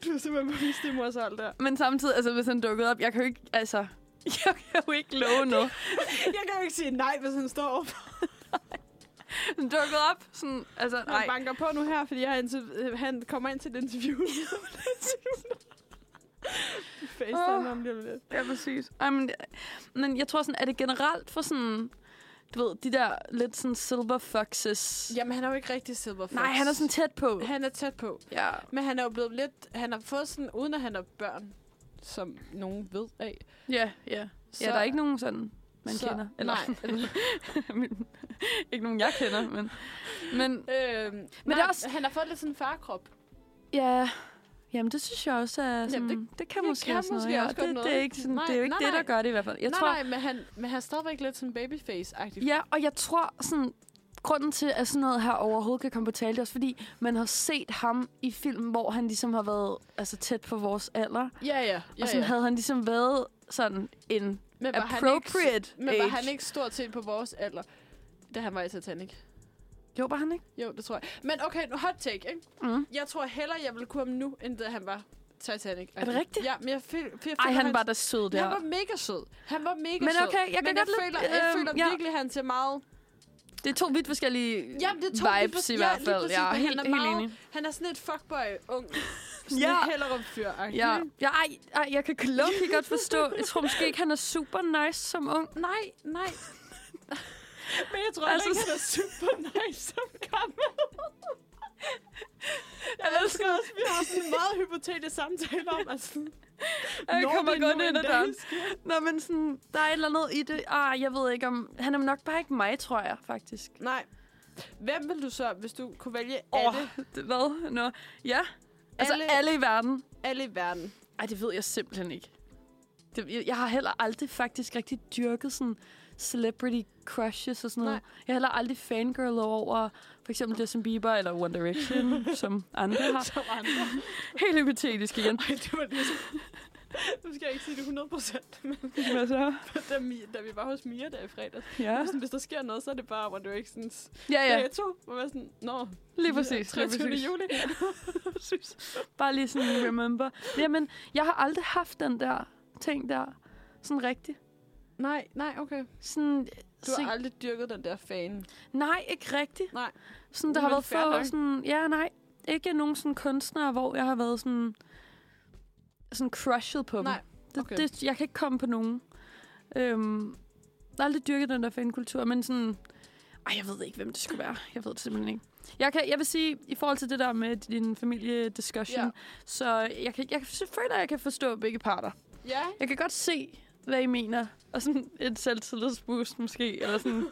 Speaker 1: du er simpelthen på min stemors alder. der.
Speaker 3: Men samtidig, altså hvis han dukkede op, jeg kan jo ikke, altså... Jeg kan jo ikke love noget.
Speaker 1: Jeg kan jo ikke sige nej, hvis han står op.
Speaker 3: Han dukkede op, sådan, altså,
Speaker 1: Han
Speaker 3: nej.
Speaker 1: banker på nu her, fordi jeg har interv- øh, han kommer ind til et interview. FaceTime
Speaker 3: Åh.
Speaker 1: om lige om lidt.
Speaker 3: Ja, præcis. Ej, men, men jeg tror sådan, er det generelt for sådan, du ved, de der lidt sådan silver foxes?
Speaker 1: Jamen, han er jo ikke rigtig silver fox.
Speaker 3: Nej, han er sådan tæt på.
Speaker 1: Han er tæt på.
Speaker 3: Ja.
Speaker 1: Men han er jo blevet lidt... Han har fået sådan, uden at han har børn, som nogen ved af.
Speaker 3: Ja, ja. Så, ja, der er ikke nogen sådan, man så, kender.
Speaker 1: Eller? Nej.
Speaker 3: Men- ikke nogen, jeg kender, men... Men
Speaker 1: øhm, men nej,
Speaker 3: det er
Speaker 1: det
Speaker 3: også-
Speaker 1: også... han har fået lidt sådan en farkrop.
Speaker 3: ja, jamen det synes jeg også er sådan... Jamen,
Speaker 1: Jamen,
Speaker 3: det, det kan
Speaker 1: det
Speaker 3: måske
Speaker 1: kan
Speaker 3: også noget.
Speaker 1: måske
Speaker 3: ja.
Speaker 1: også godt
Speaker 3: det,
Speaker 1: noget,
Speaker 3: Det er,
Speaker 1: ikke?
Speaker 3: ikke sådan,
Speaker 1: Nej,
Speaker 3: det er jo ikke
Speaker 1: nej,
Speaker 3: det, der
Speaker 1: nej.
Speaker 3: gør det i hvert fald. Jeg
Speaker 1: nej,
Speaker 3: tror,
Speaker 1: nej, men han, men han er stadigvæk lidt sådan babyface-agtig.
Speaker 3: Ja, og jeg tror sådan... Grunden til, at sådan noget her overhovedet kan komme på tale, det er også fordi, man har set ham i film, hvor han ligesom har været altså, tæt på vores alder. Ja,
Speaker 1: ja, ja. ja,
Speaker 3: og sådan
Speaker 1: ja.
Speaker 3: havde han ligesom været sådan en
Speaker 1: Men var han ikke,
Speaker 3: appropriate
Speaker 1: men var
Speaker 3: age.
Speaker 1: han ikke stort set på vores alder, da han var i Titanic?
Speaker 3: Jo, var han ikke?
Speaker 1: Jo, det tror jeg. Men okay, nu hot take, ikke?
Speaker 3: Mm.
Speaker 1: Jeg tror hellere, jeg ville kunne ham nu, end da han var Titanic.
Speaker 3: Er det rigtigt?
Speaker 1: Ja, men jeg føler... Jeg føler
Speaker 3: Ej, han
Speaker 1: hans-
Speaker 3: var da sød der.
Speaker 1: Han var mega sød. Han var mega
Speaker 3: Men
Speaker 1: sød.
Speaker 3: okay, jeg kan
Speaker 1: men jeg
Speaker 3: godt lidt,
Speaker 1: føler, jeg
Speaker 3: øhm,
Speaker 1: føler
Speaker 3: ja.
Speaker 1: virkelig, han ser meget...
Speaker 3: Det er to vidt forskellige
Speaker 1: Jamen, det er to vidt
Speaker 3: vibes
Speaker 1: for-
Speaker 3: i
Speaker 1: ja,
Speaker 3: hvert
Speaker 1: lige
Speaker 3: fald.
Speaker 1: præcis,
Speaker 3: Ja,
Speaker 1: men han
Speaker 3: helt,
Speaker 1: er
Speaker 3: helt
Speaker 1: meget-
Speaker 3: enig.
Speaker 1: Han er sådan et fuckboy-ung. Sådan
Speaker 3: Ja.
Speaker 1: ja. en Hellerup-fyr.
Speaker 3: Ja, ja ej, ej, jeg kan lukke godt forstå. Jeg tror måske ikke, han er super nice som ung.
Speaker 1: Nej, nej. men jeg tror altså,
Speaker 3: Altså,
Speaker 1: ikke, han er super nice som gammel. Jeg elsker også, vi har sådan en meget hypotetisk samtale om, at sådan...
Speaker 3: Han
Speaker 1: når
Speaker 3: kommer
Speaker 1: det
Speaker 3: godt
Speaker 1: nu
Speaker 3: ind ad
Speaker 1: en dag
Speaker 3: døren. Nå, men sådan, der er et eller andet i det. Ah, jeg ved ikke om... Han er nok bare ikke mig, tror jeg, faktisk.
Speaker 1: Nej. Hvem vil du så, hvis du kunne vælge
Speaker 3: Åh,
Speaker 1: alle,
Speaker 3: det, hvad? Nå, ja. Altså, alle.
Speaker 1: Alle-
Speaker 3: alle i verden.
Speaker 1: alle i verden?
Speaker 3: Ej, det ved jeg simpelthen ikke. Det, jeg, jeg har heller aldrig faktisk rigtig dyrket sådan celebrity crushes og sådan noget. Nej. Jeg har heller aldrig fangirl over for eksempel Justin Bieber eller One Direction, som andre har.
Speaker 1: Som andre.
Speaker 3: Helt hypotetisk igen.
Speaker 1: Ej, det var ligesom... Nu skal jeg ikke sige det 100 procent, men
Speaker 3: Hvad så?
Speaker 1: da, Mi- da vi var hos Mia der i fredags,
Speaker 3: Ja.
Speaker 1: ja. sådan, hvis der sker noget, så er det bare One Directions
Speaker 3: Ja, ja.
Speaker 1: dato, hvor man er sådan, nå,
Speaker 3: Lige præcis. Lige
Speaker 1: 23.
Speaker 3: præcis.
Speaker 1: juli.
Speaker 3: præcis. Bare lige sådan remember. Jamen, jeg har aldrig haft den der ting der sådan rigtigt.
Speaker 1: Nej, nej, okay.
Speaker 3: Sådan,
Speaker 1: Du har aldrig dyrket den der fan.
Speaker 3: Nej, ikke rigtigt.
Speaker 1: Nej.
Speaker 3: Sådan, der har
Speaker 1: Men
Speaker 3: været
Speaker 1: fair
Speaker 3: få
Speaker 1: nok.
Speaker 3: sådan... Ja, nej. Ikke nogen sådan kunstnere, hvor jeg har været sådan... Sådan crushet på
Speaker 1: Nej,
Speaker 3: dem.
Speaker 1: okay.
Speaker 3: Det, det, jeg kan ikke komme på nogen. Øhm, jeg har aldrig dyrket den der fankultur, men sådan... Ej, jeg ved ikke, hvem det skulle være. Jeg ved det simpelthen ikke. Jeg, kan, jeg vil sige, i forhold til det der med din familiediscussion, ja.
Speaker 1: Ja.
Speaker 3: så jeg, kan, jeg føler, at jeg kan forstå begge parter.
Speaker 1: Ja,
Speaker 3: Jeg kan godt se, hvad I mener. Og sådan et selvtillidsboost måske. Eller sådan.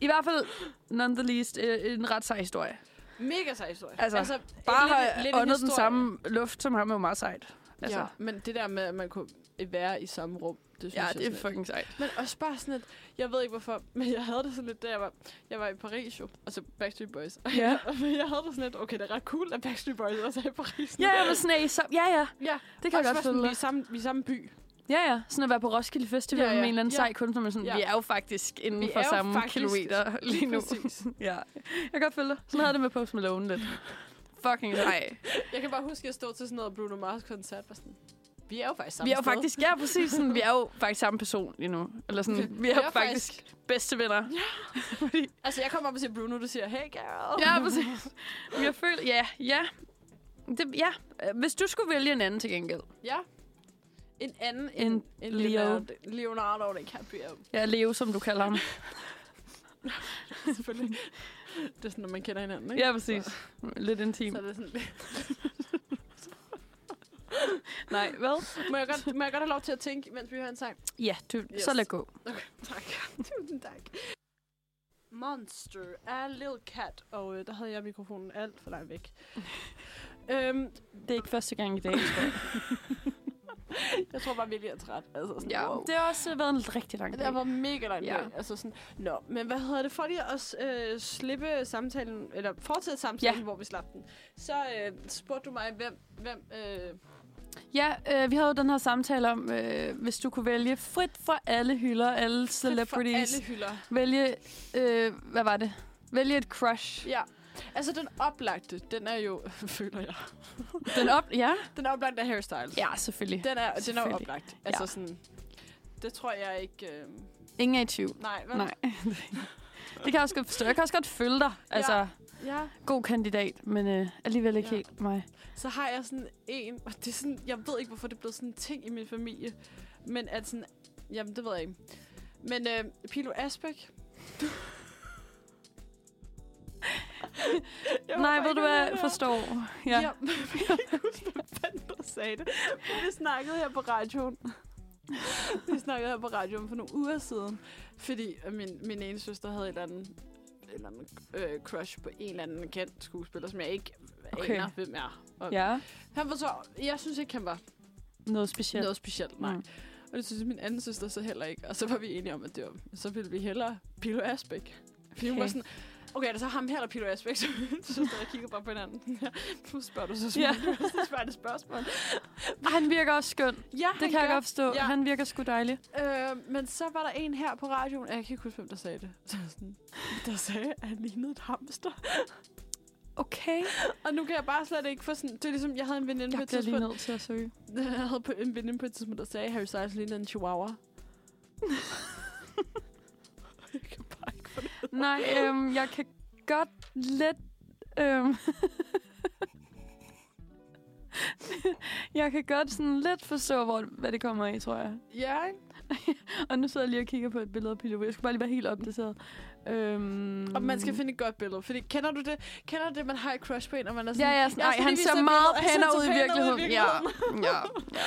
Speaker 3: I hvert fald, none the least, øh, en ret sej historie.
Speaker 1: mega sej historie.
Speaker 3: Altså, Bare har åndet den samme luft, som ham er jo meget sejt. Altså,
Speaker 1: Altså. Ja, men det der med, at man kunne være i samme rum, det synes
Speaker 3: ja,
Speaker 1: jeg
Speaker 3: det er
Speaker 1: sådan
Speaker 3: fucking sejt.
Speaker 1: Men også bare sådan, at jeg ved ikke hvorfor, men jeg havde det sådan lidt, da jeg var, jeg var i Paris jo, altså Backstreet Boys. Og
Speaker 3: Ja.
Speaker 1: jeg- men jeg havde det sådan lidt, okay, det er ret cool, at Backstreet Boys også er i Paris.
Speaker 3: Ja, jeg var sådan, at I sam- ja, ja,
Speaker 1: ja.
Speaker 3: det kan
Speaker 1: også
Speaker 3: jeg godt
Speaker 1: bare sådan,
Speaker 3: følge
Speaker 1: vi er
Speaker 3: dig.
Speaker 1: samme, vi er samme by.
Speaker 3: Ja, ja, sådan at være på Roskilde Festival
Speaker 1: Ja,
Speaker 3: ja,
Speaker 1: ja,
Speaker 3: ja. med en eller anden
Speaker 1: ja.
Speaker 3: sej kunstner, men sådan, ja.
Speaker 1: Ja.
Speaker 3: vi er jo faktisk inden
Speaker 1: Vi
Speaker 3: for
Speaker 1: er jo
Speaker 3: samme
Speaker 1: faktisk-
Speaker 3: kilometer lige nu.
Speaker 1: Præcis.
Speaker 3: Ja, jeg kan godt følge dig. Sådan havde jeg det med Post Malone lidt. Fucking sej.
Speaker 1: Jeg kan bare huske, at jeg stod til sådan noget Bruno Mars koncert, var sådan, Vi er jo faktisk sammen
Speaker 3: Vi er jo faktisk, ja, præcis sådan, vi er jo faktisk samme person lige nu. Eller sådan, vi er jo faktisk bedste venner.
Speaker 1: Altså, jeg kommer op og siger Bruno, du siger, hey girl.
Speaker 3: Ja, præcis. Vi har følt, ja, ja. Det, ja, Øh, hvis du skulle vælge en anden til gengæld.
Speaker 1: ja. En anden
Speaker 3: En
Speaker 1: end, end
Speaker 3: Leo.
Speaker 1: Leonardo, Leonardo DiCaprio.
Speaker 3: Ja, Leo, som du kalder ham.
Speaker 1: Selvfølgelig. Det er sådan, når man kender hinanden, ikke?
Speaker 3: Ja, præcis. Lidt intim.
Speaker 1: Så er det sådan,
Speaker 3: Nej, hvad?
Speaker 1: må, jeg godt, må jeg godt have lov til at tænke, mens vi hører en sang?
Speaker 3: Ja, du, yes. så
Speaker 1: Yes.
Speaker 3: lad gå.
Speaker 1: Okay, tak. Tusind tak. Monster af Lil Cat. Og øh, der havde jeg mikrofonen alt for langt væk. øhm,
Speaker 3: Det er ikke første gang i dag, tror jeg.
Speaker 1: jeg tror bare virkelig, jeg er træt. Altså, sådan,
Speaker 3: Ja,
Speaker 1: wow.
Speaker 3: det har også øh, været en rigtig lang
Speaker 1: Det har
Speaker 3: dag.
Speaker 1: været mega langt
Speaker 3: Ja.
Speaker 1: ja. altså sådan, Nå, men hvad hedder det? For lige at øh, slippe samtalen, eller fortsætte samtalen, ja. hvor vi slap den, så øh, spurgte du mig, hvem, hvem øh,
Speaker 3: Ja, øh, vi havde jo den her samtale om, øh, hvis du kunne vælge frit fra alle hylder, alle
Speaker 1: for alle
Speaker 3: celebrities.
Speaker 1: hylder.
Speaker 3: Vælge, øh, hvad var det? Vælge et crush.
Speaker 1: Ja. Altså, den oplagte, den er jo, føler jeg,
Speaker 3: Den op, ja?
Speaker 1: den oplagte er Harry Styles.
Speaker 3: Ja, selvfølgelig.
Speaker 1: Den er, den er jo
Speaker 3: Selvfølgelig.
Speaker 1: oplagt. Altså ja. sådan, det tror jeg ikke... Øh,
Speaker 3: Ingen er i tvivl.
Speaker 1: nej, vel?
Speaker 3: Nej. det kan jeg også godt forstå. Jeg kan også godt følge dig. Altså, ja.
Speaker 1: Ja.
Speaker 3: god kandidat, men øh, alligevel ikke ja.
Speaker 1: Ja.
Speaker 3: helt mig.
Speaker 1: Så har jeg sådan en, og det er sådan, jeg ved ikke, hvorfor det er blevet sådan en ting i min familie, men at sådan, jamen det ved jeg ikke. Men øh, Pilo Asbæk. Jeg
Speaker 3: Nej,
Speaker 1: håber
Speaker 3: ved
Speaker 1: ikke,
Speaker 3: du
Speaker 1: han
Speaker 3: hvad?
Speaker 1: hører det her.
Speaker 3: Forstår.
Speaker 1: Ja.
Speaker 3: Ja.
Speaker 1: Jeg kan ikke huske, hvem fanden der sagde det. Men vi snakkede her på radioen. Vi snakkede her på radioen for nogle uger siden. Fordi at min, min ene søster havde et eller andet, et eller andet øh, crush på en eller anden kendt skuespiller, som jeg ikke okay.
Speaker 3: Okay.
Speaker 1: aner, hvem er. Og ja.
Speaker 3: Ja.
Speaker 1: han var så, jeg synes ikke, han var
Speaker 3: Noget specielt.
Speaker 1: noget specielt. Nej.
Speaker 3: Mm.
Speaker 1: Og det synes min anden søster så heller ikke. Og så var vi enige om, at det var, så ville vi hellere Pilo Asbæk. Fordi hun
Speaker 3: Okay.
Speaker 1: var sådan, okay, er det så ham her eller Pilo Asbæk? Så min søster og kigger bare på hinanden. Ja, nu spørger du så
Speaker 3: Ja.
Speaker 1: smukt. Ja. så spørger jeg det spørgsmål.
Speaker 3: Han virker også skøn.
Speaker 1: Ja,
Speaker 3: Det kan jeg godt forstå.
Speaker 1: Ja.
Speaker 3: Ja. Han virker sgu dejlig.
Speaker 1: Øh, men så var der en her på radioen, og jeg kan ikke huske, hvem der sagde det. Så jeg sådan, der sagde, at han lignede et hamster.
Speaker 3: Okay.
Speaker 1: Og nu kan jeg bare slet ikke få sådan... Det er ligesom, jeg havde en veninde på
Speaker 3: Jeg
Speaker 1: et
Speaker 3: bliver lige
Speaker 1: tidspunkt...
Speaker 3: nødt til at søge.
Speaker 1: Jeg havde på en veninde på et tidspunkt, der sagde, at Harry Styles lignede en chihuahua. jeg kan bare ikke få det.
Speaker 3: Nej, øhm, jeg kan godt lidt... Øhm, jeg kan godt sådan lidt forstå, hvor, hvad det kommer af, tror jeg.
Speaker 1: Ja, ikke?
Speaker 3: Og nu sidder jeg lige og kigger på et billede af Pilo. Jeg skulle bare lige være helt opdateret. Øhm,
Speaker 1: Og man skal finde et godt billede. Fordi kender du det? Kender du det, man har et crush på en, og man er sådan...
Speaker 3: Ja, ja, sådan,
Speaker 1: "Jeg
Speaker 3: ej,
Speaker 1: skal
Speaker 3: han
Speaker 1: lige
Speaker 3: ser
Speaker 1: vise dig
Speaker 3: meget
Speaker 1: billedet." Og så er
Speaker 3: pænere
Speaker 1: han
Speaker 3: ud
Speaker 1: så pænere
Speaker 3: i virkeligheden. Ja, ja,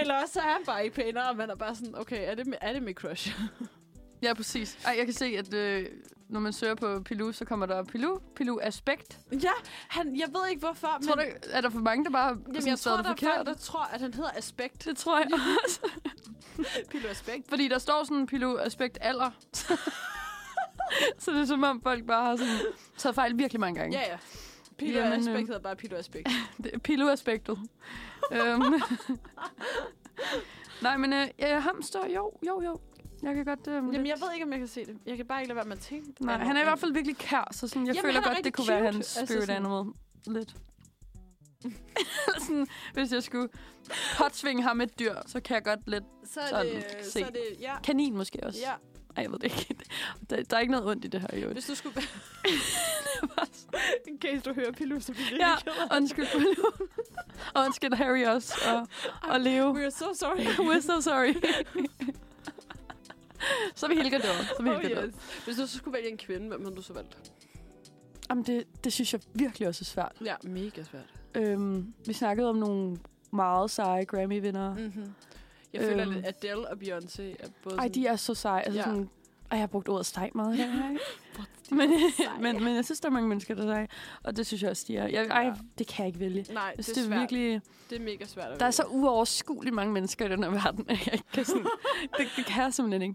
Speaker 1: Eller også så er han bare ikke pænere, og man er bare sådan, okay, er det, er det mit crush?
Speaker 3: ja, præcis. Ej, jeg kan se, at øh, når man søger på Pilu, så kommer der Pilu, Pilu Aspekt.
Speaker 1: ja, han, jeg ved ikke hvorfor,
Speaker 3: Tror
Speaker 1: men...
Speaker 3: du, ikke- er der for mange, der bare
Speaker 1: Jamen, jeg tror,
Speaker 3: stadig
Speaker 1: der er folk,
Speaker 3: forkert?
Speaker 1: der tror, at han hedder Aspekt.
Speaker 3: Det tror jeg også.
Speaker 1: Pilo Aspekt.
Speaker 3: Fordi der står sådan Pilu Aspekt alder. så det er som om, folk bare har sådan, taget fejl virkelig mange gange.
Speaker 1: Ja, ja. Pilo
Speaker 3: Jamen,
Speaker 1: Jamen,
Speaker 3: øh.
Speaker 1: Aspekt hedder bare Pilo Aspekt.
Speaker 3: Det er Pilu-aspektet. øhm. Nej, men øh, ja, hamster, jo, jo, jo. Jeg kan godt... Øh,
Speaker 1: Jamen, jeg ved ikke, om jeg kan se det. Jeg kan bare ikke lade være med at tænke.
Speaker 3: Nej, han er i hvert fald virkelig kær, så sådan, jeg
Speaker 1: Jamen,
Speaker 3: føler
Speaker 1: han er
Speaker 3: godt, det
Speaker 1: rigtig
Speaker 3: kunne være
Speaker 1: cute.
Speaker 3: hans spirit
Speaker 1: Altså sådan-
Speaker 3: animal. Lidt. sådan, hvis jeg skulle potsvinge ham et dyr, så kan jeg godt lidt...
Speaker 1: Så er
Speaker 3: sådan,
Speaker 1: det...
Speaker 3: kan
Speaker 1: Så
Speaker 3: se.
Speaker 1: er det ja.
Speaker 3: Kanin måske også.
Speaker 1: Ja,
Speaker 3: Ej, jeg ved det ikke. Der, der er ikke noget ondt i det her, jo.
Speaker 1: hvis du skulle... In case du hører Pilo, så bliver
Speaker 3: Ja,
Speaker 1: ja.
Speaker 3: undskyld for nu. Og undskyld Harry også, og, og Leo.
Speaker 1: We are so sorry.
Speaker 3: We're so sorry. så er vi helt gået. Så er vi helt
Speaker 1: Oh,
Speaker 3: gået.
Speaker 1: yes. Hvis du så skulle vælge en kvinde, hvem havde du så valgt?
Speaker 3: Jamen, det, det synes jeg virkelig også er svært.
Speaker 1: Ja, mega svært.
Speaker 3: Øhm, vi snakkede om nogle meget seje Grammy-vindere.
Speaker 1: Mm-hmm. Jeg føler
Speaker 3: Øhm.
Speaker 1: lidt, Adele og Beyoncé er både
Speaker 3: Ej,
Speaker 1: sådan-
Speaker 3: de er så seje. Altså, Mm. ja.
Speaker 1: Ja.
Speaker 3: sådan, ej, jeg har brugt ordet steg meget i dag. her, ikke? men, men, men jeg synes, der er mange mennesker, der er seje. Og det synes jeg også, de er. Jeg, ej,
Speaker 1: Ja.
Speaker 3: det kan jeg ikke vælge.
Speaker 1: Nej,
Speaker 3: Jeg
Speaker 1: det er,
Speaker 3: synes, det er
Speaker 1: svært. Virkelig...
Speaker 3: virkelig,
Speaker 1: Det er mega svært at
Speaker 3: der er
Speaker 1: vælge.
Speaker 3: så uoverskueligt mange mennesker i den her verden, at jeg ikke kan sådan, det, det kan jeg simpelthen ikke.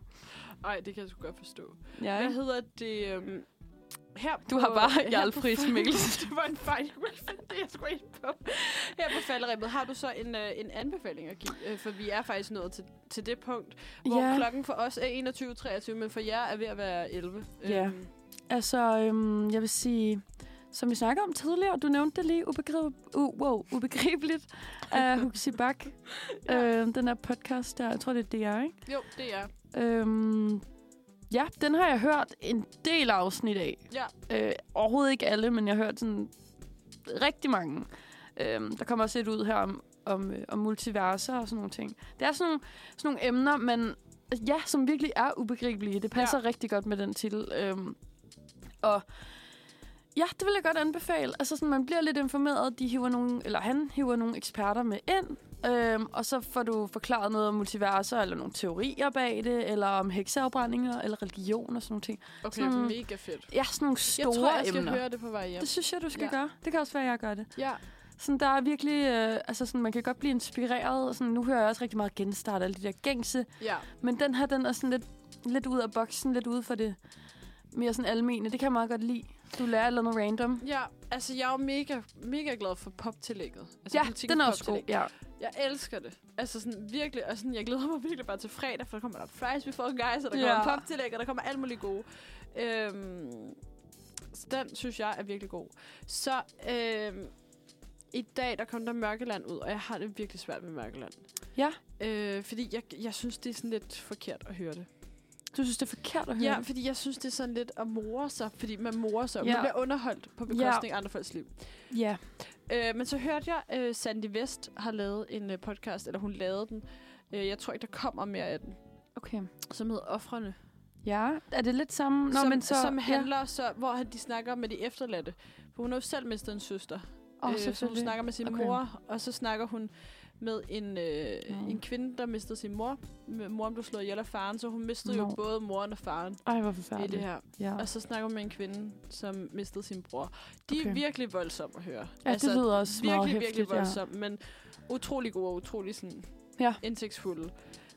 Speaker 1: Ej, det kan jeg sgu godt forstå.
Speaker 3: Ja,
Speaker 1: Hvad
Speaker 3: ikke?
Speaker 1: hedder det? Øhm, her
Speaker 3: Du har
Speaker 1: på-
Speaker 3: bare
Speaker 1: her
Speaker 3: Jarl
Speaker 1: på-
Speaker 3: Friis Mikkelsen.
Speaker 1: det var en fejl. Jeg kunne ikke finde det, jeg skulle ind på. Her på falderæbet har du så en, øh, en anbefaling at give, øh, for vi er faktisk nået til, til det punkt, hvor
Speaker 3: Ja.
Speaker 1: klokken for os er 21.23, men for jer er ved at være 11.
Speaker 3: Ja.
Speaker 1: Øhm,
Speaker 3: Altså, øhm, jeg vil sige, som vi snakkede om tidligere. Du nævnte det lige ubegrib- uh, wow, ubegribeligt af Huxi Bak. ja. øh, den her podcast der, jeg tror det er DR, ikke?
Speaker 1: Jo, det er.
Speaker 3: Øhm, ja, den har jeg hørt en del afsnit af.
Speaker 1: Ja.
Speaker 3: Øh, overhovedet ikke alle, men jeg har hørt sådan rigtig mange. Øhm, der kommer også et ud her om, om, øh, om multiverser og sådan nogle ting. Det er sådan nogle, sådan nogle emner, men ja, som virkelig er ubegribelige. Det passer ja. rigtig godt med den titel. Øhm, og ja, det vil jeg godt anbefale. Altså sådan, man bliver lidt informeret. De hiver nogle, eller han hiver nogle eksperter med ind, Øhm, og så får du forklaret noget om multiverser, eller nogle teorier bag det, eller om hekseafbrændinger, eller religion og sådan nogle ting.
Speaker 1: Okay,
Speaker 3: Sådan-
Speaker 1: mega fedt.
Speaker 3: Ja, sådan nogle store
Speaker 1: Jeg tror, jeg skal
Speaker 3: emner.
Speaker 1: høre det på vej hjem.
Speaker 3: Det synes jeg, du skal
Speaker 1: Ja.
Speaker 3: ja. gøre. Det kan også være, jeg gør det.
Speaker 1: Ja,
Speaker 3: Sådan, der er virkelig, øh, altså sådan, man kan godt blive inspireret. Og sådan, nu hører jeg også rigtig meget genstart, alle de der gængse.
Speaker 1: ja.
Speaker 3: Men den her, den er sådan lidt, lidt ud af boksen, lidt ude for det mere sådan almene. Det kan jeg meget godt lide. Du lærer et eller noget random.
Speaker 1: Ja, altså jeg er jo mega, mega glad for poptillægget. Altså,
Speaker 3: Ja,
Speaker 1: politikken
Speaker 3: den er også god.
Speaker 1: poptillæg.
Speaker 3: Ja.
Speaker 1: Jeg elsker det. Altså sådan virkelig, og sådan, jeg glæder mig virkelig bare til fredag, for der kommer der fries before guys, og der
Speaker 3: Ja.
Speaker 1: kommer poptillæg, og der kommer alt muligt gode. Øhm, så den synes jeg er virkelig god. Så øhm, i dag, der kom der Mørkeland ud, og jeg har det virkelig svært med Mørkeland.
Speaker 3: Ja.
Speaker 1: Øh, fordi jeg, jeg synes, det er sådan lidt forkert at høre det.
Speaker 3: Du synes, det er forkert at høre?
Speaker 1: Ja, fordi jeg synes, det er sådan lidt at more sig, fordi man morer sig. Ja. Man
Speaker 3: Ja.
Speaker 1: bliver underholdt på bekostning af andre folks liv.
Speaker 3: ja.
Speaker 1: Øh, men så hørte jeg, øh, Sandy West har lavet en øh, podcast, eller hun lavede den. Øh, jeg tror ikke, der kommer mere af den,
Speaker 3: Okay.
Speaker 1: som hedder Offrene.
Speaker 3: Ja, er det lidt samme? Nå,
Speaker 1: som,
Speaker 3: men så,
Speaker 1: som
Speaker 3: ja.
Speaker 1: handler så, hvor han- de snakker med de efterladte. For hun har jo selv mistet en søster.
Speaker 3: Åh,
Speaker 1: Øh, så hun
Speaker 3: selvfølgelig.
Speaker 1: snakker med sin okay.
Speaker 3: Okay.
Speaker 1: mor, og så snakker hun med en, øh,
Speaker 3: Nå.
Speaker 1: en kvinde, der mistede sin mor. M- Moren blev slået ihjel af faren, så hun mistede jo
Speaker 3: Nå.
Speaker 1: både moren og faren
Speaker 3: Ej, hvor
Speaker 1: i
Speaker 3: forfærdeligt.
Speaker 1: det her. Altså,
Speaker 3: Ja.
Speaker 1: Og så snakker hun med en kvinde, som mistede sin bror. De okay. er
Speaker 3: Okay.
Speaker 1: virkelig voldsomme at høre.
Speaker 3: Ja, altså, det lyder også meget
Speaker 1: virkelig,
Speaker 3: hæftigt.
Speaker 1: virkelig voldsomme, ja. men utrolig gode og utrolig sådan
Speaker 3: Ja.
Speaker 1: indsigtsfulde.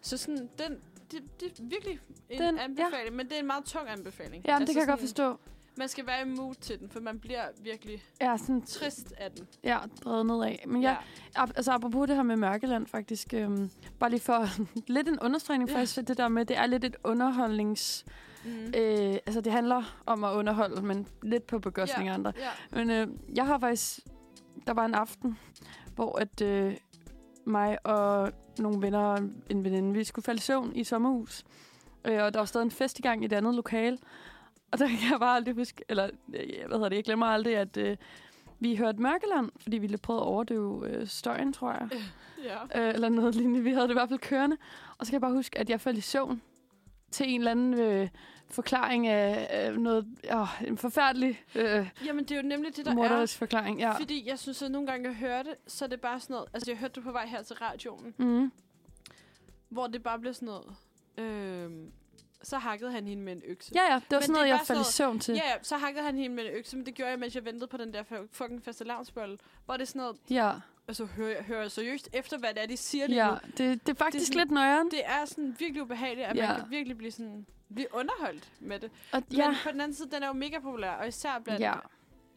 Speaker 1: Så sådan, den, det, det er virkelig en den,
Speaker 3: Den- ja.
Speaker 1: anbefaling, ja. men det er en meget tung anbefaling.
Speaker 3: Ja, ja men det kan jeg
Speaker 1: altså, sådan,
Speaker 3: godt forstå.
Speaker 1: Man skal være i mood til den, for man bliver virkelig
Speaker 3: Jeg er sådan
Speaker 1: trist af den.
Speaker 3: ja, drevet nedad. Men jeg, ap- altså apropos det her med Mørkeland faktisk, øhm, bare lige for lidt en understregning
Speaker 1: Ja.
Speaker 3: faktisk, for det der med, det er lidt et underholdnings...
Speaker 1: Mm.
Speaker 3: Øh, altså det handler om at underholde, men lidt på bekostning af andre.
Speaker 1: Ja.
Speaker 3: Men øh, jeg har faktisk... Der var en aften, hvor at øh, mig og nogle venner og en veninde, vi skulle falde i søvn i et sommerhus. Øh, og der var stadig en fest i gang i et andet lokale. Og der kan jeg bare aldrig huske... Eller, øh, hvad hedder det? Jeg glemmer aldrig, at øh, vi hørte Mørkeland, fordi vi lidt prøvede at overdøve øh, støjen, tror jeg.
Speaker 1: ja.
Speaker 3: Øh, eller noget lignende. Vi havde det i hvert fald kørende. Og så kan jeg bare huske, at jeg faldt i søvn til en eller anden øh, forklaring af øh, noget... Åh, en forfærdelig... Øh,
Speaker 1: Jamen, det er jo nemlig det, der
Speaker 3: Morderisk forklaring,
Speaker 1: er.
Speaker 3: ja.
Speaker 1: Fordi jeg synes, at nogle gange, jeg hører det, så er det bare sådan noget... Altså, jeg hørte det på vej her til radioen,
Speaker 3: Mm.
Speaker 1: hvor det bare bliver sådan noget... Øhm, så hakkede han hende med en økse.
Speaker 3: Ja, ja, det var
Speaker 1: Men
Speaker 3: sådan
Speaker 1: det er
Speaker 3: noget, jeg
Speaker 1: bare
Speaker 3: faldt i
Speaker 1: sådan
Speaker 3: søvn til.
Speaker 1: Ja, ja, så hakkede han hende med en økse, men det gjorde jeg, mens jeg ventede på den der fa- fucking faste lavnsbolle. Hvor det er sådan noget,
Speaker 3: Ja,
Speaker 1: altså hører jeg, hører jeg seriøst efter, hvad det er, de siger lige
Speaker 3: ja.
Speaker 1: nu.
Speaker 3: Det, det er faktisk
Speaker 1: sådan-
Speaker 3: lidt nøjeren.
Speaker 1: Det er sådan virkelig ubehageligt, at
Speaker 3: Ja.
Speaker 1: man kan virkelig blive sådan blive underholdt med det.
Speaker 3: Og,
Speaker 1: Ja.
Speaker 3: ja,
Speaker 1: Men på den anden side, den er jo mega populær, og især blandt
Speaker 3: ja.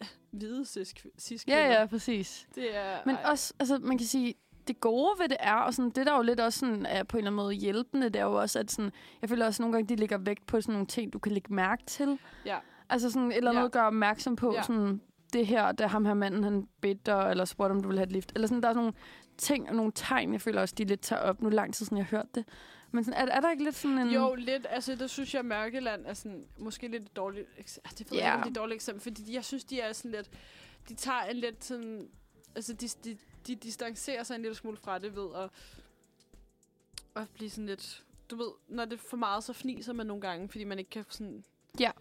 Speaker 1: ja. hvide cis, cis
Speaker 3: ja, ja, præcis.
Speaker 1: Det er,
Speaker 3: Men
Speaker 1: ej.
Speaker 3: også, altså, man kan sige, det gode ved det er, og sådan, det der jo lidt også sådan, er på en eller anden måde hjælpende, det er jo også, at sådan, jeg føler også nogle gange, de lægger vægt på sådan nogle ting, du kan lægge mærke til.
Speaker 1: Ja.
Speaker 3: Altså sådan, et eller andet
Speaker 1: Ja.
Speaker 3: ja. gør opmærksom på,
Speaker 1: Ja.
Speaker 3: ja. sådan, det her, da ham her manden, han bedte dig, eller spurgte, om du ville have et lift. Eller sådan, der er sådan nogle ting og nogle tegn, jeg føler også, de lidt tager op. Nu er lang tid siden, jeg har hørt det. Men sådan, er, er der ikke lidt sådan en...
Speaker 1: Jo, lidt. Altså, der synes jeg, at Mørkeland er sådan, måske lidt et dårligt eksempel. Det ved
Speaker 3: Ja.
Speaker 1: jeg ikke, om det er et dårligt eksempel, fordi de- jeg synes, de er sådan lidt... De tager en lidt sådan... Altså, de, de, de distancerer sig en lille smule fra det ved at, at blive sådan lidt... Du ved, når det er for meget, så fniser man nogle gange, fordi man ikke kan sådan...
Speaker 3: Ja.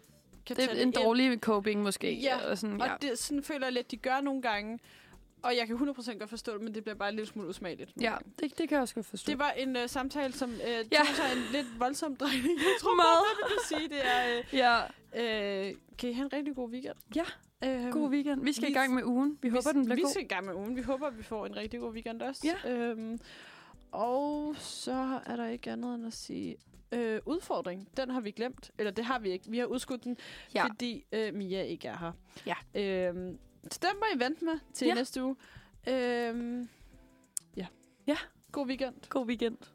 Speaker 1: Kan
Speaker 3: Det
Speaker 1: tage
Speaker 3: er en
Speaker 1: ind.
Speaker 3: dårlig coping måske.
Speaker 1: Ja,
Speaker 3: eller sådan,
Speaker 1: Og
Speaker 3: ja.
Speaker 1: det, sådan føler jeg lidt, de gør nogle gange. Og jeg kan 100% godt forstå det, men det bliver bare en lille smule usmageligt. nogle
Speaker 3: ja
Speaker 1: gange.
Speaker 3: det, det kan jeg også godt forstå.
Speaker 1: Det var en øh, samtale, som øh, ja.
Speaker 3: Ja.
Speaker 1: tog sig en lidt voldsom drejning. Jeg tror
Speaker 3: Meget.
Speaker 1: meget, man vil sige, det er... Øh,
Speaker 3: ja.
Speaker 1: Øh, kan I have en rigtig god weekend?
Speaker 3: Ja.
Speaker 1: Øhm,
Speaker 3: God weekend. Vi skal
Speaker 1: vi-
Speaker 3: i gang med ugen. Vi, håber,
Speaker 1: vi,
Speaker 3: den bliver
Speaker 1: vi
Speaker 3: god.
Speaker 1: Vi skal i gang med ugen. Vi håber, vi får en rigtig god weekend også.
Speaker 3: Ja.
Speaker 1: Øhm, og så er der ikke andet end at sige... Øh, udfordring, den har vi glemt. Eller det har vi ikke. Vi har udskudt den,
Speaker 3: Ja.
Speaker 1: fordi øh, Mia ikke er her.
Speaker 3: Ja.
Speaker 1: Øhm, så den må I vente med til
Speaker 3: Ja.
Speaker 1: næste uge. Øhm, ja.
Speaker 3: Ja.
Speaker 1: God weekend.
Speaker 3: God weekend.